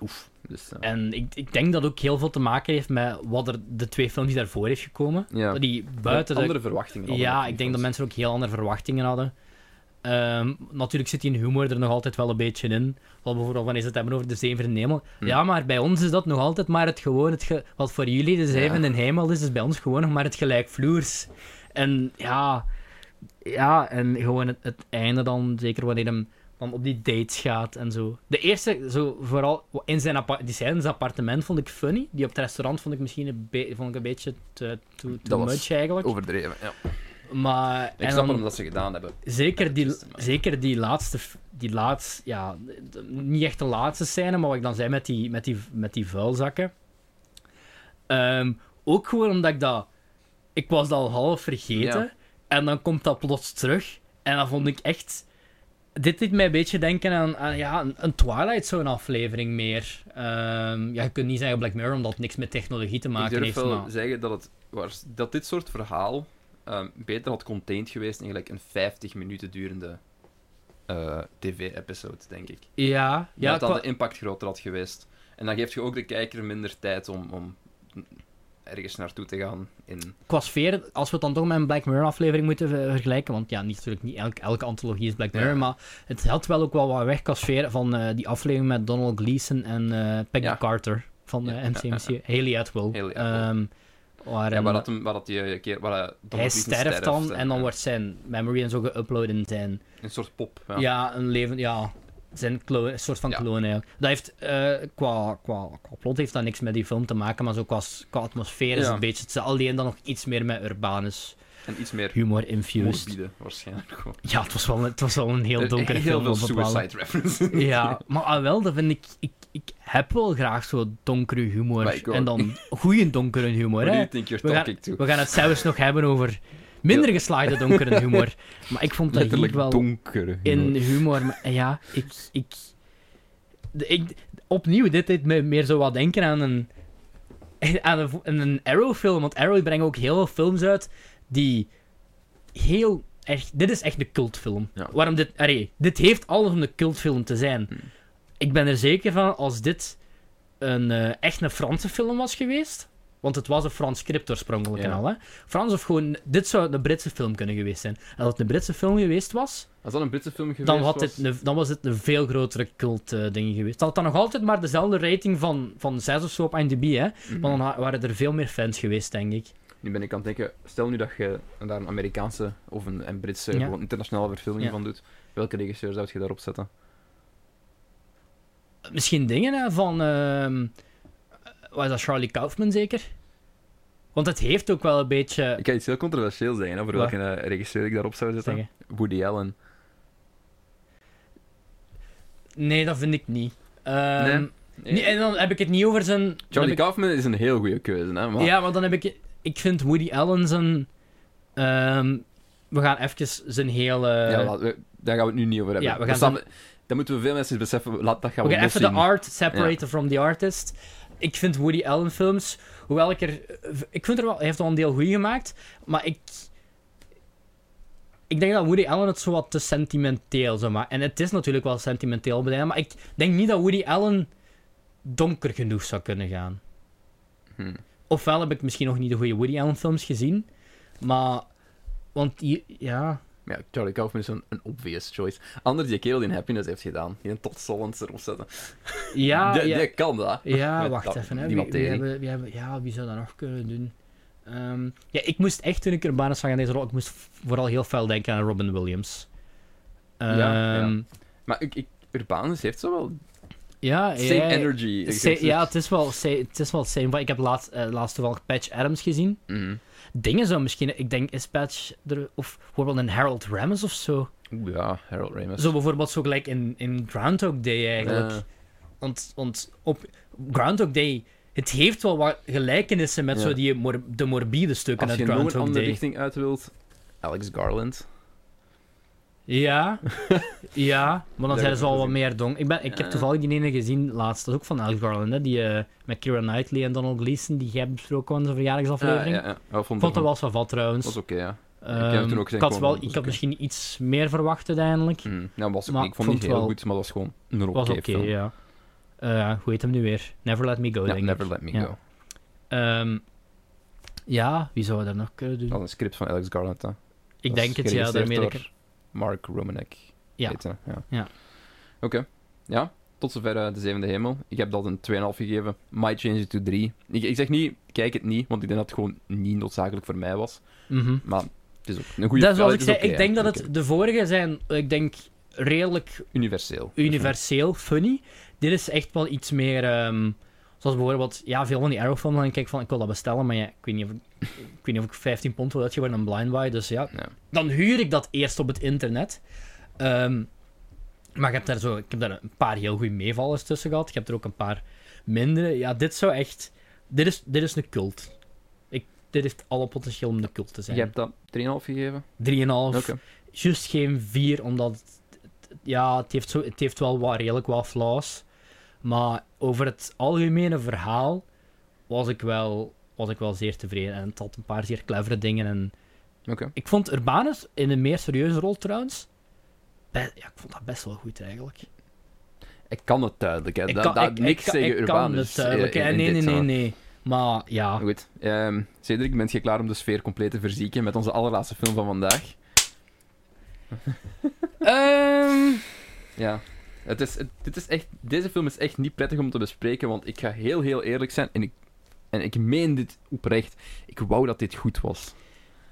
Speaker 2: Oef. Dus, eh,
Speaker 1: En ik, ik denk dat ook heel veel te maken heeft met wat er de twee films die daarvoor heeft gekomen.
Speaker 2: Ja.
Speaker 1: Die buiten de...
Speaker 2: andere verwachtingen. hadden
Speaker 1: Ja,
Speaker 2: natuurlijk
Speaker 1: ik denk dat
Speaker 2: van-
Speaker 1: mensen ook heel andere verwachtingen hadden. Ehm, natuurlijk zit die humor er nog altijd wel een beetje in. Wel bijvoorbeeld wanneer ze het hebben over de zeven in de hemel.
Speaker 2: Hm.
Speaker 1: Ja, maar bij ons is dat nog altijd maar het gewoon... Het ge- wat voor jullie de zeven in de hemel is, is bij ons gewoon nog maar het gelijkvloers. En ja... Ja, en gewoon het, het einde dan, zeker wanneer hem dan op die dates gaat en zo. De eerste, zo vooral in zijn, appa- die scène in zijn appartement, vond ik funny. Die op het restaurant vond ik misschien een, be- vond ik een beetje te, too, too
Speaker 2: Dat was
Speaker 1: much eigenlijk.
Speaker 2: Overdreven. Ja.
Speaker 1: Maar,
Speaker 2: Ik
Speaker 1: en
Speaker 2: snap
Speaker 1: dan-
Speaker 2: hem dat ze gedaan hebben.
Speaker 1: zeker, die,
Speaker 2: te maken.
Speaker 1: zeker die laatste, f- die laatste ja, d- d- niet echt de laatste scène, maar wat ik dan zei met die, met die, met die vuilzakken. Ehm, ook gewoon omdat ik dat, ik was dat al half vergeten,
Speaker 2: Ja.
Speaker 1: en dan komt dat plots terug, en dan vond ik echt, dit deed mij een beetje denken aan, aan ja, een, een Twilight Zone aflevering meer. Ehm, ja, je kunt niet zeggen Black Mirror, omdat het niks met technologie te
Speaker 2: Ik
Speaker 1: maken
Speaker 2: durf
Speaker 1: heeft. nou-
Speaker 2: wel
Speaker 1: maar-
Speaker 2: zeggen dat, het, waars- dat dit soort verhaal ehm, beter had contained geweest in gelijk een 50 minuten durende eh, tv-episode, denk ik.
Speaker 1: Ja, ja,
Speaker 2: dat dan
Speaker 1: qua-
Speaker 2: de impact groter had geweest. En dan geeft je ook de kijker minder tijd om, om ergens naartoe te gaan. In...
Speaker 1: qua sfeer, als we het dan toch met een Black Mirror aflevering moeten ver- vergelijken, want ja, niet, natuurlijk niet elke, elke antologie is Black Mirror,
Speaker 2: Ja.
Speaker 1: maar het had wel ook wel wat weg qua sfeer van eh, die aflevering met Donald Gleason en eh Peggy
Speaker 2: Ja.
Speaker 1: Carter van
Speaker 2: Ja,
Speaker 1: eh,
Speaker 2: ja,
Speaker 1: MCMC, Haley Atwell.
Speaker 2: Hayley Atwell.
Speaker 1: ehm, waar
Speaker 2: Ja,
Speaker 1: een-
Speaker 2: waar dat, hem- waar dat die eh, keer... Waar hij Donald
Speaker 1: hij
Speaker 2: Gleason
Speaker 1: sterft, dan en dan
Speaker 2: eh,
Speaker 1: wordt zijn memory en zo geüpload in zijn...
Speaker 2: Een soort pop. Ja.
Speaker 1: Ja, een leven... Ja, zijn kloon, een soort van
Speaker 2: Ja.
Speaker 1: kloon eigenlijk. Dat heeft, eh, qua, qua, qua plot heeft dat niks met die film te maken, maar zo qua, s- qua atmosfeer is
Speaker 2: Ja.
Speaker 1: het een beetje... hetzelfde, Alleen dan nog iets meer met Urbanus
Speaker 2: En iets meer
Speaker 1: humor infused.
Speaker 2: morbide, waarschijnlijk. gewoon.
Speaker 1: Ja, het was wel, het was wel een heel donkere
Speaker 2: Heel
Speaker 1: film.
Speaker 2: veel
Speaker 1: op bepaalde-
Speaker 2: suicide references.
Speaker 1: Ja, maar ah, wel, dat vind ik, ik... Ik heb wel graag zo donkere
Speaker 2: Maar
Speaker 1: humor.
Speaker 2: ik ook.
Speaker 1: En dan goede donkere humor,
Speaker 2: What do
Speaker 1: hè.
Speaker 2: you think you're
Speaker 1: We gaan,
Speaker 2: talking to?
Speaker 1: we gaan het zelfs nog hebben over minder geslaagde donkere humor. Maar ik vond dat
Speaker 2: Letterlijk
Speaker 1: hier wel
Speaker 2: donkere humor.
Speaker 1: in humor... Maar, ja, ik, ik, de- ik... Opnieuw, dit deed me meer zo wat denken aan een... Aan een, aan een Arrow-film. Want Arrow brengt ook heel veel films uit die heel... Echt, dit is echt een cultfilm.
Speaker 2: Ja. Hmm.
Speaker 1: Waarom dit... Allee, dit heeft alles om een cultfilm te zijn. Ik ben er zeker van, als dit een, eh, echt een Franse film was geweest... Want het was een Frans script oorspronkelijk en
Speaker 2: Ja.
Speaker 1: al, hè. Frans of gewoon... Dit zou een Britse film kunnen geweest zijn. En als het een Britse film geweest was...
Speaker 2: Als dat een Britse film geweest
Speaker 1: Dan, had
Speaker 2: was...
Speaker 1: dit een- dan was het een veel grotere cult-ding geweest. Dat had dan nog altijd maar dezelfde rating van, van 6 of zo op IMDb, hè.
Speaker 2: Mhm.
Speaker 1: Maar dan ha- waren er veel meer fans geweest, denk ik.
Speaker 2: Nu ben ik aan het denken, stel nu dat je daar een Amerikaanse of een, een Britse,
Speaker 1: Ja.
Speaker 2: gewoon internationale verfilming
Speaker 1: Ja.
Speaker 2: van doet, welke regisseur zou je daarop zetten?
Speaker 1: Misschien dingen hè, van... ehm wat is dat, Charlie Kaufman zeker? Want het heeft ook wel een beetje...
Speaker 2: Ik ga iets heel controversieel zeggen, hè, voor
Speaker 1: Waar?
Speaker 2: welke eh, regisseur ik daarop zou zetten.
Speaker 1: Zeggen.
Speaker 2: Woody Allen.
Speaker 1: Nee, dat vind ik niet. Ehm,
Speaker 2: Nee?
Speaker 1: nee, En dan heb ik het niet over zijn... dan
Speaker 2: Charlie
Speaker 1: heb ik-
Speaker 2: Kaufman is een heel goede keuze, hè, maar...
Speaker 1: Ja, maar dan heb ik... Ik vind Woody Allen zijn... ehm, we gaan even zijn hele...
Speaker 2: Ja, laten we- daar gaan we het nu niet over hebben.
Speaker 1: Ja, we gaan
Speaker 2: Dat staan we- dat moeten we veel mensen eens beseffen, laat, dat gaan
Speaker 1: We
Speaker 2: we,
Speaker 1: gaan even de
Speaker 2: loszien.
Speaker 1: art separaten from the artist. Ik vind Woody Allen films, hoewel ik er... Ik vind er wel... Hij heeft wel een deel goeie gemaakt, maar ik... ik denk dat Woody Allen het zo wat te sentimenteel zou maken. En het is natuurlijk wel sentimenteel bij hem, maar ik denk niet dat Woody Allen donker genoeg zou kunnen gaan. Ofwel heb ik misschien nog niet de goede Woody Allen films gezien, maar... Want die- ja...
Speaker 2: Ja, Charlie Kaufman is een, een obvious choice. Anders die kerel die in Happiness heeft gedaan, die een tot Solens erop zetten.
Speaker 1: Ja,
Speaker 2: die,
Speaker 1: Ah, ja.
Speaker 2: die kan dat.
Speaker 1: Ja,
Speaker 2: Met
Speaker 1: wacht
Speaker 2: dat-
Speaker 1: even. Hè.
Speaker 2: die
Speaker 1: Wie, wie,
Speaker 2: materie.
Speaker 1: hebben, wie, hebben, ja, wie zou dat nog kunnen doen? Ehm, ja, ik moest echt, toen ik er banen zag aan deze rol, ik moest vooral heel fel denken aan Robin Williams. Ehm,
Speaker 2: Ja,
Speaker 1: ja,
Speaker 2: Maar ik, ik, Urbanus heeft zo wel
Speaker 1: ja.
Speaker 2: same energy.
Speaker 1: sa- ja, het is wel, sa- het is wel same. want Ik heb laatst, eh, laatst toevallig Patch Adams gezien.
Speaker 2: Mhm.
Speaker 1: Dingen zou misschien, ik denk, is Patch er, of bijvoorbeeld een Harold Ramis of zo.
Speaker 2: Oeh, ja, Harold Ramis. Eh,
Speaker 1: Zo bijvoorbeeld zo gelijk in, in Groundhog Day eigenlijk.
Speaker 2: Ja.
Speaker 1: Want, want op Groundhog Day, het heeft wel wat gelijkenissen met
Speaker 2: Ja.
Speaker 1: zo die mor- de morbide stukken uit
Speaker 2: Als je nog een
Speaker 1: Groundhog
Speaker 2: andere
Speaker 1: Day.
Speaker 2: richting uit wilt, Alex Garland.
Speaker 1: Ja, ja, maar dan
Speaker 2: heb
Speaker 1: zijn
Speaker 2: ik
Speaker 1: ze al
Speaker 2: nog
Speaker 1: wat
Speaker 2: gezien.
Speaker 1: meer donker. Ik, ben, ik heb
Speaker 2: Ja.
Speaker 1: toevallig die ene gezien laatst, dat is ook van Alex Garland, hè, die eh, met Kira Knightley en Donald Gleason, die jij besproken had in zijn
Speaker 2: Ja, ja,
Speaker 1: verjaardagsaflevering.
Speaker 2: ja. Oh, vond,
Speaker 1: Ik vond
Speaker 2: dat
Speaker 1: dat wel zo wat trouwens.
Speaker 2: was oké, ja.
Speaker 1: Ehm,
Speaker 2: heb toen ook gezegd,
Speaker 1: had,
Speaker 2: gewoon,
Speaker 1: wel,
Speaker 2: dat
Speaker 1: ik
Speaker 2: was
Speaker 1: had
Speaker 2: oké.
Speaker 1: misschien iets meer verwacht uiteindelijk.
Speaker 2: Mhm. Ja, was ook,
Speaker 1: Maar
Speaker 2: ik vond
Speaker 1: ik vond
Speaker 2: het niet heel
Speaker 1: wel-
Speaker 2: goed, maar dat was gewoon een oké
Speaker 1: was oké,
Speaker 2: film.
Speaker 1: ja. Eh, hoe heet hem nu weer? Never Let Me Go,
Speaker 2: Ja,
Speaker 1: denk ik.
Speaker 2: Never Let Me
Speaker 1: Ja.
Speaker 2: Go.
Speaker 1: Ehm, ja, wie zou dat nog kunnen doen?
Speaker 2: Dat is een script van Alex Garland, hè.
Speaker 1: ik
Speaker 2: Dat
Speaker 1: denk het,
Speaker 2: is
Speaker 1: ja,
Speaker 2: geregisseerd
Speaker 1: daarmee dat ik
Speaker 2: door
Speaker 1: er-
Speaker 2: Mark Romanek.
Speaker 1: Ja.
Speaker 2: heet, hè. ja.
Speaker 1: Ja.
Speaker 2: Oké. Ja, tot zover eh, de zevende hemel. Ik heb dat een 2,5 gegeven. Might change it to 3. Ik, ik zeg niet, kijk het niet, want ik denk dat het gewoon niet noodzakelijk voor mij was.
Speaker 1: Mhm.
Speaker 2: Maar het is ook een goede
Speaker 1: dat is zoals
Speaker 2: Ja,
Speaker 1: ik
Speaker 2: het
Speaker 1: zei,
Speaker 2: oké,
Speaker 1: ik denk
Speaker 2: hè.
Speaker 1: dat het
Speaker 2: Oké.
Speaker 1: de vorige zijn, ik denk, redelijk
Speaker 2: Universeel.
Speaker 1: universeel funny. Dit is echt wel iets meer, ehm, zoals bijvoorbeeld, ja, veel van die Arrow films, dan kijk ik van, ik wil dat bestellen, maar ja, ik weet niet of ik, ik, weet niet of ik 15 pond wil uitgeven aan een blind buy, dus ja.
Speaker 2: Ja.
Speaker 1: Dan huur ik dat eerst op het internet. Ehm, maar ik heb, daar zo, ik heb daar een paar heel goede meevallers tussen gehad. Ik heb er ook een paar mindere. Ja, dit zou echt... Dit is, dit is een cult. Ik, dit heeft alle potentieel om een cult te
Speaker 2: Je
Speaker 1: zijn.
Speaker 2: hebt dat 3,5 gegeven?
Speaker 1: 3,5.
Speaker 2: Oké.
Speaker 1: Juist geen 4, omdat het, het- ja, het, heeft zo, het heeft wel wat, redelijk wat flaws. Maar over het algemene verhaal was ik wel, was ik wel zeer tevreden. En het had een paar zeer clevere dingen. En
Speaker 2: Oké.
Speaker 1: ik vond Urbanus in een meer serieuze rol trouwens. be- ja, ik vond dat best wel goed eigenlijk.
Speaker 2: Ik kan het duidelijk, hè.
Speaker 1: Ik
Speaker 2: Dat,
Speaker 1: kan-
Speaker 2: dat
Speaker 1: ik- ik
Speaker 2: niks
Speaker 1: kan-
Speaker 2: tegen
Speaker 1: ik kan
Speaker 2: Urbanus.
Speaker 1: het duidelijk.
Speaker 2: eh, in-
Speaker 1: hè.
Speaker 2: in
Speaker 1: nee, nee,
Speaker 2: dit,
Speaker 1: nee,
Speaker 2: hoor.
Speaker 1: nee. Maar ja,
Speaker 2: Goed. Ehm Cedric, ben je klaar om de sfeer compleet te verzieken met onze allerlaatste film van vandaag?
Speaker 1: Ehm.
Speaker 2: Ja. Het is, het- dit is echt, deze film is echt niet prettig om te bespreken, want ik ga heel, heel eerlijk zijn. En ik, en ik meen dit oprecht. Ik wou dat dit goed was.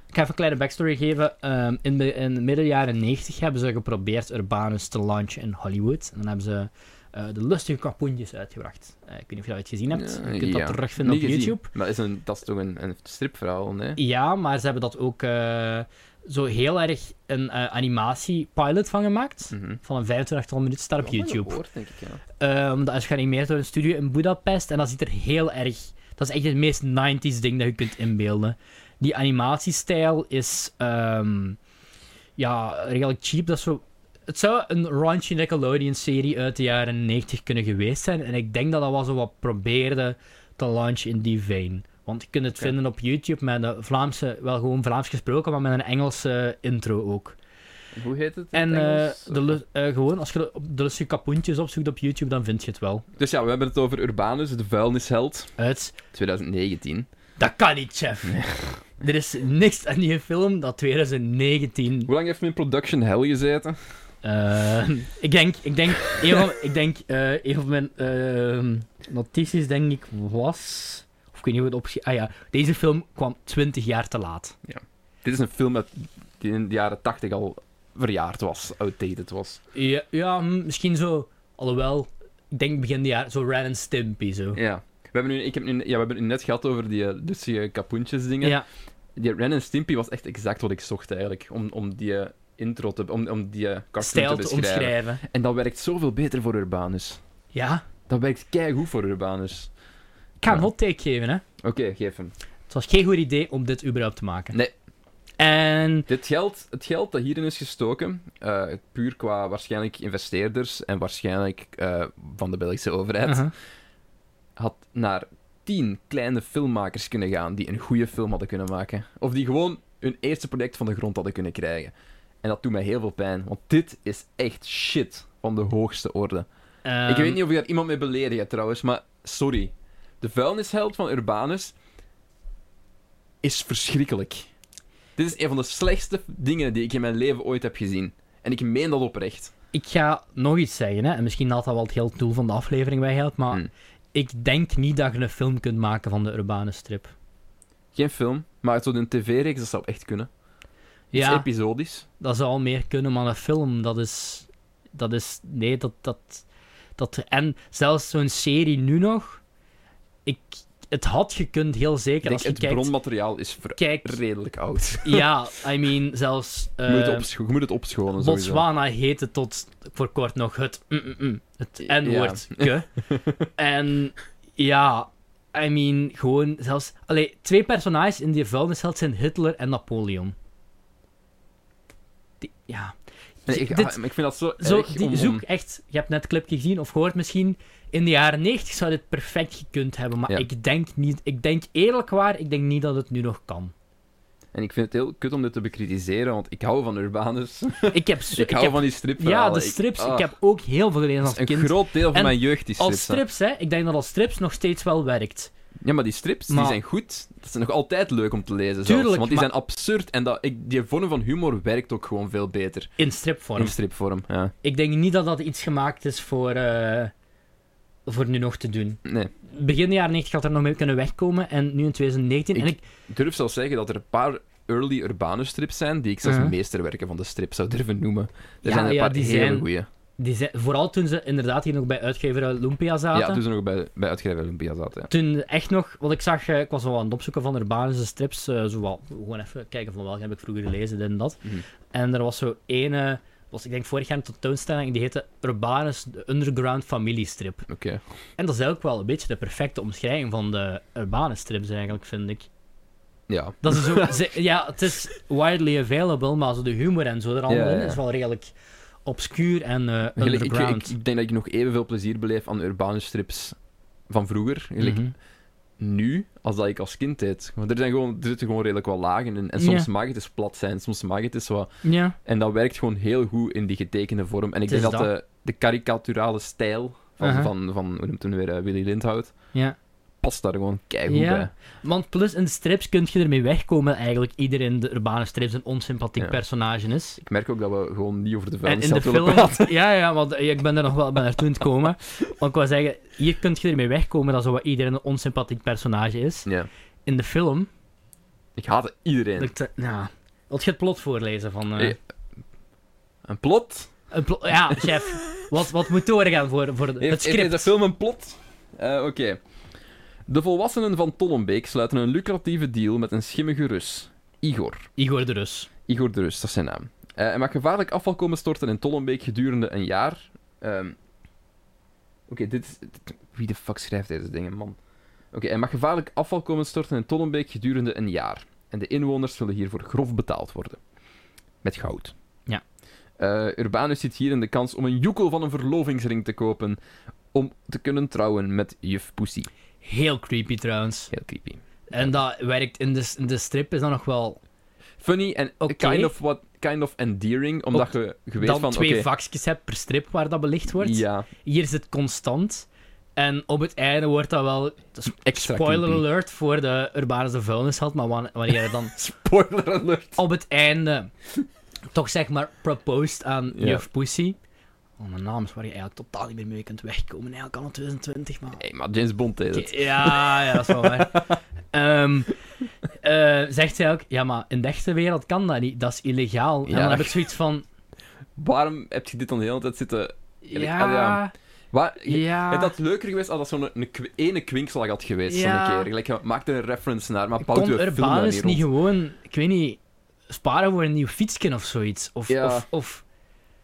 Speaker 1: Ik ga even een kleine backstory geven. Ehm, in, de, in de midden jaren 90 hebben ze geprobeerd Urbanus te launchen in Hollywood. En dan hebben ze eh, de lustige kapoentjes uitgebracht. Eh, ik weet niet of je dat ooit gezien hebt. je kunt
Speaker 2: Ja.
Speaker 1: dat terugvinden op
Speaker 2: Niet gezien.
Speaker 1: YouTube.
Speaker 2: Maar is een, dat is toch een, een stripverhaal, nee?
Speaker 1: Ja, maar ze hebben dat ook eh, zo heel erg een eh animatie-pilot van gemaakt.
Speaker 2: Mhm. Oh,
Speaker 1: Van een 25 minuten staat op YouTube.
Speaker 2: Hoort, denk ik, ja.
Speaker 1: Ehm, dat is geanimeerd door een studio in Budapest. En dat ziet er heel erg. Dat is echt het meest 90s ding dat je kunt inbeelden. Die animatiestijl is. ehm, ja, redelijk cheap. Dat is zo... Het zou een raunchy Nickelodeon-serie uit de jaren 90 kunnen geweest zijn. En ik denk dat dat wel zo wat probeerde te launchen in die vein. Want je kunt het
Speaker 2: Oké.
Speaker 1: vinden op YouTube met een Vlaamse, wel gewoon Vlaams gesproken, maar met een Engelse intro ook.
Speaker 2: Hoe heet het? in
Speaker 1: En
Speaker 2: het
Speaker 1: eh,
Speaker 2: Engels?
Speaker 1: de lu- eh, gewoon, als je de, de lustige kapoentjes opzoekt op YouTube, dan vind je het wel.
Speaker 2: Dus ja, we hebben het over Urbanus, de vuilnisheld,
Speaker 1: Uit.
Speaker 2: 2019.
Speaker 1: Dat kan niet, chef. Er is niks aan die film dat 2019.
Speaker 2: Hoe lang heeft men in production hell gezeten?
Speaker 1: eh, ik denk, ik denk, een van, ik denk, eh, een van mijn ehm, notities, denk ik, was. Of ik weet niet hoe het opschrijft. Ah ja, deze film kwam 20 jaar te laat.
Speaker 2: Dit is een film dat- die in de jaren 80 al verjaard was, outdated was.
Speaker 1: Ja, ja hm, misschien zo. Alhoewel, ik denk begin dit jaar, zo Ren en Stimpy zo.
Speaker 2: Ja. We hebben nu, ik heb nu, ja, we hebben het nu net gehad over die eh, lustige kapoentjes dingen.
Speaker 1: Ja,
Speaker 2: Die Ren en Stimpy was echt exact wat ik zocht eigenlijk, om, om die eh, intro te, om, om die eh, cartoon
Speaker 1: stijl
Speaker 2: te
Speaker 1: te
Speaker 2: beschrijven.
Speaker 1: omschrijven.
Speaker 2: En dat werkt zoveel beter voor Urbanus.
Speaker 1: Ja,
Speaker 2: Dat werkt keigoed voor Urbanus.
Speaker 1: ik ga een
Speaker 2: Ja.
Speaker 1: hot take geven, hè.
Speaker 2: Oké, geef hem.
Speaker 1: Het was geen goed idee om dit überhaupt te maken.
Speaker 2: Nee.
Speaker 1: En
Speaker 2: Dit geld, het geld dat hierin is gestoken, eh, puur qua waarschijnlijk investeerders en waarschijnlijk eh, van de Belgische overheid,
Speaker 1: Uh-huh.
Speaker 2: had naar tien kleine filmmakers kunnen gaan die een goede film hadden kunnen maken. Of die gewoon hun eerste project van de grond hadden kunnen krijgen. En dat doet mij heel veel pijn, want dit is echt shit van de hoogste orde.
Speaker 1: Ehm,
Speaker 2: Ik weet niet of ik daar iemand mee beledig trouwens, maar sorry. De vuilnisheld van Urbanus is verschrikkelijk. Dit is een van de slechtste dingen die ik in mijn leven ooit heb gezien. En ik meen dat oprecht.
Speaker 1: Ik ga nog iets zeggen, hè. en misschien haalt dat wel het hele doel van de aflevering weghaalt, maar
Speaker 2: Hmm.
Speaker 1: ik denk niet dat je een film kunt maken van de urbane strip.
Speaker 2: Geen film, maar tot een tv-reeks, dat zou echt kunnen. Ja.
Speaker 1: Ja,
Speaker 2: episodisch.
Speaker 1: dat zou al meer kunnen, maar een film, dat is... Dat is... Nee, dat... dat, dat en zelfs zo'n serie nu nog... Ik, het had gekund, heel zeker.
Speaker 2: Ik denk,
Speaker 1: als je
Speaker 2: het
Speaker 1: kijkt,
Speaker 2: bronmateriaal is ver-
Speaker 1: kijkt-
Speaker 2: redelijk oud.
Speaker 1: Ja, I mean, zelfs...
Speaker 2: je, moet het
Speaker 1: eh,
Speaker 2: opscho- je moet het opschonen, sowieso.
Speaker 1: Botswana heette tot voor kort nog het mm, mm, mm, het
Speaker 2: Ja.
Speaker 1: N-woord. ke. en ja, I mean, gewoon zelfs... Allee, twee personages in die vuilnisheld zijn Hitler en Napoleon. Die- ja.
Speaker 2: Nee, ik,
Speaker 1: dit-
Speaker 2: ah, maar ik vind dat zo,
Speaker 1: Zo,
Speaker 2: erg om-
Speaker 1: die
Speaker 2: om-
Speaker 1: zoek echt... Je hebt net het clipje gezien of gehoord misschien. In de jaren 90 zou dit perfect gekund hebben, maar
Speaker 2: Ja.
Speaker 1: ik denk niet... Ik denk eerlijk waar, ik denk niet dat het nu nog kan.
Speaker 2: En ik vind het heel kut om dit te bekritiseren, want ik hou van Urbanus.
Speaker 1: Ik heb... zo-
Speaker 2: ik hou
Speaker 1: heb-
Speaker 2: van die stripverhalen.
Speaker 1: Ja, de strips. Ik,
Speaker 2: ah.
Speaker 1: heb ook heel veel gelezen als
Speaker 2: een
Speaker 1: kind.
Speaker 2: groot deel van
Speaker 1: En
Speaker 2: mijn jeugd, die strips.
Speaker 1: Als
Speaker 2: hè.
Speaker 1: strips, hè. Ik denk dat als strips nog steeds wel werkt.
Speaker 2: Ja, maar die strips,
Speaker 1: Maar-
Speaker 2: die zijn goed. Dat zijn nog altijd leuk om te lezen, zelfs,
Speaker 1: Tuurlijk,
Speaker 2: Want die
Speaker 1: maar-
Speaker 2: zijn absurd en dat, ik, die vorm van humor werkt ook gewoon veel beter.
Speaker 1: In stripvorm.
Speaker 2: In stripvorm, ja.
Speaker 1: Ik denk niet dat dat iets gemaakt is voor, eh, voor nu nog te doen.
Speaker 2: Nee.
Speaker 1: Begin jaren 90 had er nog mee kunnen wegkomen. En nu in 2019. En
Speaker 2: Ik-
Speaker 1: ik,
Speaker 2: Ik durf zelfs zeggen dat er een paar early Urbanus strips zijn die ik zelfs
Speaker 1: Mhm.
Speaker 2: meesterwerken van de strip zou durven noemen. Er
Speaker 1: Ja,
Speaker 2: zijn een
Speaker 1: ja,
Speaker 2: paar
Speaker 1: die
Speaker 2: hele
Speaker 1: zijn-
Speaker 2: goeie.
Speaker 1: die zei- vooral toen ze inderdaad hier nog bij uitgever Lumpia zaten.
Speaker 2: Ja, toen ze nog bij, bij Uitgever Olympia zaten. ja.
Speaker 1: Toen echt nog, wat ik zag, eh, ik was wel aan het opzoeken van urbanische strips. eh, zo wat, gewoon even kijken van welke heb ik vroeger gelezen, dit en dat.
Speaker 2: Mhm.
Speaker 1: En er was zo ene, was ik denk vorig jaar een tentoonstelling, die heette Urbanus de Underground Familiestrip.
Speaker 2: Oké.
Speaker 1: En dat is eigenlijk wel een beetje de perfecte omschrijving van de urbane strips, eigenlijk, vind ik.
Speaker 2: Ja.
Speaker 1: Dat is zo, ze- ja, het is widely available, maar zo de humor en zo er allemaal
Speaker 2: Ja,
Speaker 1: in
Speaker 2: ja.
Speaker 1: is wel redelijk obscuur en eh
Speaker 2: Gelijk, Ik,
Speaker 1: underground.
Speaker 2: ik, ik denk dat ik nog evenveel plezier beleef aan Urbanus strips van vroeger. Gelijk,
Speaker 1: Mhm.
Speaker 2: nu als dat ik als kind deed. Want er, zijn gewoon, er zitten gewoon redelijk wel lagen in. En soms
Speaker 1: Ja.
Speaker 2: mag het eens plat zijn, soms mag het eens wat.
Speaker 1: Ja,
Speaker 2: En dat werkt gewoon heel goed in die getekende vorm. En ik
Speaker 1: Het
Speaker 2: denk
Speaker 1: is
Speaker 2: dat, De, de karikaturale stijl van,
Speaker 1: Uh-huh.
Speaker 2: van, van, hoe noemt hem weer, eh, Willy Lindhout,
Speaker 1: ja.
Speaker 2: past daar gewoon keigoed
Speaker 1: Ja.
Speaker 2: bij.
Speaker 1: Want plus in de strips kun je ermee wegkomen eigenlijk. Iedereen in de urbane strips een onsympathiek
Speaker 2: Ja.
Speaker 1: personage is.
Speaker 2: Ik merk ook dat we gewoon niet over de
Speaker 1: En in
Speaker 2: vuilnisstad
Speaker 1: de
Speaker 2: willen
Speaker 1: film...
Speaker 2: praten.
Speaker 1: Ja, ja, want eh, ik ben er nog wel ben naartoe aan het komen. Want ik wil zeggen, hier kun je ermee wegkomen dat zo wat iedereen een onsympathiek personage is.
Speaker 2: Ja.
Speaker 1: In de film...
Speaker 2: Ik haat iedereen.
Speaker 1: Dat, ik te- ja. Wat je het plot voorlezen van... eh,
Speaker 2: Eh, Een plot?
Speaker 1: Een plo- ja, chef. Wat, wat moet doorgaan voor, voor
Speaker 2: Heeft-
Speaker 1: het
Speaker 2: Heeft
Speaker 1: script?
Speaker 2: de film een plot? Eh, Oké. De volwassenen van Tollenbeek sluiten een lucratieve deal met een schimmige Rus, Igor.
Speaker 1: Igor de Rus.
Speaker 2: Igor de Rust, dat is zijn naam. Eh, hij mag gevaarlijk afval komen storten in Tollenbeek gedurende een jaar. Ehm, Oké, dit is... dit- Wie de fuck schrijft deze dingen, man? Oké, hij mag gevaarlijk afval komen storten in Tollenbeek gedurende een jaar. En de inwoners zullen hiervoor grof betaald worden. Met goud.
Speaker 1: Ja.
Speaker 2: Eh, Urbanus ziet hierin de kans om een joekel van een verlovingsring te kopen... om te kunnen trouwen met juf Pussy.
Speaker 1: Heel creepy trouwens.
Speaker 2: Heel creepy.
Speaker 1: En dat werkt in de, in de strip, is dat nog wel.
Speaker 2: Funny en
Speaker 1: Oké.
Speaker 2: kind, of what, kind of endearing, omdat je geweest
Speaker 1: dan
Speaker 2: van...
Speaker 1: twee
Speaker 2: oké,
Speaker 1: vakjes hebt per strip waar dat belicht wordt.
Speaker 2: Ja,
Speaker 1: Hier is het constant. En op het einde wordt dat wel.
Speaker 2: extra
Speaker 1: Spoiler
Speaker 2: creepy.
Speaker 1: alert voor de urbanische vuilnisheld, maar wan- wanneer je dan
Speaker 2: Spoiler alert.
Speaker 1: op het einde toch zeg maar proposed aan
Speaker 2: Ja.
Speaker 1: juf Pussy. Oh, mijn naam is waar je eigenlijk totaal niet meer mee kunt wegkomen. Eigenlijk al in 2020, maar.
Speaker 2: Hey, maar James Bond deed het.
Speaker 1: Ja, ja, dat is wel waar. Ehm, eh, zegt zij ook, ja, maar in de echte wereld kan dat niet, dat is illegaal. En
Speaker 2: Ja.
Speaker 1: dan heb ik zoiets van,
Speaker 2: Waarom heb je dit dan de hele tijd zitten...
Speaker 1: ja,
Speaker 2: ah, ja.
Speaker 1: ja,
Speaker 2: Waar...
Speaker 1: ja,
Speaker 2: Het had leuker geweest als dat zo'n een kw- ene kwinkslag had geweest
Speaker 1: Ja.
Speaker 2: zo'n keer. Gelijk, je maakte een reference naar, maar bouwt
Speaker 1: kon
Speaker 2: je film daar
Speaker 1: Urbanus
Speaker 2: niet
Speaker 1: niet
Speaker 2: rond.
Speaker 1: gewoon, ik weet niet, sparen voor een nieuw fietsje of zoiets? Of,
Speaker 2: Ja.
Speaker 1: of, of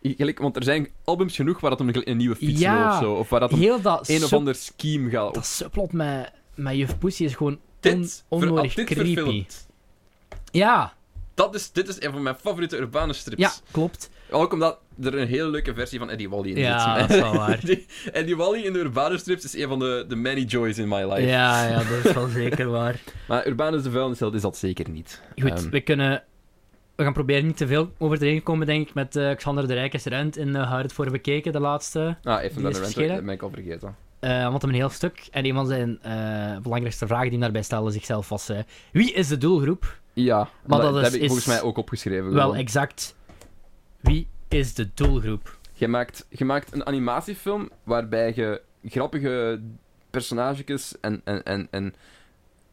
Speaker 2: Gelijk, want er zijn albums genoeg waar dat om een nieuwe fiets
Speaker 1: Ja.
Speaker 2: wil of zo. Of waar dat om
Speaker 1: heel dat,
Speaker 2: een of
Speaker 1: sub-
Speaker 2: ander scheme gaat.
Speaker 1: dat
Speaker 2: Of
Speaker 1: subplot met, met juf Pussy is gewoon on-
Speaker 2: dit, ver-
Speaker 1: onnodig
Speaker 2: had dit
Speaker 1: creepy.
Speaker 2: verfilmd.
Speaker 1: Ja,
Speaker 2: Dat is, dit is een van mijn favoriete Urbanus strips.
Speaker 1: ja, klopt.
Speaker 2: Ook omdat er een hele leuke versie van Eddie Wally in
Speaker 1: Ja,
Speaker 2: zit.
Speaker 1: dat is wel waar.
Speaker 2: Die- Eddie Wally in de Urbanus strips is een van de, de many joys in my life.
Speaker 1: Ja, ja, dat is wel zeker waar.
Speaker 2: Maar Urbanus de vuilnisheld is dat zeker niet.
Speaker 1: Goed, dus
Speaker 2: Ehm,
Speaker 1: we kunnen we gaan proberen niet te veel over te komen, denk ik, met eh Xander de Rijkes Rent in eh Hard voor Bekeken, de laatste.
Speaker 2: Ah,
Speaker 1: Die
Speaker 2: even naar
Speaker 1: is
Speaker 2: de rent,
Speaker 1: verschenen.
Speaker 2: dat ben ik al vergeten.
Speaker 1: Eh, want hem een heel stuk. En een van zijn eh, belangrijkste vragen die hem daarbij stelde zichzelf was: eh, wie is de doelgroep?
Speaker 2: Ja, maar dat,
Speaker 1: dat is-
Speaker 2: heb ik
Speaker 1: is-
Speaker 2: volgens mij ook opgeschreven.
Speaker 1: Wel
Speaker 2: gewoon.
Speaker 1: exact. Wie is de doelgroep?
Speaker 2: Je maakt, je maakt een animatiefilm waarbij je grappige personages en, en, en, en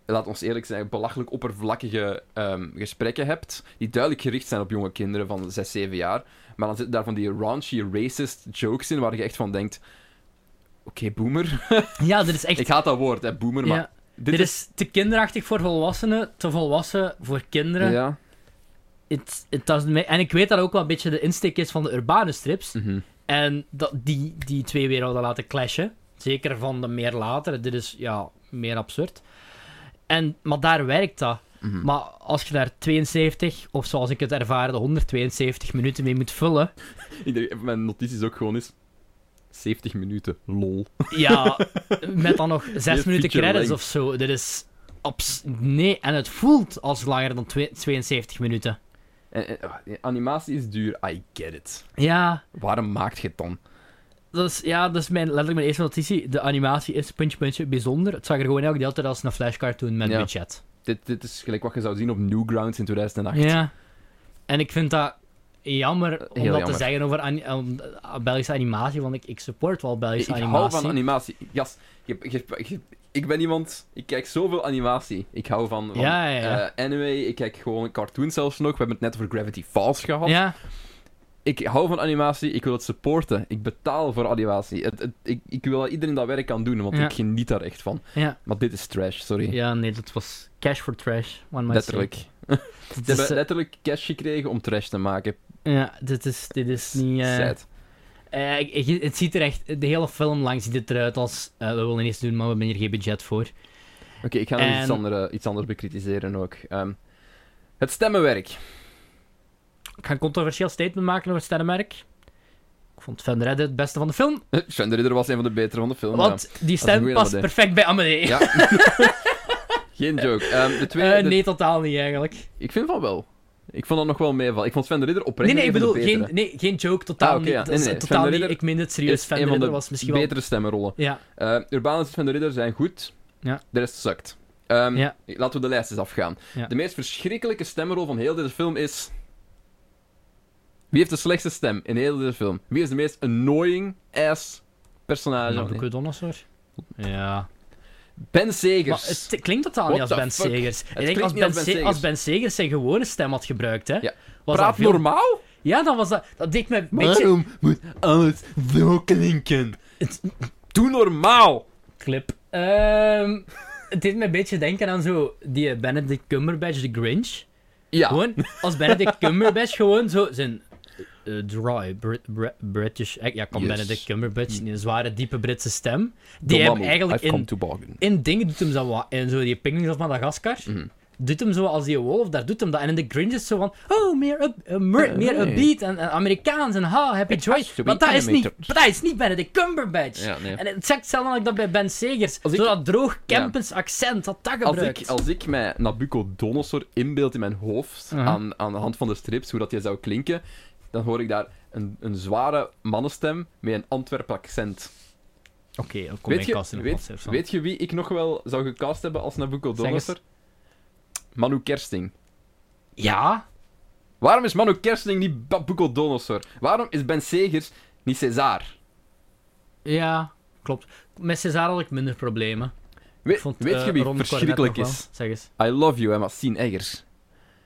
Speaker 2: laat ons eerlijk zijn, belachelijk oppervlakkige ehm, gesprekken hebt, die duidelijk gericht zijn op jonge kinderen van 6, 7 jaar. Maar dan zitten daar van die raunchy, racist jokes in waar je echt van denkt... Oké, boomer.
Speaker 1: Ja, dit is echt.
Speaker 2: Ik haat dat woord, hè, boomer,
Speaker 1: ja,
Speaker 2: maar...
Speaker 1: dit is te kinderachtig voor volwassenen, te volwassen voor kinderen.
Speaker 2: Ja.
Speaker 1: It, it doesn't make- En ik weet dat ook wel een beetje de insteek is van de urbane strips.
Speaker 2: Mhm.
Speaker 1: En dat die, die twee werelden laten clashen. Zeker van de meer latere. Dit is ja, meer absurd. En, maar daar werkt dat.
Speaker 2: Mhm.
Speaker 1: Maar als je daar 72, of zoals ik het ervaarde, 172 minuten mee moet vullen.
Speaker 2: Ik denk, mijn notitie is ook gewoon eens... 70 minuten, lol.
Speaker 1: Ja, met dan nog 6
Speaker 2: Meer
Speaker 1: minuten
Speaker 2: feature
Speaker 1: credits
Speaker 2: length.
Speaker 1: of zo. Dit is. abs- nee, en het voelt als langer dan twee- 72 minuten.
Speaker 2: En, en, ah, animatie is duur, I get it.
Speaker 1: Ja,
Speaker 2: Waarom maakt je het dan?
Speaker 1: dat is, ja, dat is mijn, letterlijk mijn eerste notitie. De animatie is puntje, puntje bijzonder. Het zag er gewoon elke deel uit als een flashcartoon met
Speaker 2: Ja.
Speaker 1: budget.
Speaker 2: Dit, dit is gelijk wat je zou zien op Newgrounds in 2008.
Speaker 1: Ja. En ik vind dat jammer om
Speaker 2: Heel
Speaker 1: dat te
Speaker 2: jammer.
Speaker 1: zeggen over ani- om, eh, Belgische animatie, want ik, ik support wel
Speaker 2: Ik
Speaker 1: Belgische
Speaker 2: hou
Speaker 1: animatie.
Speaker 2: van animatie. Jas, je- je- je- ik ben iemand... Ik kijk zoveel animatie. Ik hou van, van
Speaker 1: Ja, ja, ja.
Speaker 2: eh, anime. Ik kijk gewoon cartoons zelfs nog. We hebben het net over Gravity Falls gehad.
Speaker 1: Ja,
Speaker 2: Ik hou van animatie. Ik wil het supporten. Ik betaal voor animatie. Het, het- ik, ik wil dat iedereen dat werk kan doen, want
Speaker 1: Ja.
Speaker 2: ik geniet daar echt van.
Speaker 1: ja.
Speaker 2: Maar dit is trash, sorry.
Speaker 1: ja, nee, dat was cash for trash. One might say.
Speaker 2: letterlijk. Ze
Speaker 1: Dit
Speaker 2: hebben
Speaker 1: is, eh,
Speaker 2: letterlijk cash gekregen om trash te maken.
Speaker 1: ja, dit is, dit is niet... eh,
Speaker 2: Sad.
Speaker 1: eh, ik- ik- het ziet er echt... De hele film lang ziet het eruit als... eh, we willen iets doen, maar we hebben hier geen budget voor.
Speaker 2: Oké, ik ga nog
Speaker 1: En-
Speaker 2: iets, andere, iets anders bekritiseren ook. Ehm, het stemmenwerk.
Speaker 1: Ik ga een controversieel statement maken over het sterrenmerk. Ik vond Van Redden het beste van de film.
Speaker 2: Sean de Ridder was een van de betere van de film.
Speaker 1: Want die
Speaker 2: een
Speaker 1: stem
Speaker 2: goeie
Speaker 1: past
Speaker 2: reden.
Speaker 1: perfect bij Eh, Amelie.
Speaker 2: Ja. Geen joke. Ehm, de tweede,
Speaker 1: Eh,
Speaker 2: de-
Speaker 1: nee, totaal niet eigenlijk.
Speaker 2: Ik vind van wel. Ik vond dat nog wel meeval. Ik vond Sven de Ridder oprecht
Speaker 1: Nee, nee, ik
Speaker 2: een van de
Speaker 1: bedoel,
Speaker 2: betere.
Speaker 1: geen, nee, geen joke, totaal
Speaker 2: Ah, oké,
Speaker 1: niet.
Speaker 2: ja.
Speaker 1: Dat
Speaker 2: Nee,
Speaker 1: is
Speaker 2: nee, Sven
Speaker 1: totaal
Speaker 2: de
Speaker 1: niet.
Speaker 2: Ridder
Speaker 1: Ik meen het serieus.
Speaker 2: Is
Speaker 1: Van
Speaker 2: een van de
Speaker 1: Ridder was misschien
Speaker 2: betere stemmenrollen.
Speaker 1: wel... Ja,
Speaker 2: Eh Urbanus en Sven de Ridder zijn goed.
Speaker 1: Ja.
Speaker 2: De rest sukt. Ehm,
Speaker 1: Ja.
Speaker 2: Laten we de lijst eens afgaan.
Speaker 1: Ja.
Speaker 2: De meest verschrikkelijke stemmenrol van heel deze film is... Wie heeft de slechtste stem in heel deze film? Wie is de meest annoying ass personage?
Speaker 1: Nabucco Donosor. Ja.
Speaker 2: Ben
Speaker 1: Maar
Speaker 2: Segers.
Speaker 1: het klinkt totaal
Speaker 2: What
Speaker 1: niet als
Speaker 2: the
Speaker 1: Ben
Speaker 2: fuck?
Speaker 1: Segers. Ik denk
Speaker 2: klinkt
Speaker 1: als
Speaker 2: niet
Speaker 1: ben,
Speaker 2: als Ben
Speaker 1: Se-
Speaker 2: Segers.
Speaker 1: als Ben Segers zijn gewone stem had gebruikt, hè.
Speaker 2: Ja.
Speaker 1: Was
Speaker 2: Praat
Speaker 1: dat veel...
Speaker 2: normaal?
Speaker 1: Ja, dat was dat... Dat deed me een beetje...
Speaker 2: moet alles zo klinken? Doe normaal!
Speaker 1: Clip. Ehm, het deed me een beetje denken aan zo... Die eh, Benedict Cumberbatch, de Grinch.
Speaker 2: Ja.
Speaker 1: Gewoon, als Benedict Cumberbatch gewoon zo zijn eh, dry Brit- Brit- British... ac- Ja, kom
Speaker 2: Yes.
Speaker 1: Benedict Cumberbatch, die zware, diepe Britse stem.
Speaker 2: The
Speaker 1: Die hem
Speaker 2: Mammoet.
Speaker 1: eigenlijk
Speaker 2: I've come
Speaker 1: in,
Speaker 2: to bargain.
Speaker 1: in dingen doet hem zo wat. In zo die Penguins of Madagaskar.
Speaker 2: Mhm.
Speaker 1: Doet hem zo als die wolf, daar doet hem dat. En in de Grinch is zo van, oh, meer, up, eh, mer- meer
Speaker 2: nee.
Speaker 1: upbeat en, en Amerikaans en ha, happy joy.
Speaker 2: has to be
Speaker 1: Maar dat, is niet,
Speaker 2: animated.
Speaker 1: maar dat is niet Benedict Cumberbatch.
Speaker 2: Ja, nee.
Speaker 1: En het zegt hetzelfde als dat bij Ben Segers.
Speaker 2: Als ik-
Speaker 1: zo dat droog Kempens accent, dat dat
Speaker 2: Als
Speaker 1: gebruikt.
Speaker 2: ik, als ik mij Nabucodonosor inbeeld in mijn hoofd,
Speaker 1: Mhm.
Speaker 2: aan, aan de hand van de strips, hoe dat die zou klinken, dan hoor ik daar een, een zware mannenstem met een Antwerp accent.
Speaker 1: Oké, dan kom
Speaker 2: Weet
Speaker 1: ik
Speaker 2: je,
Speaker 1: kast in
Speaker 2: weet, weet je wie ik nog wel zou gecast hebben als Nabucodonosor?
Speaker 1: Zeg
Speaker 2: Manu Kersting.
Speaker 1: Ja,
Speaker 2: Waarom is Manu Kersting niet Nabucodonosor? Waarom is Ben Segers niet César?
Speaker 1: Ja, klopt. Met César had ik minder problemen.
Speaker 2: We-
Speaker 1: Ik vond,
Speaker 2: weet
Speaker 1: eh,
Speaker 2: je wie
Speaker 1: Ron
Speaker 2: verschrikkelijk
Speaker 1: Cornet nog
Speaker 2: is?
Speaker 1: wel. Zeg eens.
Speaker 2: I love you, hè, maar Sien Eggers.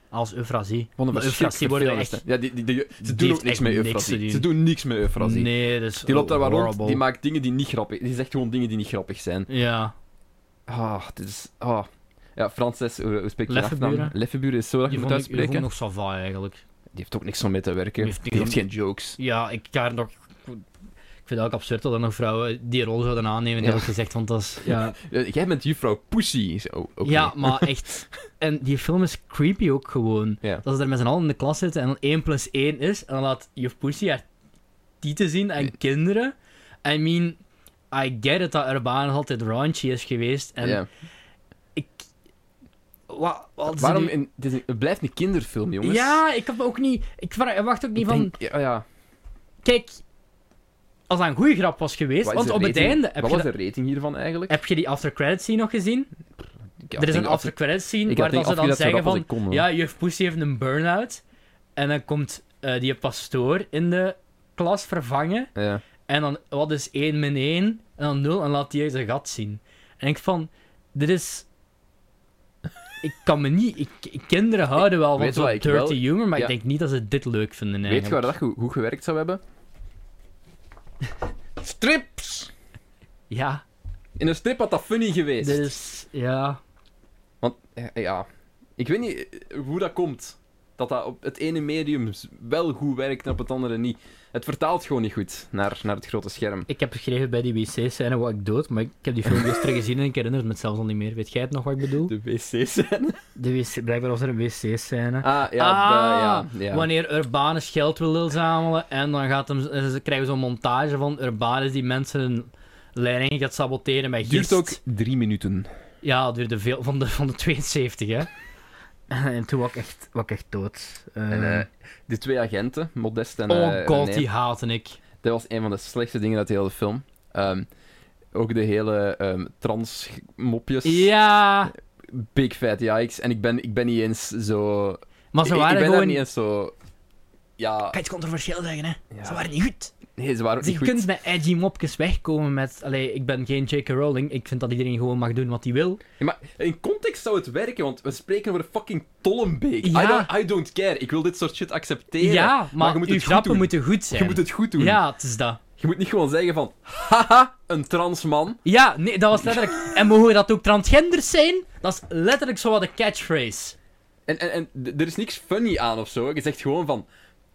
Speaker 1: Als Eufrasie.
Speaker 2: Wat een
Speaker 1: Maar Eufrasie
Speaker 2: verschrikkelijk
Speaker 1: worden
Speaker 2: vervelende
Speaker 1: echt...
Speaker 2: stem. Ja, die, die, die- ze doen
Speaker 1: heeft
Speaker 2: ook niks
Speaker 1: echt
Speaker 2: met
Speaker 1: niks
Speaker 2: Eufrasie.
Speaker 1: te doen.
Speaker 2: Ze doen niks met Eufrasie.
Speaker 1: Nee, dat is
Speaker 2: Die loopt daar wel
Speaker 1: horrible.
Speaker 2: rond, die maakt dingen die niet grappig Die zegt gewoon dingen die niet grappig zijn.
Speaker 1: Ja.
Speaker 2: Ah, dit is... Ah. Ja, Frances, hoe, hoe spreek je
Speaker 1: Leffeburen.
Speaker 2: je achternaam? Leffeburen is zo dat je
Speaker 1: Die
Speaker 2: moet
Speaker 1: vond, ik, die vond
Speaker 2: uitspreken.
Speaker 1: ik nog sava eigenlijk.
Speaker 2: Die heeft ook niks om mee te werken.
Speaker 1: Die
Speaker 2: Die
Speaker 1: heeft
Speaker 2: heeft,
Speaker 1: niks om-
Speaker 2: geen jokes.
Speaker 1: Ja, ik ga er nog... Ik vind het ook absurd dat er nog vrouwen die rol zouden aannemen,
Speaker 2: Ja.
Speaker 1: eerlijk gezegd, want dat is... Ja,
Speaker 2: Eh, Jij bent juffrouw Pussy. Zo, oké.
Speaker 1: ja maar echt... En die film is creepy ook gewoon.
Speaker 2: Ja.
Speaker 1: Dat ze daar met z'n allen in de klas zitten en dan 1 plus 1 is, en dan laat juf Pussy haar tieten zien aan kinderen. I mean, I get it dat Urban altijd raunchy is geweest. En
Speaker 2: Ja.
Speaker 1: ik, wa- wat is
Speaker 2: Waarom?
Speaker 1: er nu-
Speaker 2: in- het, is een- het blijft een kinderfilm, jongens.
Speaker 1: Ja, ik heb ook niet... Ik vra- ik wacht ook niet
Speaker 2: Ik
Speaker 1: van...
Speaker 2: denk- ja, ja.
Speaker 1: Kijk, als dat een goede grap was geweest...
Speaker 2: Wat is
Speaker 1: want
Speaker 2: de
Speaker 1: op het
Speaker 2: rating-
Speaker 1: einde... Heb
Speaker 2: Wat
Speaker 1: je,
Speaker 2: was
Speaker 1: dat-
Speaker 2: de rating hiervan eigenlijk?
Speaker 1: heb je die after credits scene nog gezien?
Speaker 2: Ik
Speaker 1: er is
Speaker 2: denk
Speaker 1: een
Speaker 2: dat-
Speaker 1: after credits scene
Speaker 2: ik
Speaker 1: waar
Speaker 2: had
Speaker 1: dat
Speaker 2: denk
Speaker 1: ze dan
Speaker 2: afgeleid zo
Speaker 1: zeggen
Speaker 2: rap
Speaker 1: van...
Speaker 2: als ik kon, hoor.
Speaker 1: ja, juf Pussy heeft een burn-out. En dan komt eh, die pastoor in de klas vervangen.
Speaker 2: Ja.
Speaker 1: En dan, wat is 1 min 1? En dan 0 en laat die zijn gat zien. En ik van, dit is... Ik kan me niet... Ik, ik- kinderen houden wel van
Speaker 2: Weet je wat
Speaker 1: zo'n
Speaker 2: ik
Speaker 1: dirty
Speaker 2: wel-
Speaker 1: humor, maar
Speaker 2: Ja.
Speaker 1: ik denk niet dat ze dit leuk vinden
Speaker 2: Weet je
Speaker 1: eigenlijk.
Speaker 2: waar dat goed, goed gewerkt zou hebben? Strips!
Speaker 1: Ja,
Speaker 2: In een strip had dat funny geweest.
Speaker 1: dit is... Ja...
Speaker 2: Want, eh, ja... Ik weet niet eh, hoe dat komt. Dat dat op het ene medium s- wel goed werkt en op het andere niet. Het vertaalt gewoon niet goed naar, naar het grote scherm.
Speaker 1: Ik heb geschreven bij die wc-scène wat ik dood, maar ik heb die film gisteren gezien en ik herinner het me zelfs al niet meer. Weet jij het nog wat ik bedoel?
Speaker 2: De wc-scène?
Speaker 1: De wc, blijkbaar was er een wc-scène.
Speaker 2: Ah, ja. de-
Speaker 1: Ah,
Speaker 2: ja, ja.
Speaker 1: Wanneer Urbanus geld wil zamelen en dan gaat hem, eh, ze krijgen zo'n montage van Urbanus die mensen hun leiding gaat saboteren met gist.
Speaker 2: Duurt ook drie minuten.
Speaker 1: Ja, het duurde veel, van de, van de 72 hè. En toen was ik echt, was ik echt dood. Eh,
Speaker 2: En eh, de twee agenten, Modest en
Speaker 1: oh
Speaker 2: eh,
Speaker 1: god,
Speaker 2: René,
Speaker 1: die haatte ik.
Speaker 2: dat was een van de slechtste dingen uit de hele film. Ehm, ook de hele ehm, trans-mopjes.
Speaker 1: Ja,
Speaker 2: Big fat yikes. En ik ben, ik ben niet eens zo...
Speaker 1: maar ze
Speaker 2: ik, ik ben
Speaker 1: waren
Speaker 2: daar
Speaker 1: gewoon...
Speaker 2: niet eens zo... Ja,
Speaker 1: Kan je het controversieel zeggen, hè?
Speaker 2: Ja.
Speaker 1: Ze waren niet goed.
Speaker 2: nee, ze waren ook
Speaker 1: Je
Speaker 2: niet goed.
Speaker 1: kunt met edgy mopjes wegkomen met... Allee, ik ben geen J.K. Rowling. Ik vind dat iedereen gewoon mag doen wat hij wil.
Speaker 2: Ja, maar in context zou het werken, want we spreken over fucking Tollenbeek.
Speaker 1: Ja.
Speaker 2: I, don't, I don't care. Ik wil dit soort shit accepteren.
Speaker 1: ja, maar,
Speaker 2: je moet
Speaker 1: uw
Speaker 2: het goed
Speaker 1: grappen
Speaker 2: doen.
Speaker 1: moeten goed zijn.
Speaker 2: Je moet het goed doen.
Speaker 1: Ja, het is dat.
Speaker 2: Je moet niet gewoon zeggen van... Haha, een transman.
Speaker 1: Ja, nee, dat was letterlijk... en mogen dat ook transgenders zijn? Dat is letterlijk zo wat een catchphrase.
Speaker 2: En, en, en d- er is niks funny aan of zo. Je zegt gewoon van...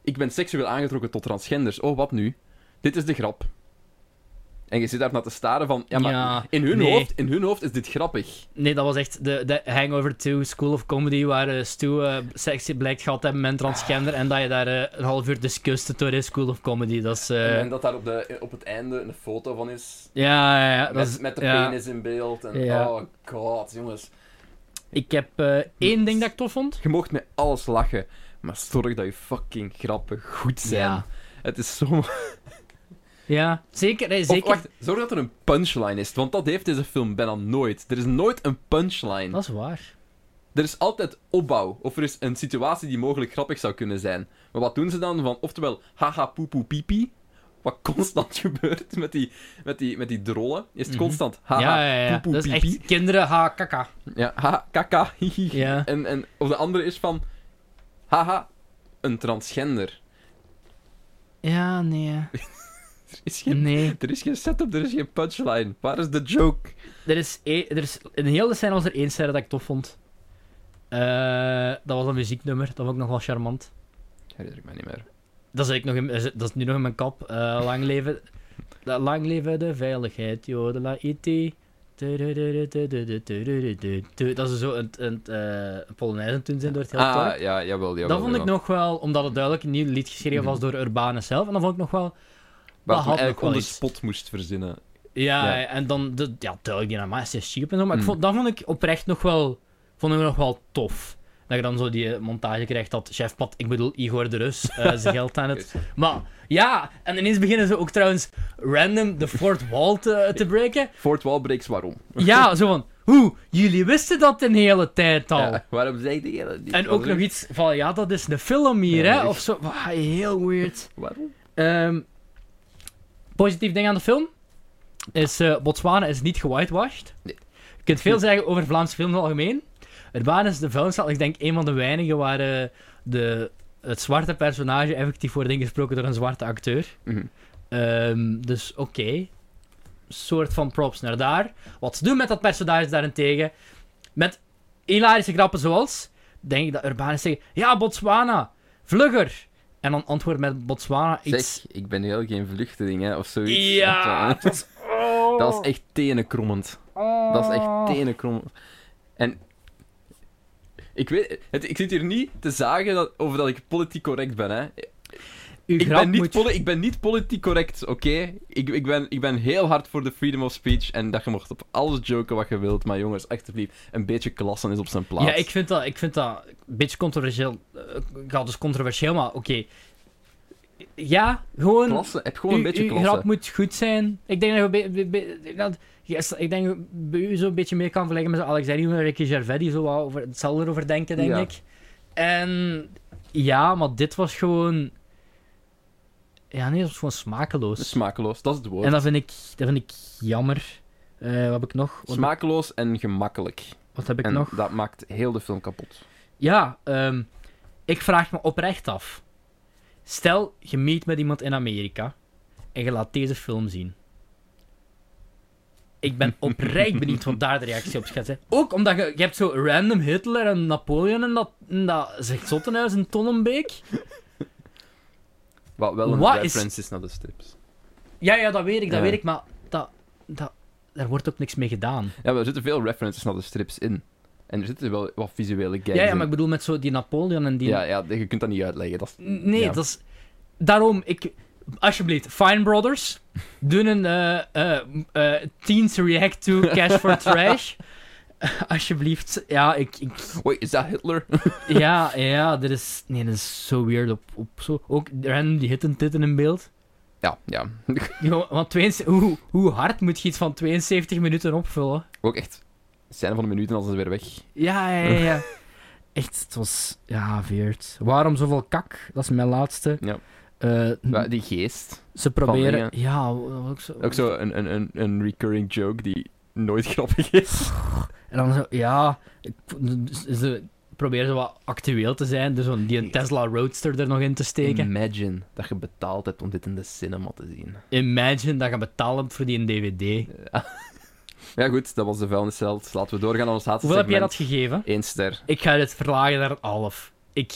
Speaker 2: Ik ben seksueel aangetrokken tot transgenders. Oh, wat nu? Dit is de grap. En je zit daar naar te staren van... Ja, maar
Speaker 1: Ja,
Speaker 2: in, hun
Speaker 1: nee.
Speaker 2: hoofd, in hun hoofd is dit grappig.
Speaker 1: Nee, dat was echt de, de Hangover 2 School of Comedy, waar eh, Stu eh, seks blijkt gehad te hebben met een transgender en dat je daar eh, een half uur discussed door is, School of Comedy. Dat is... eh,
Speaker 2: en dat daar op, de, op het einde een foto van is.
Speaker 1: ja, ja, ja, dat is...
Speaker 2: Met, met de
Speaker 1: ja.
Speaker 2: penis in beeld. En,
Speaker 1: Ja.
Speaker 2: Oh god, jongens.
Speaker 1: Ik heb eh, één ding dat ik tof vond.
Speaker 2: Je mocht met alles lachen. Maar zorg dat je fucking grappen goed zijn.
Speaker 1: Ja.
Speaker 2: Het is zo...
Speaker 1: Ja, zeker. Nee,
Speaker 2: Of
Speaker 1: zeker.
Speaker 2: wacht, zorg dat er een punchline is. Want dat heeft deze film bijna nooit. Er is nooit een punchline.
Speaker 1: Dat is waar.
Speaker 2: Er is altijd opbouw. Of er is een situatie die mogelijk grappig zou kunnen zijn. Maar wat doen ze dan? Van, oftewel, haha, poepoe, pipi. Wat constant gebeurt met die, met die, met die drollen. Is het constant haha,
Speaker 1: Mhm. ja, ja, ja.
Speaker 2: Ah, poepoe,
Speaker 1: dat is
Speaker 2: pipi.
Speaker 1: echt kinderen ha kaka.
Speaker 2: Ja, haha, kaka, hihi.
Speaker 1: Ja.
Speaker 2: En, en, of de andere is van, haha, een transgender.
Speaker 1: Ja, nee.
Speaker 2: Er is geen,
Speaker 1: Nee.
Speaker 2: er is geen setup, er is geen punchline. Waar is de joke?
Speaker 1: er, is e- er is in heel de scène was er één scène dat ik tof vond. Eh, dat was een muzieknummer. Dat vond ik nog wel charmant.
Speaker 2: Herinner ik me niet meer.
Speaker 1: Dat is, eigenlijk nog in, is- dat is nu nog in mijn kap. Eh, lang, leven, la- lang leven de veiligheid, joh, de la IT. Tudududududududududu. Dat ze zo een, een, eh, een Polonaise aan het doen zijn door het hele dorp.
Speaker 2: Ah, ja, Mhm. jawel, jawel.
Speaker 1: Dat vond ik
Speaker 2: jawel.
Speaker 1: nog wel, omdat het duidelijk een nieuw lied geschreven was door Urbanus zelf. En dat vond ik nog wel.
Speaker 2: Waar
Speaker 1: dat
Speaker 2: ik me
Speaker 1: had
Speaker 2: eigenlijk
Speaker 1: nog
Speaker 2: on
Speaker 1: wel
Speaker 2: the
Speaker 1: iets.
Speaker 2: spot moest verzinnen.
Speaker 1: Ja, Hmm.
Speaker 2: Ja.
Speaker 1: en dan de, ja, duidelijk die naam is is cheap en zo. Maar ik vond, dat vond ik oprecht nog wel, vond ik nog wel tof. Dat je dan zo die eh, montage krijgt dat chef Pat, ik bedoel Igor de Rus, eh, zijn geld aan het. Maar ja, en ineens beginnen ze ook trouwens random de fourth wall te, te breken.
Speaker 2: Fort Wall breaks waarom?
Speaker 1: Ja, zo van, hoe, jullie wisten dat een hele tijd al.
Speaker 2: Ja, waarom zei die hele... die-
Speaker 1: En ook nog iets van, ja, dat is een film hier,
Speaker 2: Ja,
Speaker 1: hè?
Speaker 2: echt.
Speaker 1: Of zo. Wah, heel weird.
Speaker 2: Waarom?
Speaker 1: Ehm, positief ding aan de film is eh, Botswana is niet gewhitewashed.
Speaker 2: Nee.
Speaker 1: Je kunt veel zeggen over Vlaamse films in het algemeen. Urbana is de vuilnisstad, ik denk een van de weinigen waar eh, de, het zwarte personage effectief wordt ingesproken door een zwarte acteur.
Speaker 2: Mhm.
Speaker 1: Ehm, dus oké. Soort van props naar daar. Wat ze doen met dat personage daarentegen. Met hilarische grappen zoals. Denk ik dat Urbanus zegt: Ja, Botswana, vlugger. En dan antwoord met Botswana iets.
Speaker 2: Zeg, ik ben heel geen vluchteling, hè, of zoiets.
Speaker 1: Ja, Oh.
Speaker 2: Dat is, dat is echt tenenkrommend. Dat is echt tenenkrommend. En... Ik weet... Het, ik zit hier niet te zagen dat, over dat ik politiek correct ben, hè.
Speaker 1: uw
Speaker 2: Ik
Speaker 1: grap
Speaker 2: ben, niet
Speaker 1: moet...
Speaker 2: poli- ik ben niet politiek correct, oké? Ik, ik, ben, ik ben heel hard voor de freedom of speech en dat je mocht op alles joken wat je wilt. Maar jongens, alsjeblieft, een beetje klassen is op zijn plaats.
Speaker 1: Ja, ik vind dat, ik vind dat een beetje controversieel. Eh, Ik had dus controversieel, maar oké. Ja, gewoon...
Speaker 2: Klassen, heb gewoon een
Speaker 1: uw-
Speaker 2: beetje
Speaker 1: uw
Speaker 2: klassen.
Speaker 1: grap moet goed zijn. Ik denk dat je bij- bij- bij- dat- yes, ik denk dat bij u zo'n beetje meer kan verleggen met zo'n Alexandrie en Ricky Gervais, die zo wat over, hetzelfde erover denken, denk
Speaker 2: Ja.
Speaker 1: ik. En ja, maar dit was gewoon... Ja, nee, het was gewoon smakeloos.
Speaker 2: Smakeloos, dat is het woord.
Speaker 1: en dat vind ik, dat vind ik jammer. Eh, wat heb ik nog? Wat,
Speaker 2: Smakeloos en gemakkelijk.
Speaker 1: wat heb ik
Speaker 2: en
Speaker 1: nog?
Speaker 2: dat maakt heel de film kapot.
Speaker 1: Ja, ehm, ik vraag me oprecht af. Stel, je meet met iemand in Amerika en je laat deze film zien. Ik ben oprecht benieuwd wat daar de reactie op gaat zijn. Ook omdat je, je hebt zo random Hitler en Napoleon en dat, en dat zegt Zottenhuis en Tonnenbeek.
Speaker 2: Wat wel een
Speaker 1: Wat is-
Speaker 2: reference is... naar de strips.
Speaker 1: Ja, ja, dat weet ik, dat
Speaker 2: Ja.
Speaker 1: weet ik, maar dat, dat, daar wordt ook niks mee gedaan.
Speaker 2: Ja, maar er zitten veel references naar de strips in. En er zitten wel wat visuele gags
Speaker 1: Ja, ja,
Speaker 2: in.
Speaker 1: maar ik bedoel met zo die Napoleon en die...
Speaker 2: dus Ja, ja, je kunt dat niet uitleggen. Dat is...
Speaker 1: Nee,
Speaker 2: Ja.
Speaker 1: dat is... Daarom, ik... Alsjeblieft, Fine Brothers. Doen een eh, eh, eh, Teens React to Cash for Trash. Alsjeblieft. Ja, ik... ik-
Speaker 2: Wait, is dat Hitler?
Speaker 1: ja, ja, dit is... Nee, dit is zo weird. Op, op zo... Ook random die hitten titten in beeld.
Speaker 2: ja, ja.
Speaker 1: Die gewoon- Want 72 hoe, hoe hard moet je iets van 72 minuten opvullen?
Speaker 2: Ook echt. Zijn van de minuten als ze weer weg.
Speaker 1: Ja, ja, ja. ja. Echt, het was... Ja, weird. Waarom zoveel kak? Dat is mijn laatste.
Speaker 2: Ja.
Speaker 1: Eh,
Speaker 2: Maar Die geest.
Speaker 1: ze proberen...
Speaker 2: dingen.
Speaker 1: ja, ook zo...
Speaker 2: Ook zo een, een, een, een recurring joke die nooit grappig is.
Speaker 1: En dan zo, ja, ik- ze proberen zo wat actueel te zijn, dus om die een Tesla Roadster er nog in te
Speaker 2: Mm.
Speaker 1: steken.
Speaker 2: Imagine dat je betaald hebt om dit in de cinema te zien.
Speaker 1: Imagine dat je betaald hebt voor die een DVD.
Speaker 2: Eh, Ja goed, dat was de vuilnisheld. Laten we doorgaan naar ons laatste
Speaker 1: Hoeveel heb jij
Speaker 2: segment.
Speaker 1: dat gegeven?
Speaker 2: Eén ster.
Speaker 1: Ik ga dit verlagen naar een half. Ik,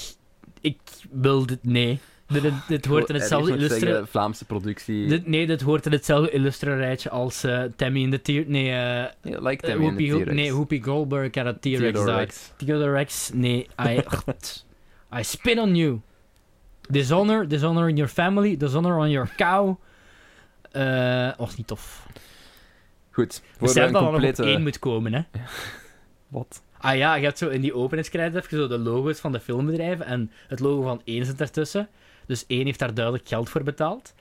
Speaker 1: ik wil dit, nee. Dit, dit, dit hoort in
Speaker 2: En eh, ik
Speaker 1: hetzelfde
Speaker 2: moet
Speaker 1: illustre...
Speaker 2: zeggen, Vlaamse productie.
Speaker 1: Dit, nee, dit hoort in hetzelfde illustre rijtje als eh, Tammy in de Tier... Nee, eh,
Speaker 2: Ja, like Tammy en de
Speaker 1: Whoopi, Go-
Speaker 2: T-Rex.
Speaker 1: nee, Whoopi Goldberg had een T-Rex
Speaker 2: Theodore
Speaker 1: died.
Speaker 2: Rex.
Speaker 1: Theodore Rex, nee, I, God. I spin on you. Dishonor, dishonor on your family, dishonor on your cow. Eh was niet tof.
Speaker 2: Goed.
Speaker 1: We
Speaker 2: Voor
Speaker 1: zijn
Speaker 2: een
Speaker 1: dat dan nog
Speaker 2: complete...
Speaker 1: op één moet komen, hè.
Speaker 2: Wat?
Speaker 1: Ah ja, je hebt zo in die openingscredits heb je zo de logo's van de filmbedrijven en het logo van één zit ertussen. Dus één heeft daar duidelijk geld voor betaald.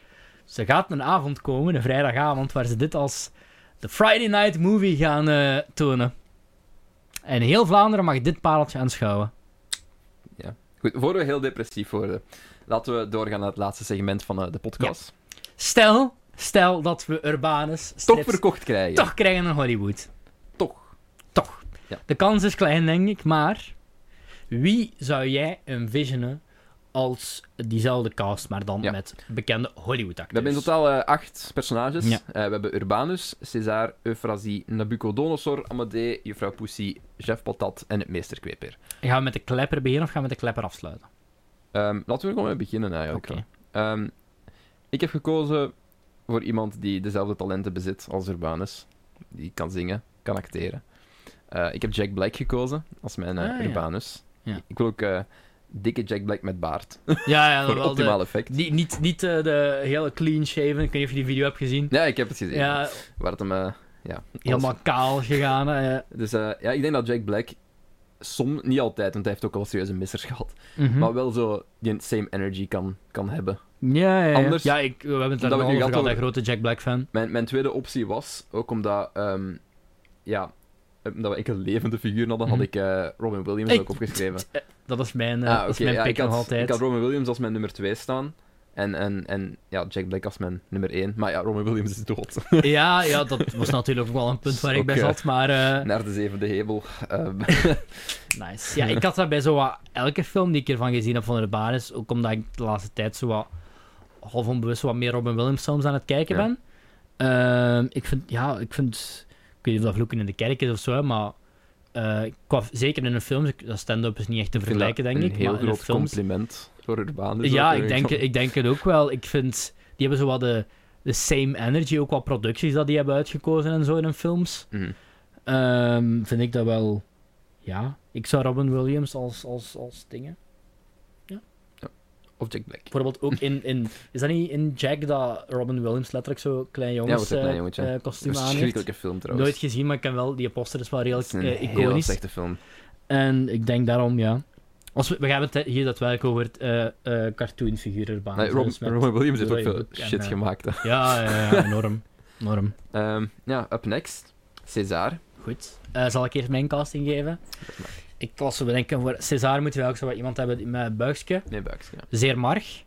Speaker 1: Ze gaat een avond komen, een vrijdagavond, waar ze dit als de Friday Night Movie gaan eh, tonen. En heel Vlaanderen mag dit pareltje aanschouwen.
Speaker 2: Goed, voor we heel depressief worden, laten we doorgaan naar het laatste segment van eh, de podcast.
Speaker 1: Stel, stel dat we Urbanus
Speaker 2: Toch
Speaker 1: strips
Speaker 2: verkocht krijgen.
Speaker 1: toch krijgen in Hollywood.
Speaker 2: Toch.
Speaker 1: Toch.
Speaker 2: Ja.
Speaker 1: De kans is klein, denk ik, maar wie zou jij envisionen als diezelfde cast, maar dan
Speaker 2: Ja.
Speaker 1: met bekende
Speaker 2: We hebben
Speaker 1: Hollywood-acteurs?
Speaker 2: in totaal eh, acht personages.
Speaker 1: Dus- Ja.
Speaker 2: Eh, we hebben Urbanus, César, Euphrasie, Nabucodonosor, Amadee, Juffrouw Pussy, Chef Patat en Meester Kweper.
Speaker 1: Gaan we met de klepper beginnen of gaan we met de klepper afsluiten?
Speaker 2: Ehm, laten we gewoon mee beginnen eigenlijk.
Speaker 1: Oké.
Speaker 2: Ehm, ik heb gekozen voor iemand die dezelfde talenten bezit als Urbanus. Die kan zingen, kan acteren. Eh, ik heb Jack Black gekozen als mijn eh,
Speaker 1: Ah, ja.
Speaker 2: Urbanus.
Speaker 1: Ja.
Speaker 2: Ik wil ook eh, dikke Jack Black met baard.
Speaker 1: Ja, ja,
Speaker 2: voor
Speaker 1: wel de-
Speaker 2: optimaal effect.
Speaker 1: die, niet, niet eh, de hele clean shaven, ik weet niet of je die video hebt gezien.
Speaker 2: Ja, ik heb het gezien.
Speaker 1: Ja,
Speaker 2: Waar het hem... eh, ja,
Speaker 1: helemaal kaal gegaan. eh.
Speaker 2: Dus eh, ja, ik denk dat Jack Black soms, niet altijd, want hij heeft ook wel serieuze missers gehad,
Speaker 1: Mhm.
Speaker 2: maar wel zo die same energy kan, kan hebben.
Speaker 1: ja, ja, ja.
Speaker 2: Anders-
Speaker 1: ja ik, we hebben het daar nog
Speaker 2: Omdat we
Speaker 1: over
Speaker 2: nu
Speaker 1: gehad,
Speaker 2: gehad
Speaker 1: dat
Speaker 2: over-
Speaker 1: grote Jack Black-fan.
Speaker 2: Mijn, mijn tweede optie was, ook omdat, ehm, ja, eh, omdat we enkel levende figuren hadden,
Speaker 1: Mhm.
Speaker 2: had ik eh, Robin Williams
Speaker 1: Ik-
Speaker 2: ook opgeschreven.
Speaker 1: Eh, Dat is mijn, eh,
Speaker 2: Ah,
Speaker 1: dat is
Speaker 2: oké,
Speaker 1: mijn
Speaker 2: ja,
Speaker 1: pick
Speaker 2: ik,
Speaker 1: nog
Speaker 2: had,
Speaker 1: altijd.
Speaker 2: ik had Robin Williams als mijn nummer 2 staan. En, en, en ja, Jack Black als mijn nummer 1. Maar ja, Robin Williams is dood.
Speaker 1: Ja, ja, dat was natuurlijk ook wel een punt waar ik bij
Speaker 2: Oké.
Speaker 1: zat, maar... eh,
Speaker 2: Naar de zevende hemel. Ehm,
Speaker 1: Nice. Ja, ik had dat bij zo wat elke film die ik ervan gezien heb van Urbanus, ook omdat ik de laatste tijd zo wat half onbewust wat meer Robin Williams films aan het kijken
Speaker 2: Ja.
Speaker 1: ben. Ehm, ik vind, ja, ik vind, ik weet niet of dat vloeken in de kerk is of zo, hè, maar eh, qua, zeker in een film, ik- dat stand-up is niet echt te
Speaker 2: ik vind dat
Speaker 1: vergelijken, denk ik.
Speaker 2: Een heel
Speaker 1: maar in
Speaker 2: groot
Speaker 1: een films,
Speaker 2: compliment voor Urbanus.
Speaker 1: ja,
Speaker 2: Dus ook. eh,
Speaker 1: ik denk, ik denk het ook wel. Ik vind, die hebben zo wat de, de same energy, ook wat producties dat die hebben uitgekozen en zo in hun films.
Speaker 2: Mhm.
Speaker 1: Ehm, vind ik dat wel. Ja, ik zou Robin Williams als, als, als dingen.
Speaker 2: Of Jack Black.
Speaker 1: Bijvoorbeeld ook in, in... Is dat niet in Jack dat Robin Williams letterlijk zo klein jongens
Speaker 2: zo'n
Speaker 1: eh,
Speaker 2: klein jongetje.
Speaker 1: eh,
Speaker 2: Dat
Speaker 1: kostuum
Speaker 2: is een
Speaker 1: aan heeft?
Speaker 2: verschrikkelijke film trouwens.
Speaker 1: Nooit gezien, maar ik ken wel... Die poster is wel
Speaker 2: Het
Speaker 1: redelijk
Speaker 2: is een
Speaker 1: eh,
Speaker 2: heel
Speaker 1: iconisch. Ah,
Speaker 2: slechte film.
Speaker 1: En ik denk daarom, ja... Als we, we hebben het eh, hier daadwerkelijk over het eh, eh, cartoonfiguren erbij.
Speaker 2: Nee, Rob,
Speaker 1: Dus met-
Speaker 2: Robin Williams heeft ook veel
Speaker 1: Playbook en,
Speaker 2: shit
Speaker 1: eh,
Speaker 2: gemaakt. hè.
Speaker 1: Ja, ja, ja, enorm. enorm.
Speaker 2: Ehm, ja, up next. César.
Speaker 1: Goed. Eh, zal ik eerst mijn casting geven? Ik was zo bedenken, voor César moeten we ook zo wat iemand hebben die- met een buikje.
Speaker 2: Nee, Bugs. Ja.
Speaker 1: Zeer marg.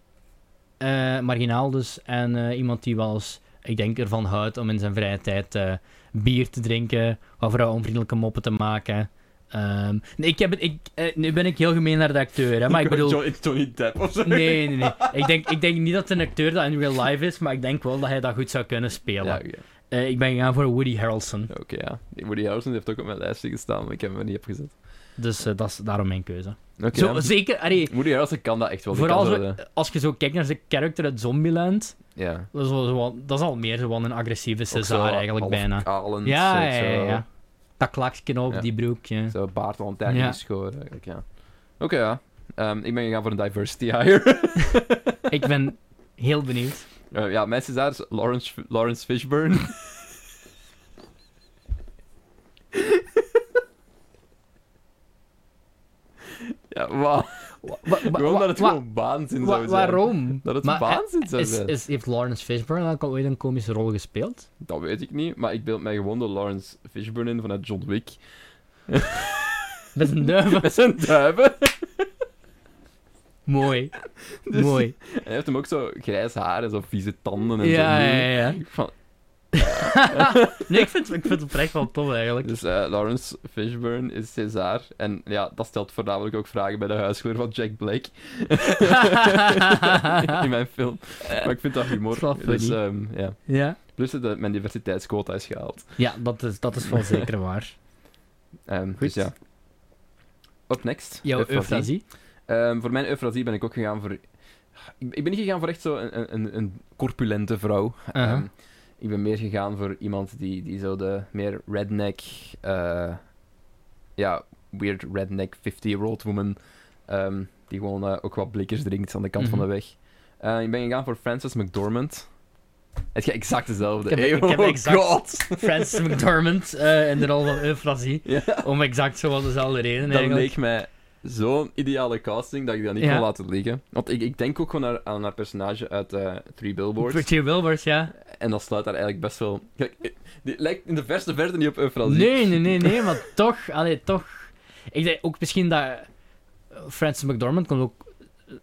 Speaker 1: Eh, marginaal dus. En eh, iemand die wel eens, ik denk, ervan houdt om in zijn vrije tijd eh, bier te drinken. Wat vrouwenvriendelijke moppen te maken. Ehm, nee, ik heb, het- ik, eh, nu ben ik heel gemeen naar de acteur, hè, maar ik bedoel...
Speaker 2: Johnny, Johnny Depp of zo.
Speaker 1: Nee, nee, nee. Ik denk, ik denk niet dat het een acteur dat in real life is, maar ik denk wel dat hij dat goed zou kunnen spelen.
Speaker 2: Ja, ja.
Speaker 1: Eh, ik ben gegaan voor Woody Harrelson.
Speaker 2: Oké, ja. Die Woody Harrelson heeft ook op mijn lijstje gestaan, maar ik heb hem er niet opgezet.
Speaker 1: Dus eh, dat is daarom mijn keuze.
Speaker 2: Oké.
Speaker 1: Zo,
Speaker 2: ja.
Speaker 1: zeker, allee,
Speaker 2: Woody Harrelson kan dat eh, echt wel. die
Speaker 1: vooral
Speaker 2: kan
Speaker 1: zo-
Speaker 2: zo de-
Speaker 1: als je zo kijkt naar zijn character uit Zombieland,
Speaker 2: Ja.
Speaker 1: dat is, wel zo wat- dat is al meer zo wat een agressieve
Speaker 2: Ook zo
Speaker 1: César eigenlijk
Speaker 2: half
Speaker 1: bijna.
Speaker 2: kalend,
Speaker 1: Ja,
Speaker 2: zo-
Speaker 1: ja, ja, ja. Dat klaksken op,
Speaker 2: Ja.
Speaker 1: die broek. ja.
Speaker 2: Zo baard al een tijdje
Speaker 1: Ja.
Speaker 2: geschoren, eigenlijk, ja. Oké, ja. Ehm, ik ben gegaan voor een diversity hire.
Speaker 1: Ik ben heel benieuwd.
Speaker 2: Eh, ja, mijn César is Lawrence, Lawrence Fishburne. ja, wauw. Gewoon dat het gewoon waanzin zou zijn.
Speaker 1: waarom?
Speaker 2: Dat het
Speaker 1: Maar,
Speaker 2: waanzin zou
Speaker 1: eh, is,
Speaker 2: zijn.
Speaker 1: is, heeft Lawrence Fishburne ook al ooit een komische rol gespeeld?
Speaker 2: Dat weet ik niet, maar ik beeld mij gewoon de Lawrence Fishburne in vanuit John Wick.
Speaker 1: Met een duivel.
Speaker 2: Met zijn duiven.
Speaker 1: Mooi.
Speaker 2: Dus
Speaker 1: Mooi.
Speaker 2: En hij heeft hem ook zo grijs haar en zo vieze tanden en
Speaker 1: Ja,
Speaker 2: zo.
Speaker 1: ja, ja. ja.
Speaker 2: Ik Van,
Speaker 1: Nee, ik vind, ik vind het oprecht wel tof eigenlijk.
Speaker 2: Dus eh, Lawrence Fishburne is César. En ja, dat stelt voornamelijk ook vragen bij de huiskleur van Jack Black. in mijn film. Maar ik vind dat humor.
Speaker 1: Dat is wel
Speaker 2: dus,
Speaker 1: funny.
Speaker 2: ehm, ja.
Speaker 1: Ja,
Speaker 2: Plus dat mijn diversiteitsquota is gehaald.
Speaker 1: ja dat, is, dat is wel zeker waar.
Speaker 2: Ehm, Dus ja. Up next.
Speaker 1: Jouw euphrasie?
Speaker 2: Euphrasie. Ehm, voor mijn eufrasie ben ik ook gegaan voor... Ik, ik ben niet gegaan voor echt zo een, een, een corpulente vrouw.
Speaker 1: Uh-huh.
Speaker 2: Ehm, ik ben meer gegaan voor iemand die, die zo de meer redneck... eh, ja, weird redneck 50-year-old woman. ehm, die gewoon eh, ook wat blikkers drinkt aan de kant van
Speaker 1: Mhm.
Speaker 2: de weg. Eh, ik ben gegaan voor Frances McDormand. Het gaat exact dezelfde.
Speaker 1: Ik heb-
Speaker 2: Hey,
Speaker 1: ik heb
Speaker 2: oh
Speaker 1: exact-
Speaker 2: god!
Speaker 1: Francis McDormand eh, in de rol van Euphrasie.
Speaker 2: Ja.
Speaker 1: Om exact zo wel dezelfde reden
Speaker 2: Dat
Speaker 1: eigenlijk.
Speaker 2: leek mij zo'n ideale casting dat ik dat niet
Speaker 1: Ja.
Speaker 2: kon laten liggen. Want ik, ik denk ook gewoon aan, aan haar personage uit eh Three Billboards.
Speaker 1: Richie Wilbert, ja.
Speaker 2: En dat sluit daar eigenlijk best wel... Kijk, eh, die lijkt in de verste verte niet op Eufrasie.
Speaker 1: Nee, nee, nee, nee, maar toch. Allee, toch. Ik denk ook misschien dat Francis McDormand komt ook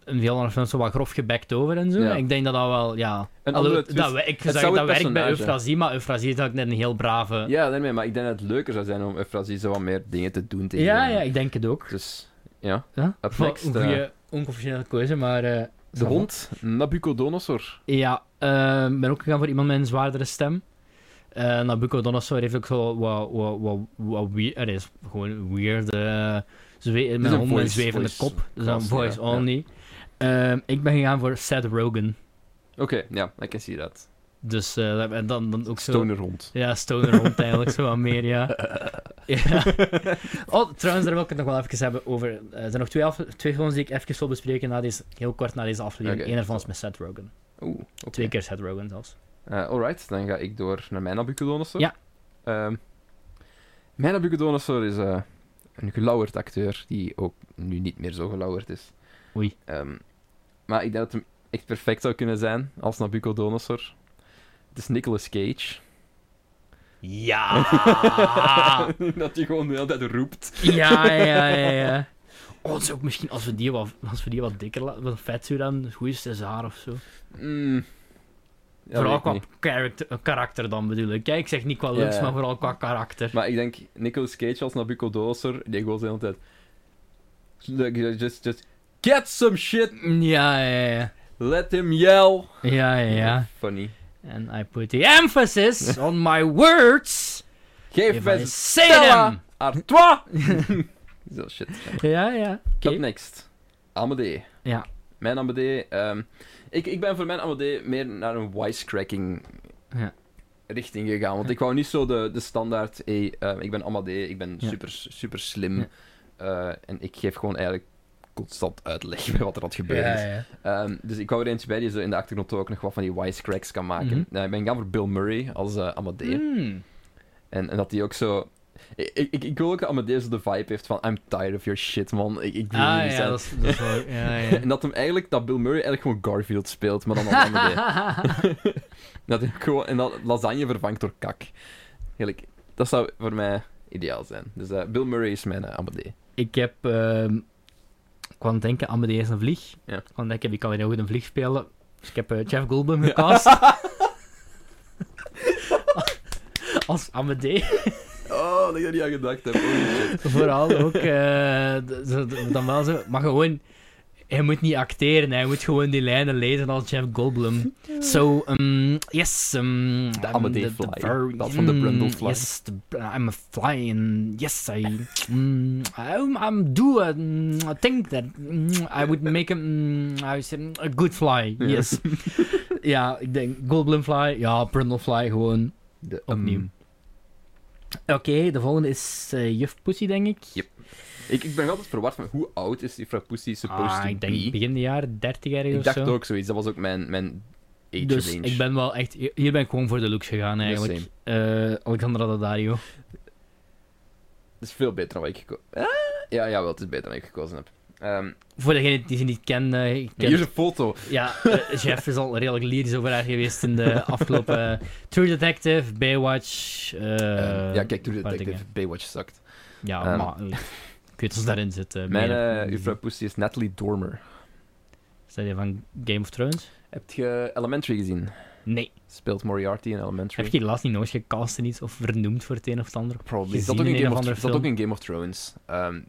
Speaker 1: een veel andere films zo wat grof gebekt over en zo.
Speaker 2: Ja.
Speaker 1: Ik denk dat dat wel, ja.
Speaker 2: Een
Speaker 1: Alhoewel,
Speaker 2: andere twist.
Speaker 1: dat, we- ik
Speaker 2: Het
Speaker 1: zeg,
Speaker 2: zou
Speaker 1: dat
Speaker 2: het
Speaker 1: werkt bij
Speaker 2: personage-
Speaker 1: Euphrasie, maar Euphrasie is ook net een heel brave.
Speaker 2: Ja, daarmee, maar ik denk dat het leuker zou zijn om Eufrasie zo wat meer dingen te doen tegen
Speaker 1: ja,
Speaker 2: hem.
Speaker 1: ja, ik denk het ook.
Speaker 2: Dus, ja.
Speaker 1: Ja?
Speaker 2: Up
Speaker 1: Wel,
Speaker 2: next,
Speaker 1: Een
Speaker 2: eh,
Speaker 1: goede onconventionele keuze, maar... eh,
Speaker 2: De
Speaker 1: ça va.
Speaker 2: hond, Nabucodonosor.
Speaker 1: Ja, eh, ik ben ook gegaan voor iemand met een zwaardere stem. Eh Nabucodonosor heeft ook zo wat, wat, wat, wat weird... Er is gewoon weird... eh, zwe- met een hond
Speaker 2: een
Speaker 1: met een
Speaker 2: voice-
Speaker 1: zwevende
Speaker 2: voice
Speaker 1: kop. Dus een
Speaker 2: casting,
Speaker 1: voice
Speaker 2: ja, ja.
Speaker 1: only. Ehm, ik ben gegaan voor Seth Rogen.
Speaker 2: Oké, ja, ik zie dat.
Speaker 1: Dus eh, en dan, dan ook zo...
Speaker 2: Stonerhond.
Speaker 1: Ja, stoner hond eigenlijk, zo wat meer, ja. ja. Oh, trouwens, daar wil ik het nog wel even hebben over... eh, er zijn nog twee, af- twee films die ik even wil bespreken, na deze, heel kort na deze aflevering.
Speaker 2: Oké.
Speaker 1: Eén ervan is met Seth Rogen.
Speaker 2: Oeh, oké.
Speaker 1: Twee keer Seth Rogen zelfs.
Speaker 2: Eh, alright, dan ga ik door naar mijn Nabucodonosor.
Speaker 1: Ja.
Speaker 2: Ehm, mijn Nabucodonosor is eh, een gelauwerd acteur die ook nu niet meer zo gelauwerd is.
Speaker 1: Oei.
Speaker 2: Ehm, maar ik denk dat hem echt perfect zou kunnen zijn als Nabucodonosor. Het is Nicolas Cage.
Speaker 1: Ja!
Speaker 2: dat hij gewoon de hele tijd roept.
Speaker 1: Ja, ja, ja, ja. Oh, het is ook misschien als we die wat, als we die wat dikker laten, wat vetzuur aan, een goede César of zo.
Speaker 2: Mm. Ja, weet
Speaker 1: vooral
Speaker 2: ik
Speaker 1: qua
Speaker 2: niet.
Speaker 1: character- eh, karakter dan bedoel ik. Kijk, ik zeg niet qua looks,
Speaker 2: Ja.
Speaker 1: maar vooral qua karakter.
Speaker 2: Maar ik denk Nicolas Cage als Nabucodonosor, die gewoon de hele tijd... Look, Just, just get some shit,
Speaker 1: Ja, ja, ja.
Speaker 2: let him yell.
Speaker 1: Ja, ja, ja.
Speaker 2: Funny.
Speaker 1: And I put the emphasis on my words.
Speaker 2: Geef
Speaker 1: If
Speaker 2: mij
Speaker 1: I say them.
Speaker 2: Stella Artois! Zo shit.
Speaker 1: Ja, ja. Oké.
Speaker 2: Up next. Amadee.
Speaker 1: Ja.
Speaker 2: Mijn Amadee... ehm, ik, ik ben voor mijn Amadee meer naar een wisecracking
Speaker 1: Ja.
Speaker 2: richting gegaan. Want ik wou niet zo de, de standaard... E, hey, ehm, ik ben Amadee, ik ben
Speaker 1: Ja.
Speaker 2: super, super slim.
Speaker 1: Ja.
Speaker 2: eh, en ik geef gewoon eigenlijk constant uitleg bij wat er aan het gebeuren is. Ehm, dus ik wou er eentje bij die zo in de achtergrond ook nog wat van die wisecracks kan maken.
Speaker 1: Mhm.
Speaker 2: Nou, ik ben gaan voor Bill Murray als eh, Amadeus.
Speaker 1: Hmm.
Speaker 2: En, en dat hij ook zo... Ik, ik, ik wil ook dat Amadeus de vibe heeft van I'm tired of your shit, man. Ik, ik wil hier
Speaker 1: Ah
Speaker 2: niet
Speaker 1: ja,
Speaker 2: zijn.
Speaker 1: dat is, dat is wel... Ja, ja.
Speaker 2: En dat hem eigenlijk, dat Bill Murray eigenlijk gewoon Garfield speelt, maar dan als Amadeus. dat hij ook gewoon, en dat lasagne vervangt door kak. Eigenlijk, dat zou voor mij ideaal zijn. Dus eh, Bill Murray is mijn eh, Amadeus.
Speaker 1: Ik heb... ehm, ik kwam denken, Amadeus een vlieg.
Speaker 2: Ja.
Speaker 1: Ik kwam denken, wie kan weer heel goed een vlieg spelen? Dus ik heb eh, Jeff Goldblum gecast. Als Amadeus.
Speaker 2: Oh, dat ik er niet aan gedacht heb. Holy shit.
Speaker 1: Vooral ook... eh, d- d- d- dan wel zo... Maar gewoon... Hij moet niet acteren, hij moet gewoon die lijnen lezen als Jeff Goldblum. So, um, yes, um,
Speaker 2: De
Speaker 1: I'm
Speaker 2: Amadeus
Speaker 1: the- the
Speaker 2: fly.
Speaker 1: bird,
Speaker 2: Dat van de
Speaker 1: mm,
Speaker 2: Brundle fly.
Speaker 1: Yes, the, I'm a fly and yes, I, mm, I'm, I'm do a, mm, I think that mm, I would make a, mm, I would say, mm, a good fly, yes. ja, ik denk Goldblum fly, ja, Brundle fly gewoon
Speaker 2: De,
Speaker 1: opnieuw.
Speaker 2: um,
Speaker 1: Oké, de volgende is eh, Juf Pussy, denk ik.
Speaker 2: Juf ik, ik ben altijd verward van hoe oud is die Pussy supposed
Speaker 1: Ah,
Speaker 2: to
Speaker 1: ik denk
Speaker 2: be?
Speaker 1: begin de jaren 30 ergens
Speaker 2: ik
Speaker 1: of
Speaker 2: dacht
Speaker 1: zo.
Speaker 2: ook zoiets. Dat was ook mijn, mijn age
Speaker 1: dus
Speaker 2: range.
Speaker 1: ik ben wel echt... Hier ben ik gewoon voor de looks gegaan,
Speaker 2: Ja,
Speaker 1: eigenlijk. Eh, Alexandra Daddario.
Speaker 2: Het is veel beter dan wat ik gekozen heb. Ja, ja, wel, het is beter dan wat ik gekozen heb. Ehm,
Speaker 1: Voor degenen die ze niet kennen... ik ken-
Speaker 2: hier is een foto.
Speaker 1: Ja, eh, Jeff is al redelijk lyrisch over haar geweest in de afgelopen... eh, True Detective, Baywatch... eh,
Speaker 2: Ehm, ja, kijk, True
Speaker 1: paar
Speaker 2: Detective
Speaker 1: dingen.
Speaker 2: Baywatch zakt.
Speaker 1: Ja,
Speaker 2: Ehm.
Speaker 1: maar... eh, ik weet wat daarin zit. eh,
Speaker 2: Mijn
Speaker 1: meer.
Speaker 2: eh juffrouw Pussy is Natalie Dormer.
Speaker 1: Zijn die van Game of Thrones?
Speaker 2: Heb je Elementary gezien?
Speaker 1: Nee.
Speaker 2: Speelt Moriarty in Elementary?
Speaker 1: Heb je laatst niet nooit gecast in iets of vernoemd voor het een of het ander?
Speaker 2: Probably.
Speaker 1: gezien
Speaker 2: Zat ook,
Speaker 1: in
Speaker 2: in
Speaker 1: een
Speaker 2: Game
Speaker 1: of
Speaker 2: of,
Speaker 1: andere
Speaker 2: zat ook
Speaker 1: film?
Speaker 2: in Game of Thrones. Ehm,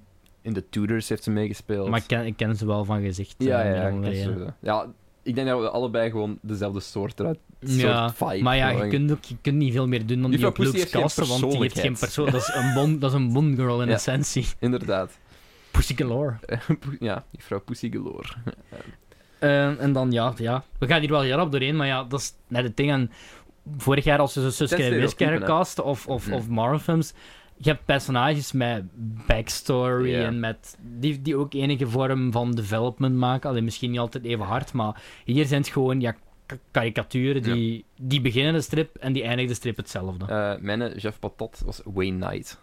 Speaker 2: in The Tudors heeft ze meegespeeld.
Speaker 1: Maar ik ken, ik ken ze wel van gezicht. eh,
Speaker 2: ja,
Speaker 1: onder
Speaker 2: ja,
Speaker 1: andere,
Speaker 2: ja,
Speaker 1: ja.
Speaker 2: ja. ja, ik denk dat we allebei gewoon dezelfde soort eruit soort
Speaker 1: Ja,
Speaker 2: vibe.
Speaker 1: maar ja, je
Speaker 2: gewoon.
Speaker 1: kunt, ook, je kunt niet veel meer doen dan
Speaker 2: Die
Speaker 1: die op
Speaker 2: vrouw
Speaker 1: looks
Speaker 2: Pussy heeft geen
Speaker 1: casten, want die heeft geen persoon. Dat is een bon, dat is een bon girl in
Speaker 2: Ja.
Speaker 1: essentie.
Speaker 2: Inderdaad.
Speaker 1: Pussy galore.
Speaker 2: ja, juffrouw Pussy Galore. Ehm,
Speaker 1: Eh, en dan, ja, ja, we gaan hier wel heel rap doorheen, maar ja, dat is net het ding. En vorig jaar, als we zo Suske en Wiske
Speaker 2: stereotypen, hè.
Speaker 1: hercasten of, of,
Speaker 2: Mhm.
Speaker 1: of Marvel films, je hebt personages met backstory
Speaker 2: Ja.
Speaker 1: en met... Die, die ook enige vorm van development maken. Alleen misschien niet altijd even hard, maar hier zijn het gewoon ja, k- karikaturen die, die beginnen de strip en die eindigen de strip hetzelfde.
Speaker 2: Eh mijn Jeff Patat was Wayne Knight.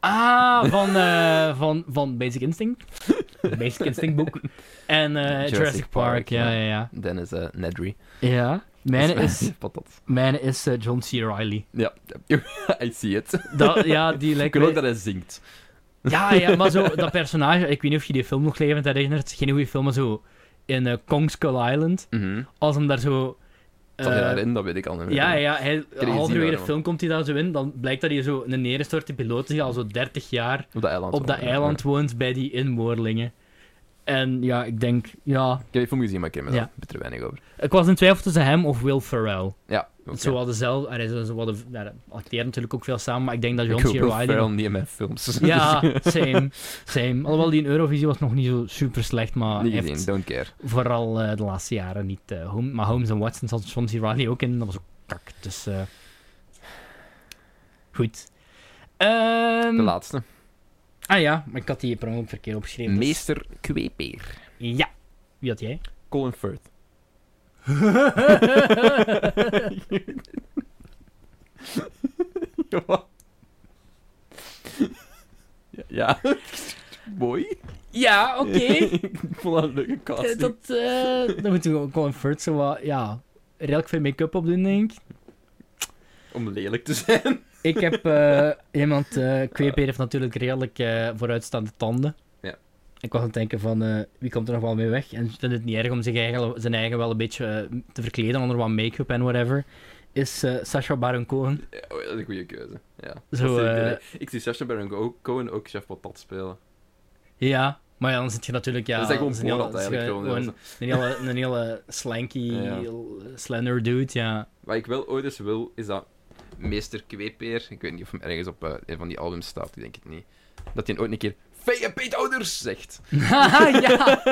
Speaker 1: Ah, van, eh, van, van Basic Instinct. Het Basic Instinct boek. En eh, Jurassic, Park, ja, ja, ja.
Speaker 2: Dennis is Nedry.
Speaker 1: Ja, mijn is,
Speaker 2: Jeff Patat.
Speaker 1: mijn is eh, John C. Reilly.
Speaker 2: Ja, I see it.
Speaker 1: Dat, ja, die
Speaker 2: Ik
Speaker 1: lijkt
Speaker 2: wil ook
Speaker 1: me...
Speaker 2: dat hij zingt.
Speaker 1: Ja, ja, maar zo, dat personage, ik weet niet of je die film nog levend herinnert, geen goede film, maar zo in eh, Kong Skull Island,
Speaker 2: Mhm.
Speaker 1: als hem daar zo...
Speaker 2: Zat hij
Speaker 1: eh,
Speaker 2: daarin? Dat weet ik al niet meer.
Speaker 1: ja, ja, hij,
Speaker 2: niet
Speaker 1: halverwege de
Speaker 2: waarom.
Speaker 1: film komt hij daar zo in, dan blijkt dat hij zo een neergestorte piloot is die al zo 30 jaar
Speaker 2: Op dat eiland.
Speaker 1: op dat
Speaker 2: Ja.
Speaker 1: eiland woont bij die inwoordelingen. En ja, ik denk, ja,
Speaker 2: Ik heb die film gezien, maar ik ken me daar
Speaker 1: Ja.
Speaker 2: bitter weinig over.
Speaker 1: Ik was in twijfel tussen hem of Will Ferrell.
Speaker 2: Ja, oké.
Speaker 1: Ze hadden zelf, allee, ze ze hadden, ja, dat acteren natuurlijk ook veel samen, maar ik denk dat
Speaker 2: Ik
Speaker 1: John
Speaker 2: hoop
Speaker 1: C.
Speaker 2: Will Ferrell
Speaker 1: Reilly...
Speaker 2: niet in mijn films.
Speaker 1: Ja, same, same. Alhoewel die in Eurovisie was nog niet zo super slecht, maar
Speaker 2: dus niet
Speaker 1: hij
Speaker 2: gezien,
Speaker 1: heeft
Speaker 2: don't care.
Speaker 1: vooral eh, de laatste jaren niet. eh, Home- maar Holmes en Watson zat John C. Reilly ook in, dat was ook kak. Dus eh, goed. Ehm,
Speaker 2: De laatste.
Speaker 1: ah ja, maar ik had die per ongeluk verkeerd opgeschreven. dus-
Speaker 2: Meester Kweeper.
Speaker 1: Ja. Wie had jij?
Speaker 2: Colin Firth. ja. ja. Mooi.
Speaker 1: ja, oké.
Speaker 2: ik vond dat een leuke
Speaker 1: Eh,
Speaker 2: casting.
Speaker 1: dat, eh dan moeten we gewoon Colin Firth zo wat, ja, redelijk veel make-up op doen, denk ik.
Speaker 2: Om lelijk te zijn.
Speaker 1: Ik heb eh, iemand, eh Kweeper heeft natuurlijk redelijk eh, vooruitstaande tanden.
Speaker 2: Ja.
Speaker 1: Ik was aan het denken van, eh, wie komt er nog wel mee weg? En ik vind het niet erg om zich eigen, zijn eigen wel een beetje eh, te verkleden onder wat make-up en whatever. Is eh Sacha Baron Cohen.
Speaker 2: Ja, oh ja, dat is een goede keuze. Ja. Dat
Speaker 1: Zo,
Speaker 2: zie ik
Speaker 1: eh,
Speaker 2: direct. Ik zie Sacha Baron Go- Cohen ook Chef Patat spelen.
Speaker 1: Ja, maar ja, dan zit je natuurlijk... Ja,
Speaker 2: Dat is eigenlijk
Speaker 1: een
Speaker 2: gewoon
Speaker 1: hele-
Speaker 2: Borat eigenlijk.
Speaker 1: is
Speaker 2: gewoon.
Speaker 1: gewoon Een hele, een hele slanky,
Speaker 2: Ja.
Speaker 1: slender dude, ja.
Speaker 2: Wat ik wel ooit eens wil, is dat Meester Kweepeer, ik weet niet of hem ergens op eh, een van die albums staat, ik denk het niet, dat hij ooit een keer Vee peetouders, zegt.
Speaker 1: ja,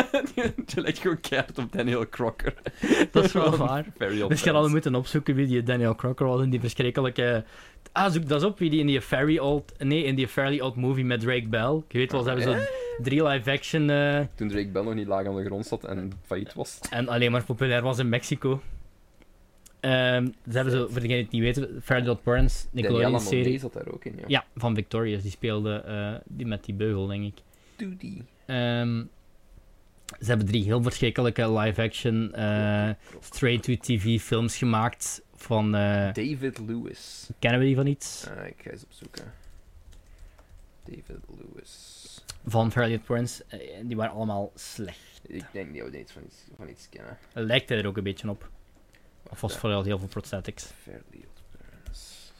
Speaker 2: Je legt gewoon keihard op Daniel Crocker.
Speaker 1: dat is wel waar.
Speaker 2: Very old
Speaker 1: Dus je
Speaker 2: man.
Speaker 1: hadden moeten opzoeken wie die Daniel Crocker was in die verschrikkelijke... Ah, zoek dat eens op, wie die in die Fairly Old... Nee, in die Fairly Old movie met Drake Bell. Je weet wel, ze hebben zo'n drie live-action... eh,
Speaker 2: Toen Drake Bell nog niet laag aan de grond zat en failliet was.
Speaker 1: en alleen maar populair was in Mexico. Ehm, ze hebben zo, voor degenen die het niet weten, Fairly Old Parents,
Speaker 2: Daniela
Speaker 1: Nickelodeon-serie.
Speaker 2: Monet zat daar ook in, ja.
Speaker 1: Ja, van Victorious, die speelde eh, die met die beugel, denk ik.
Speaker 2: Doody.
Speaker 1: Ehm, ze hebben drie heel verschrikkelijke live-action, eh, straight-to-tv films gemaakt van... eh,
Speaker 2: David Lewis.
Speaker 1: kennen we die van iets?
Speaker 2: Ah, ik ga eens opzoeken. David Lewis.
Speaker 1: van Fairly Odd Parents, eh, die waren allemaal slecht.
Speaker 2: Ik denk dat we dit van iets, van iets kennen.
Speaker 1: Lijkt hij er ook een beetje op. Of was
Speaker 2: Ja.
Speaker 1: vooral heel veel prosthetics.
Speaker 2: Fairly Odd Parents.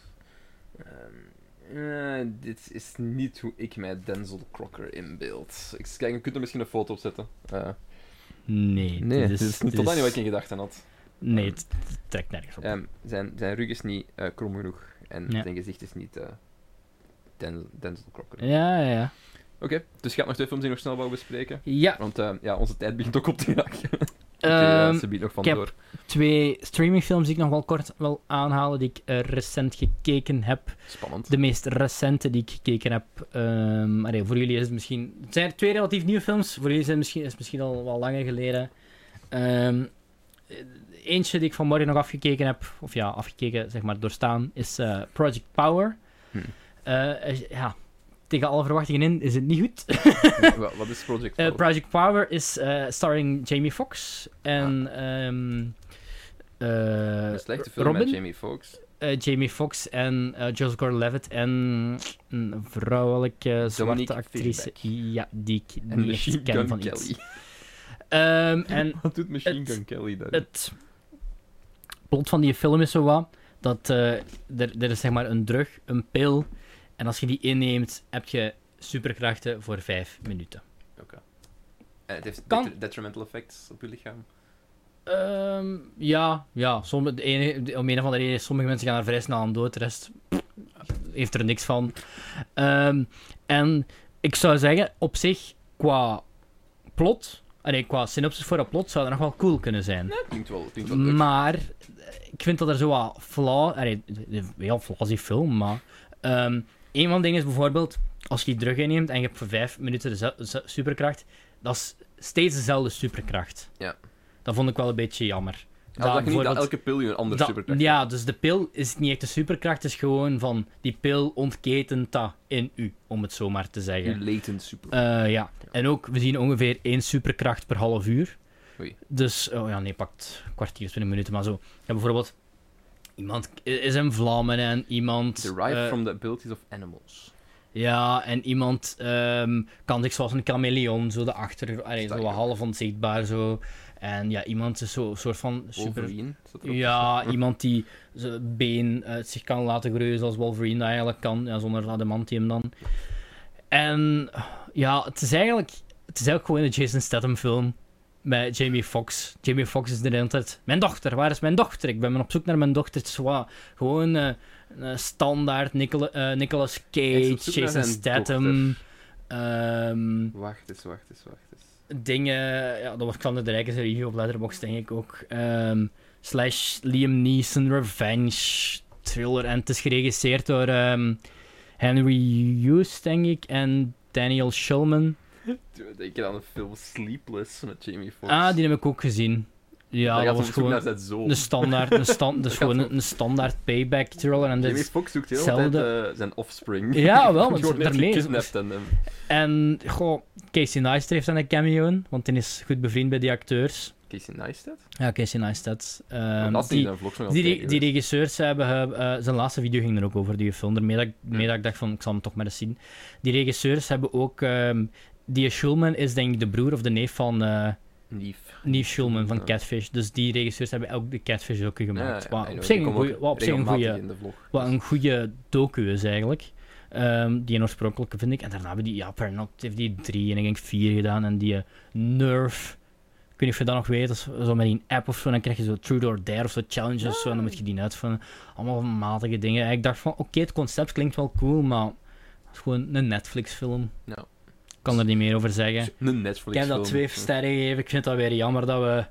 Speaker 2: Ehm, eh, dit is niet hoe ik mij Denzel Crocker inbeeld. Ik kijk, je kunt er misschien een foto op zetten. Eh,
Speaker 1: Nee,
Speaker 2: nee,
Speaker 1: dit
Speaker 2: dit is
Speaker 1: dit
Speaker 2: niet totaal niet wat ik in gedachten had.
Speaker 1: Nee, het het trekt nergens op.
Speaker 2: Ehm, zijn, zijn rug is niet eh, krom genoeg en
Speaker 1: Ja.
Speaker 2: zijn gezicht is niet eh, Den- Denzel Crocker.
Speaker 1: Ja, ja, ja.
Speaker 2: Oké, dus gaat nog twee films die nog snel wou bespreken.
Speaker 1: Ja,
Speaker 2: Want eh, ja, onze tijd begint ook op te raken. eh,
Speaker 1: ehm,
Speaker 2: ze biedt nog van
Speaker 1: ik heb-
Speaker 2: door.
Speaker 1: twee streamingfilms die ik nog wel kort wil aanhalen, die ik eh, recent gekeken heb.
Speaker 2: Spannend.
Speaker 1: De meest recente die ik gekeken heb. ehm, allee, voor jullie is het misschien... Het zijn twee relatief nieuwe films. Voor jullie is het misschien, is het misschien al wel langer geleden. Ehm, eentje die ik vanmorgen nog afgekeken heb, of ja, afgekeken, zeg maar, doorstaan, is eh, Project Power.
Speaker 2: Hm.
Speaker 1: Eh, eh, ja, tegen alle verwachtingen in is het niet goed.
Speaker 2: Wa- Wat is Project
Speaker 1: Eh,
Speaker 2: Power?
Speaker 1: Project Power is eh, starring Jamie Foxx en... ehm, eh,
Speaker 2: Ah. Een slechte film
Speaker 1: Robin?
Speaker 2: met Jamie Foxx.
Speaker 1: eh, Jamie Foxx en eh Joseph Gordon-Levitt en een vrouwelijke zwarte
Speaker 2: Dominique
Speaker 1: actrice.
Speaker 2: Fishback.
Speaker 1: Ja, die ik
Speaker 2: En
Speaker 1: niet echt
Speaker 2: Machine
Speaker 1: ken
Speaker 2: Gun
Speaker 1: van iets.
Speaker 2: Kelly.
Speaker 1: Ehm, en
Speaker 2: Wat doet Machine
Speaker 1: Het-
Speaker 2: Gun Kelly daar?
Speaker 1: het plot van die film is zo wat dat eh, er, er is zeg maar een drug, een pil, en als je die inneemt, heb je superkrachten voor vijf minuten.
Speaker 2: En Eh, het heeft
Speaker 1: kan-
Speaker 2: detri- detrimental effects op je lichaam.
Speaker 1: Ehm, ja, ja sommige, de ene, de- om een of andere reden, sommige mensen gaan er vrij snel aan dood, de rest pff, heeft er niks van. Ehm, en ik zou zeggen, op zich, qua plot, nee, qua synopsis voor dat plot, zou dat nog wel cool kunnen zijn.
Speaker 2: Klinkt wel, klinkt wel leuk.
Speaker 1: Maar eh, ik vind dat er zo wat flaw... Allee, de- de- heel flaw is die film, maar... ehm een van de dingen is bijvoorbeeld... Als je die drug inneemt en je hebt voor vijf minuten de ze- ze- superkracht... Dat is steeds dezelfde superkracht.
Speaker 2: Ja.
Speaker 1: Dat vond ik wel een beetje jammer.
Speaker 2: Ja, dat je niet dat
Speaker 1: bijvoorbeeld-
Speaker 2: elke pil je een ander
Speaker 1: dat-
Speaker 2: superkracht
Speaker 1: Ja, dus de pil is niet echt de superkracht. Het is gewoon van... Die pil ontketent dat in u, om het zo maar te zeggen.
Speaker 2: Je latent super.
Speaker 1: Eh, ja, en ook, we zien ongeveer één superkracht per half uur.
Speaker 2: Oei.
Speaker 1: Dus, oh ja, nee, pakt een kwartier, twintig minuten, maar zo. Ja, bijvoorbeeld, iemand i- is in vlammen en iemand...
Speaker 2: Derived
Speaker 1: eh,
Speaker 2: from the abilities of animals.
Speaker 1: Ja, en iemand ehm, kan zich zoals een chameleon, zo de achter... Allee,
Speaker 2: Sta
Speaker 1: zo
Speaker 2: je
Speaker 1: wat
Speaker 2: ook.
Speaker 1: half onzichtbaar, zo. En ja, iemand is zo een soort van super...
Speaker 2: Wolverine. Zat erop.
Speaker 1: Ja, iemand die zijn been eh, zich kan laten groeien zoals Wolverine dat eigenlijk kan, ja, zonder adamantium dan. En ja, het is eigenlijk, het is eigenlijk gewoon een Jason Statham film met Jamie Foxx. Jamie Foxx is de hele tijd, mijn dochter, waar is mijn dochter? Ik ben op zoek naar mijn dochter. Het is wat- gewoon eh, een standaard Nicola, eh, Nicolas
Speaker 2: Hij is
Speaker 1: Cage,
Speaker 2: op zoek naar
Speaker 1: Jason
Speaker 2: zijn
Speaker 1: Statham. Ehm
Speaker 2: Wacht eens, wacht eens, wacht eens.
Speaker 1: dingen. Ja, dat was kwam er direct eens een review op Letterboxd, denk ik ook. Ehm, slash Liam Neeson Revenge thriller. En het is geregisseerd door ehm, Henry Hughes, denk ik, en Daniel Shulman.
Speaker 2: Dude, Denk je aan de film Sleepless met Jamie Foxx?
Speaker 1: Ah, die heb ik ook gezien. Ja, dat
Speaker 2: Hij gaat op
Speaker 1: was
Speaker 2: zoek
Speaker 1: gewoon
Speaker 2: naar zijn zoon.
Speaker 1: een standaard, een stand, dus
Speaker 2: Dat gaat
Speaker 1: gewoon
Speaker 2: om-
Speaker 1: een, een standaard payback thriller. En, dit
Speaker 2: Jamie
Speaker 1: is-
Speaker 2: Foxx zoekt heel
Speaker 1: zelden-
Speaker 2: tijd eh, zijn offspring.
Speaker 1: Ja, wel, want
Speaker 2: Die wordt net
Speaker 1: daarmee-
Speaker 2: gekidnapt en ehm,
Speaker 1: en goh, Casey Neistat heeft dan een cameo in, want die is goed bevriend bij die acteurs.
Speaker 2: eh, Casey Neistat?
Speaker 1: Ja, Casey Neistat. ehm,
Speaker 2: dat is
Speaker 1: die-
Speaker 2: niet zijn vlogs nog aan het
Speaker 1: Die,
Speaker 2: kijken
Speaker 1: die
Speaker 2: geweest.
Speaker 1: regisseurs hebben... eh, eh, zijn laatste video ging er ook over, die film. Daarmee dat, ik- mee dat ik dacht van, ik zal hem toch maar eens zien. Die regisseurs hebben ook... ehm, die Schulman is denk ik de broer of de neef van eh
Speaker 2: Lief.
Speaker 1: Neef Schulman van
Speaker 2: Ja.
Speaker 1: Catfish. Dus die regisseurs hebben ook de Catfish ook gemaakt.
Speaker 2: Ja,
Speaker 1: wat
Speaker 2: ja,
Speaker 1: op
Speaker 2: ja,
Speaker 1: zich
Speaker 2: die
Speaker 1: een
Speaker 2: komen
Speaker 1: goeie-
Speaker 2: ook
Speaker 1: wat op zich een
Speaker 2: regelmatig
Speaker 1: goeie-
Speaker 2: in de vlog.
Speaker 1: wat een goede docu is eigenlijk. Ehm, die een oorspronkelijke vind ik. En daarna hebben die... Ja, Paranoid heeft die drie en ik denk vier gedaan. En die eh, Nerve... Ik weet niet of je dat nog weet, dat is zo met een app of zo, dan krijg je zo True or Dare of zo, challenges of zo, en dan moet je die uitvinden. Allemaal van matige dingen. En ik dacht van, oké, het concept klinkt wel cool, maar het is gewoon een Netflix-film.
Speaker 2: Ja.
Speaker 1: kan er niet meer over zeggen.
Speaker 2: Dus Een
Speaker 1: Ik
Speaker 2: Netflix Dus
Speaker 1: heb dat twee sterren gegeven. Ik vind dat weer jammer dat we.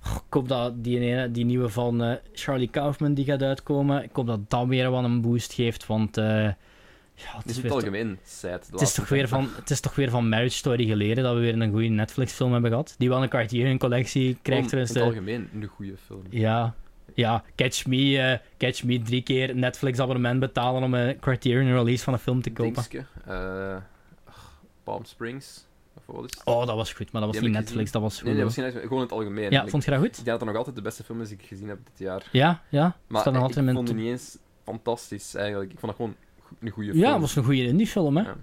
Speaker 1: Goh, Ik hoop dat die, ene, die nieuwe van eh, Charlie Kaufman die gaat uitkomen. Ik hoop dat dat weer wat een boost geeft. Want eh, ja, het,
Speaker 2: Het is
Speaker 1: is
Speaker 2: in
Speaker 1: weer
Speaker 2: het
Speaker 1: toch,
Speaker 2: algemeen sad. de
Speaker 1: het, is
Speaker 2: laatste
Speaker 1: toch weer
Speaker 2: tijd.
Speaker 1: van, het is toch weer van Marriage Story geleden dat we weer een goede Netflix film hebben gehad. Die wel een Criterion collectie krijgt.
Speaker 2: Om- in
Speaker 1: trouwens,
Speaker 2: het
Speaker 1: eh,
Speaker 2: algemeen een goede film.
Speaker 1: ja, ja, Catch Me, eh, Catch Me drie keer Netflix abonnement betalen om een Criterion release van een film te kopen.
Speaker 2: Dingske, eh, Palm Springs. Of wat is het?
Speaker 1: Oh, dat was goed, maar dat was
Speaker 2: Die heb
Speaker 1: niet
Speaker 2: ik
Speaker 1: Netflix, dat was
Speaker 2: Nee, nee,
Speaker 1: Hulu.
Speaker 2: misschien gewoon in het algemeen.
Speaker 1: ja,
Speaker 2: Ik-
Speaker 1: vond je dat goed?
Speaker 2: Ik denk dat dat nog altijd de beste film is die ik gezien heb dit jaar.
Speaker 1: Ja, ja.
Speaker 2: Maar
Speaker 1: Staat nog
Speaker 2: eh,
Speaker 1: altijd in
Speaker 2: ik
Speaker 1: mijn
Speaker 2: vond het
Speaker 1: top-
Speaker 2: niet eens fantastisch eigenlijk. Ik vond dat gewoon go- een goede film.
Speaker 1: Ja, het was een goede indie-film, hè.
Speaker 2: Ja.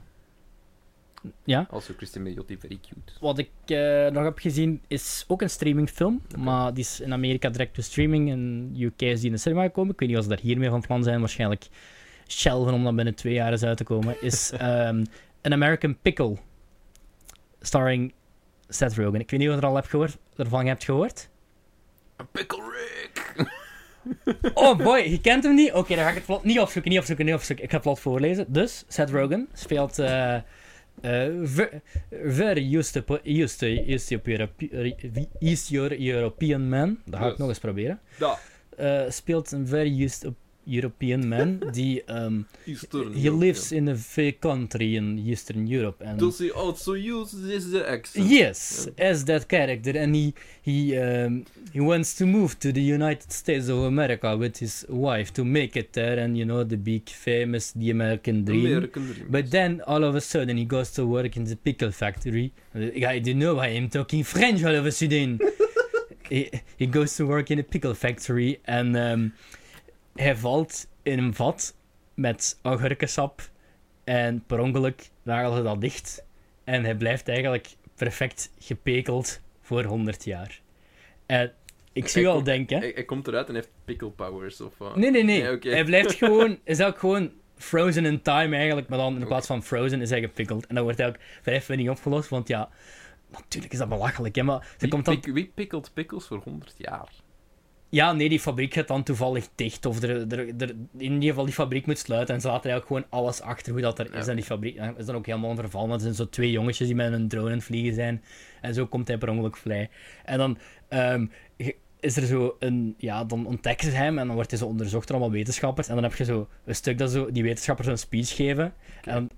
Speaker 1: Ja.
Speaker 2: Also, Christian Milioti, very cute.
Speaker 1: Wat ik eh, nog heb gezien is ook een streamingfilm,
Speaker 2: Oké.
Speaker 1: maar die is in Amerika direct to streaming. In UK is die in de cinema gekomen. Ik weet niet of ze daar hiermee van plan zijn. Waarschijnlijk shelven om dan binnen twee jaar eens uit te komen. Is ehm, An American Pickle, starring Seth Rogen. Ik weet niet of je er al hebt gehoord, ervan hebt gehoord.
Speaker 2: Pickle Rick!
Speaker 1: Oh boy, je kent hem niet? Oké, dan ga ik het vlot niet opzoeken, niet opzoeken, niet opzoeken. Ik ga het vlot voorlezen. Dus, Seth Rogen speelt... eh eh, ver- very used to, po- used to, used to Europe- East Euro- European man. Dat ga ik
Speaker 2: Yes.
Speaker 1: nog eens proberen.
Speaker 2: Da,
Speaker 1: Eh, speelt een very used to European man die... ehm,
Speaker 2: Eastern.
Speaker 1: he lives in a fake country in Eastern Europe. And
Speaker 2: Does he also use this accent?
Speaker 1: Yes, as that character, and he he um, he wants to move to the United States of America with his wife to make it there, and you know the big famous the American dream.
Speaker 2: American Dream.
Speaker 1: But then all of a sudden he goes to work in the pickle factory. I don't know why I'm talking French all of a sudden. he, he goes to work in a pickle factory and um, hij valt in een vat met augurkensap. En per ongeluk nagelen ze dat dicht. En hij blijft eigenlijk perfect gepekeld voor 100 jaar. En ik zie
Speaker 2: Hij
Speaker 1: je al
Speaker 2: komt-
Speaker 1: denken.
Speaker 2: Hij, hij komt eruit en heeft pickle powers of eh, wat?
Speaker 1: Nee, nee, nee.
Speaker 2: Ja, oké.
Speaker 1: Hij blijft gewoon... is ook gewoon frozen in time eigenlijk. Maar dan in plaats van frozen is hij gepikkeld. En dat wordt eigenlijk vrijwillig opgelost. Want ja, natuurlijk is dat belachelijk. Hè, maar ze
Speaker 2: Wie,
Speaker 1: komt dan...
Speaker 2: pik- wie pickelt pickles voor 100 jaar?
Speaker 1: Ja, nee, die fabriek gaat dan toevallig dicht. Of er, er, er, in ieder geval die fabriek moet sluiten. En ze laten eigenlijk gewoon alles achter hoe dat er is.
Speaker 2: Ja.
Speaker 1: En die fabriek ja, is dan ook helemaal in verval. Want er zijn zo twee jongetjes die met een drone aan het vliegen zijn. En zo komt hij per ongeluk vrij. En dan ehm, ge- is er zo een... Ja, dan ontdekken ze hem. En dan wordt hij zo onderzocht door allemaal wetenschappers. En dan heb je zo een stuk dat zo, die wetenschappers een speech geven. En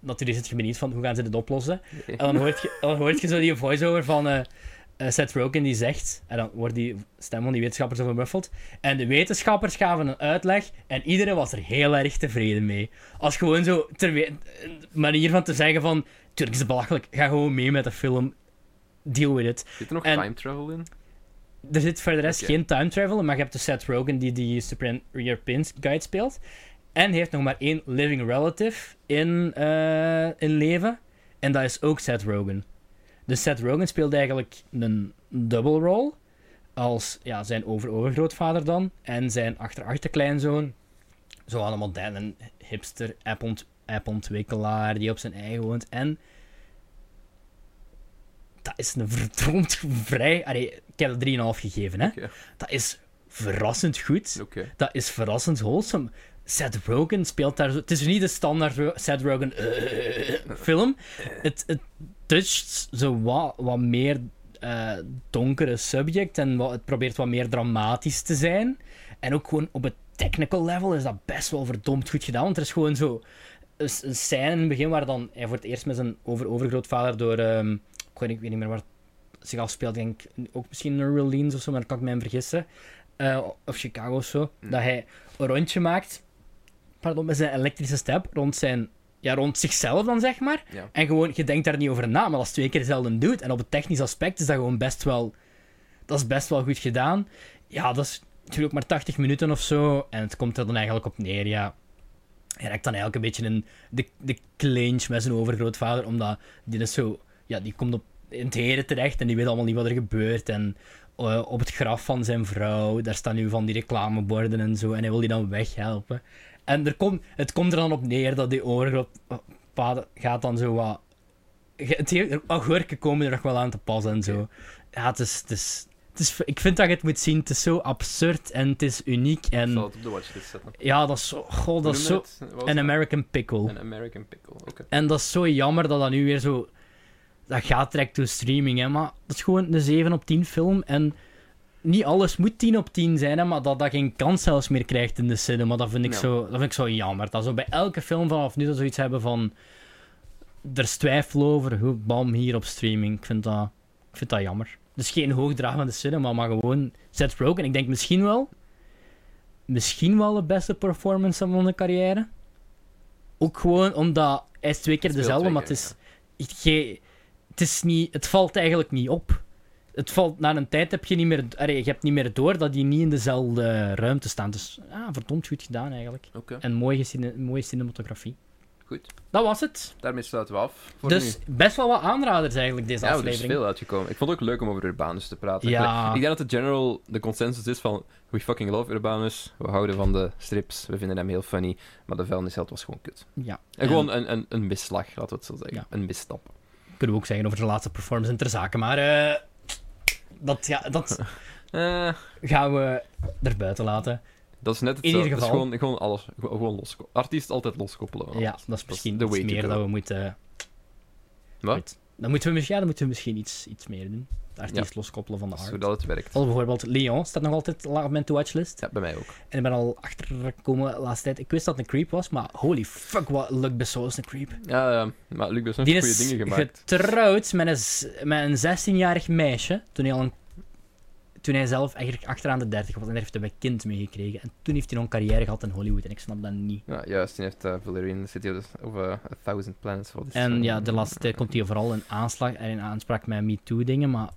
Speaker 1: natuurlijk zit je benieuwd van, hoe gaan ze dit oplossen?
Speaker 2: Nee.
Speaker 1: En dan hoort je, dan hoort je zo die voice-over van eh, eh, Seth Rogen die zegt, en dan wordt die stem van die wetenschappers overmuffeld, en de wetenschappers gaven een uitleg en iedereen was er heel erg tevreden mee. Als gewoon zo, ter we- een manier van te zeggen van, tuurlijk is het belachelijk, ga gewoon mee met de film, deal with it.
Speaker 2: Zit er nog
Speaker 1: En-
Speaker 2: time travel in?
Speaker 1: Er zit voor de rest
Speaker 2: Oké.
Speaker 1: geen time travel, in, maar je hebt de Seth Rogen die die Super Rear Pins Guide speelt. En hij heeft nog maar één living relative in, eh, in leven. En dat is ook Seth Rogen. Dus Seth Rogen speelt eigenlijk een double role. Als ja, zijn over-overgrootvader dan. En zijn achter-achterkleinzoon. Zo allemaal dan een hipster appontwikkelaar appontwikkelaar die op zijn eigen woont. En dat is een verdomd vrij... Allee, ik heb er 3,5 gegeven, hè.
Speaker 2: Oké.
Speaker 1: Dat is verrassend goed.
Speaker 2: Oké.
Speaker 1: Dat is verrassend wholesome. Seth Rogen speelt daar zo... Het is niet de standaard Ro- Seth Rogen eh, film. Het, het toucht zo wat, wat meer eh, donkere subject en wat, het probeert wat meer dramatisch te zijn. En ook gewoon op het technical level is dat best wel verdomd goed gedaan. Want er is gewoon zo een, s- een scène in het begin waar dan hij voor het eerst met zijn over overgrootvader door... ehm, ik, weet, ik weet niet meer waar het zich afspeelt. Ik denk ook misschien New Orleans of zo, maar dat kan ik mij in vergissen. Eh, of Chicago of zo. Dat hij een rondje maakt pardon, met zijn elektrische step rond zijn... Ja, rond zichzelf dan, zeg maar.
Speaker 2: Ja.
Speaker 1: En gewoon, je denkt daar niet over na, maar dat is twee keer dezelfde doet. En op het technisch aspect is dat gewoon best wel... Dat is best wel goed gedaan. Ja, dat is natuurlijk maar 80 minuten of zo. En het komt er dan eigenlijk op neer, ja. Hij raakt dan eigenlijk een beetje in de, de clinch met zijn overgrootvader, omdat die is zo... Ja, die komt op in het heren terecht en die weet allemaal niet wat er gebeurt. En eh, op het graf van zijn vrouw, daar staan nu van die reclameborden en zo. En hij wil die dan weghelpen. En er komt, het komt er dan op neer dat die overgrootvader gaat dan zo wat... ge- Het he- augurken komen er nog wel aan te pas en zo. Ja, het is... Het is het is, ik vind dat je het moet zien. Het is zo absurd en het is uniek.
Speaker 2: Ik zal
Speaker 1: En
Speaker 2: het op de watchlist zetten.
Speaker 1: ja, dat is zo, goh,
Speaker 2: Hoe
Speaker 1: Mm. dat is
Speaker 2: noemde
Speaker 1: zo
Speaker 2: het? Wat was
Speaker 1: een
Speaker 2: het?
Speaker 1: American Pickle.
Speaker 2: An American Pickle, oké.
Speaker 1: En dat is zo jammer dat dat nu weer zo dat gaat direct door streaming, hè, maar dat is gewoon een 7 op 10 film. En niet alles moet 10 op 10 zijn, hè, maar dat dat geen kans zelfs meer krijgt in de cinema, dat vind ik,
Speaker 2: Ja.
Speaker 1: zo, dat vind ik zo jammer. Dat zo bij elke film vanaf nu dat zoiets hebben van... Er is twijfel over, hoe bam, hier op streaming. Ik vind dat, ik vind dat jammer. Dus geen hoogdravende cinema, maar gewoon Seth Rogen. Ik denk misschien wel... Misschien wel de beste performance van mijn carrière. Ook gewoon omdat hij is twee keer
Speaker 2: Het speelt
Speaker 1: dezelfde,
Speaker 2: twee
Speaker 1: maar het
Speaker 2: keer,
Speaker 1: is... ge- het, is niet, het valt eigenlijk niet op. Het valt, na een tijd heb je niet meer, allee, je hebt niet meer door dat die niet in dezelfde ruimte staan. Dus ah, verdomd goed gedaan eigenlijk.
Speaker 2: Oké,
Speaker 1: En mooie, cine- mooie cinematografie.
Speaker 2: goed.
Speaker 1: Dat was het.
Speaker 2: Daarmee sluiten we af. Voor nu.
Speaker 1: dus best wel wat aanraders eigenlijk deze
Speaker 2: Ja, er is
Speaker 1: aflevering.
Speaker 2: veel uitgekomen. Ik vond het ook leuk om over Urbanus te praten.
Speaker 1: Ja.
Speaker 2: Ik, ik denk dat de general de consensus is van we fucking love Urbanus. We houden van de strips. We vinden hem heel funny. Maar de vuilnisheld was gewoon kut.
Speaker 1: Ja.
Speaker 2: En, gewoon een, een, een misslag, laten we het zo zeggen.
Speaker 1: Ja.
Speaker 2: Een misstap.
Speaker 1: Kunnen we ook zeggen over de laatste performance in ter zake. Maar eh, dat, ja, dat
Speaker 2: Eh,
Speaker 1: gaan we erbuiten laten.
Speaker 2: dat is net het
Speaker 1: In ieder
Speaker 2: Dat is
Speaker 1: geval.
Speaker 2: gewoon, gewoon alles. Gewoon gewoon loskoppelen. Artiest altijd loskoppelen. van
Speaker 1: Ja,
Speaker 2: alles.
Speaker 1: dat is misschien
Speaker 2: the
Speaker 1: iets
Speaker 2: way to
Speaker 1: meer
Speaker 2: go.
Speaker 1: dat we moeten...
Speaker 2: Wat?
Speaker 1: Goed. Dan moeten we, mis- ja, dan moeten we misschien iets, iets meer doen. De artiest
Speaker 2: Ja.
Speaker 1: loskoppelen van de art.
Speaker 2: Zodat het werkt.
Speaker 1: Al bijvoorbeeld Leon staat nog altijd laag op mijn to-watchlist.
Speaker 2: Ja, bij mij ook.
Speaker 1: En ik ben al achtergekomen de laatste tijd. Ik wist dat het een creep was, maar holy fuck, wat Luc Besson is een creep.
Speaker 2: Ja, ja, maar Luc Besson
Speaker 1: Die
Speaker 2: heeft goede
Speaker 1: is
Speaker 2: dingen gemaakt.
Speaker 1: getrouwd met een, z- met een 16-jarig meisje toen hij, al een- toen hij zelf eigenlijk achteraan de 30 was. En daar heeft hij een kind mee gekregen. En toen heeft hij nog een carrière gehad in Hollywood en ik snap dat niet.
Speaker 2: Ja, juist. Die heeft eh, Valerie in the City of, the- of eh, A Thousand Planets. wat is
Speaker 1: En
Speaker 2: het?
Speaker 1: ja, de laatste tijd komt hij vooral in aanslag en in aanspraak met MeToo-dingen, maar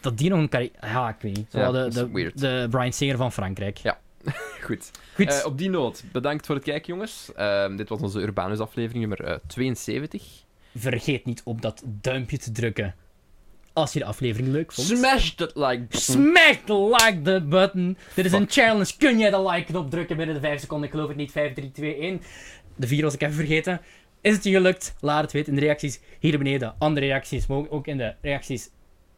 Speaker 1: dat die nog een carrière... Ja, ik weet niet. Zo
Speaker 2: Ja,
Speaker 1: de,
Speaker 2: dat is
Speaker 1: de,
Speaker 2: weird.
Speaker 1: de Brian Singer van Frankrijk.
Speaker 2: Ja. Goed.
Speaker 1: Goed.
Speaker 2: Eh, op die noot, bedankt voor het kijken, jongens. Ehm, dit was onze Urbanus-aflevering nummer eh, 72.
Speaker 1: Vergeet niet op dat duimpje te drukken. Als je de aflevering leuk vond.
Speaker 2: Smash that like button.
Speaker 1: Smack the like the button. Dit is een
Speaker 2: Fuck.
Speaker 1: challenge. Kun jij de like knop drukken binnen de 5 seconden? Ik geloof het niet. 5, 3, 2, 1. De 4 was ik even vergeten. Is het je gelukt? Laat het weten in de reacties hier beneden. Andere reacties mogen ook in de reacties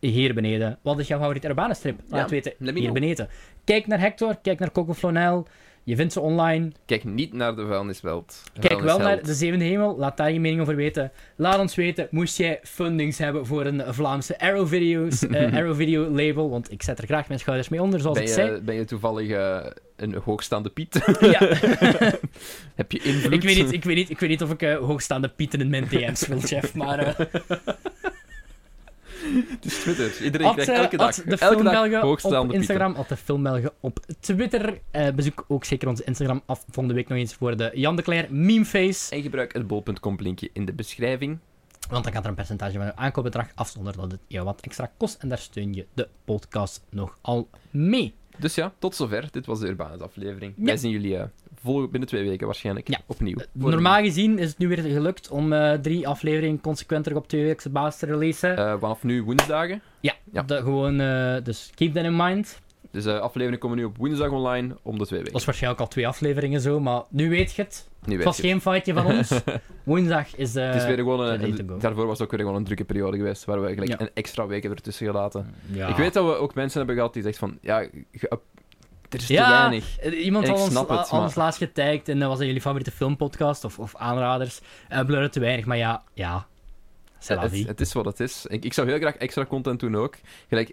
Speaker 1: hier beneden. Wat is jouw favoriete urbane strip? Laat
Speaker 2: Ja,
Speaker 1: het weten
Speaker 2: let me
Speaker 1: hier
Speaker 2: know.
Speaker 1: beneden. Kijk naar Hector, kijk naar Coco Flonel. Je vindt ze online.
Speaker 2: Kijk niet naar de vuilnisbelt.
Speaker 1: Kijk wel naar de Zevende Hemel, laat daar je mening over weten. Laat ons weten, moest jij fundings hebben voor een Vlaamse Arrow, Videos, eh, Arrow Video label? Want ik zet er graag mijn schouders mee onder, zoals
Speaker 2: Ben
Speaker 1: ik zei.
Speaker 2: je, ben je toevallig eh, een hoogstaande piet?
Speaker 1: Ja,
Speaker 2: Heb je invloed?
Speaker 1: ik, weet niet, ik, weet niet, ik weet niet of ik eh, hoogstaande pieten in mijn DM's wil, Jeff, maar... eh,
Speaker 2: Het is Twitter. Iedereen
Speaker 1: at,
Speaker 2: krijgt
Speaker 1: eh,
Speaker 2: elke
Speaker 1: at
Speaker 2: dag,
Speaker 1: de
Speaker 2: elke dag
Speaker 1: Filmbelgen op
Speaker 2: hoogstaande pieten.
Speaker 1: Instagram, at de Filmbelgen op Twitter. Eh, bezoek ook zeker onze Instagram af volgende week nog eens voor de Jan de Cler memeface.
Speaker 2: En gebruik het bol.com linkje in de beschrijving.
Speaker 1: Want dan gaat er een percentage van uw aankoopbedrag af, zonder dat het jou wat extra kost. En daar steun je de podcast nogal mee.
Speaker 2: Dus ja, tot zover. Dit was de Urbanus aflevering.
Speaker 1: Ja.
Speaker 2: Wij zien jullie eh, vol- binnen twee weken waarschijnlijk
Speaker 1: Ja. Eh,
Speaker 2: opnieuw. Voor een-
Speaker 1: Normaal gezien is het nu weer gelukt om eh, drie afleveringen consequent terug op twee weken basis te releasen.
Speaker 2: eh, vanaf nu woensdagen.
Speaker 1: ja,
Speaker 2: ja.
Speaker 1: Dat gewoon, eh, dus keep that in mind.
Speaker 2: Dus eh afleveringen komen nu op woensdag online om de twee weken.
Speaker 1: Dat was waarschijnlijk al twee afleveringen zo, maar nu weet je het.
Speaker 2: Nu
Speaker 1: Het
Speaker 2: weet
Speaker 1: was
Speaker 2: je.
Speaker 1: geen foutje van ons. Woensdag is, eh
Speaker 2: het is weer gewoon
Speaker 1: the
Speaker 2: een,
Speaker 1: day to
Speaker 2: een-
Speaker 1: go.
Speaker 2: daarvoor was het ook weer gewoon een drukke periode geweest, waar we gelijk
Speaker 1: Ja.
Speaker 2: een extra week hebben ertussen gelaten.
Speaker 1: Ja.
Speaker 2: Ik weet dat we ook mensen hebben gehad die zeggen van, ja, ge- up- er is te
Speaker 1: Ja,
Speaker 2: weinig.
Speaker 1: eh, iemand
Speaker 2: Ik
Speaker 1: had ons,
Speaker 2: snap
Speaker 1: la-
Speaker 2: het,
Speaker 1: had ons
Speaker 2: maar-
Speaker 1: laatst getagd en dat was in jullie favoriete filmpodcast of, of aanraders. Eh blurren te weinig, maar ja, ja. C'est la vie.
Speaker 2: Het, het is wat het is. Ik, ik zou heel graag extra content doen ook. Gelijk,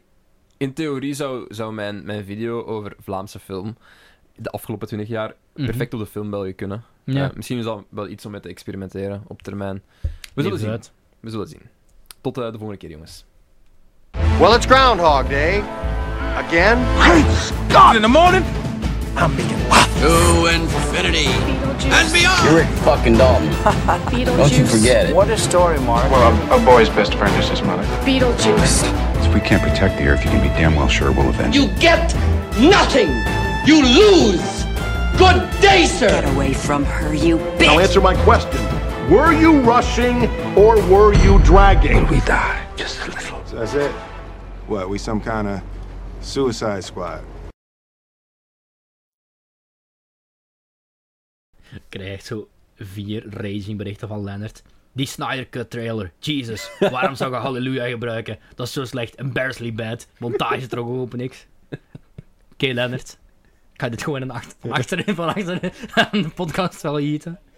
Speaker 2: in theorie zou, zou mijn, mijn video over Vlaamse film de afgelopen 20 jaar
Speaker 1: Mhm.
Speaker 2: perfect op de filmbelgen kunnen.
Speaker 1: Ja.
Speaker 2: Eh, misschien is dat wel iets om mee te experimenteren op termijn. We zullen
Speaker 1: Leef
Speaker 2: zien.
Speaker 1: uit.
Speaker 2: We zullen zien. Tot eh, de volgende keer, jongens.
Speaker 7: Well, it's Groundhog Day. Again?
Speaker 3: In the morning,
Speaker 8: To infinity and beyond!
Speaker 9: You're Rick fucking Dalton. Don't you forget it.
Speaker 7: What a story, Mark.
Speaker 10: Well, a, a boy's best friend is his mother.
Speaker 11: Beetlejuice.
Speaker 10: If we can't protect the Earth, you can be damn well sure we'll avenge
Speaker 8: You get nothing! You lose! Good day, sir!
Speaker 11: Get away from her, you bitch!
Speaker 7: Now answer my question. Were you rushing or were you dragging?
Speaker 10: We die just a little.
Speaker 9: That's it. What, we some kind of suicide squad?
Speaker 1: krijgt zo vier raging berichten van Leonard. Die Snyder Cut trailer, Jesus, waarom zou je Halleluja gebruiken? Dat is zo slecht, embarrassingly bad. Montage trok ook niks. Oké, Leonard. Ik ga dit gewoon een acht- achterin van achterin aan de podcast wel eten.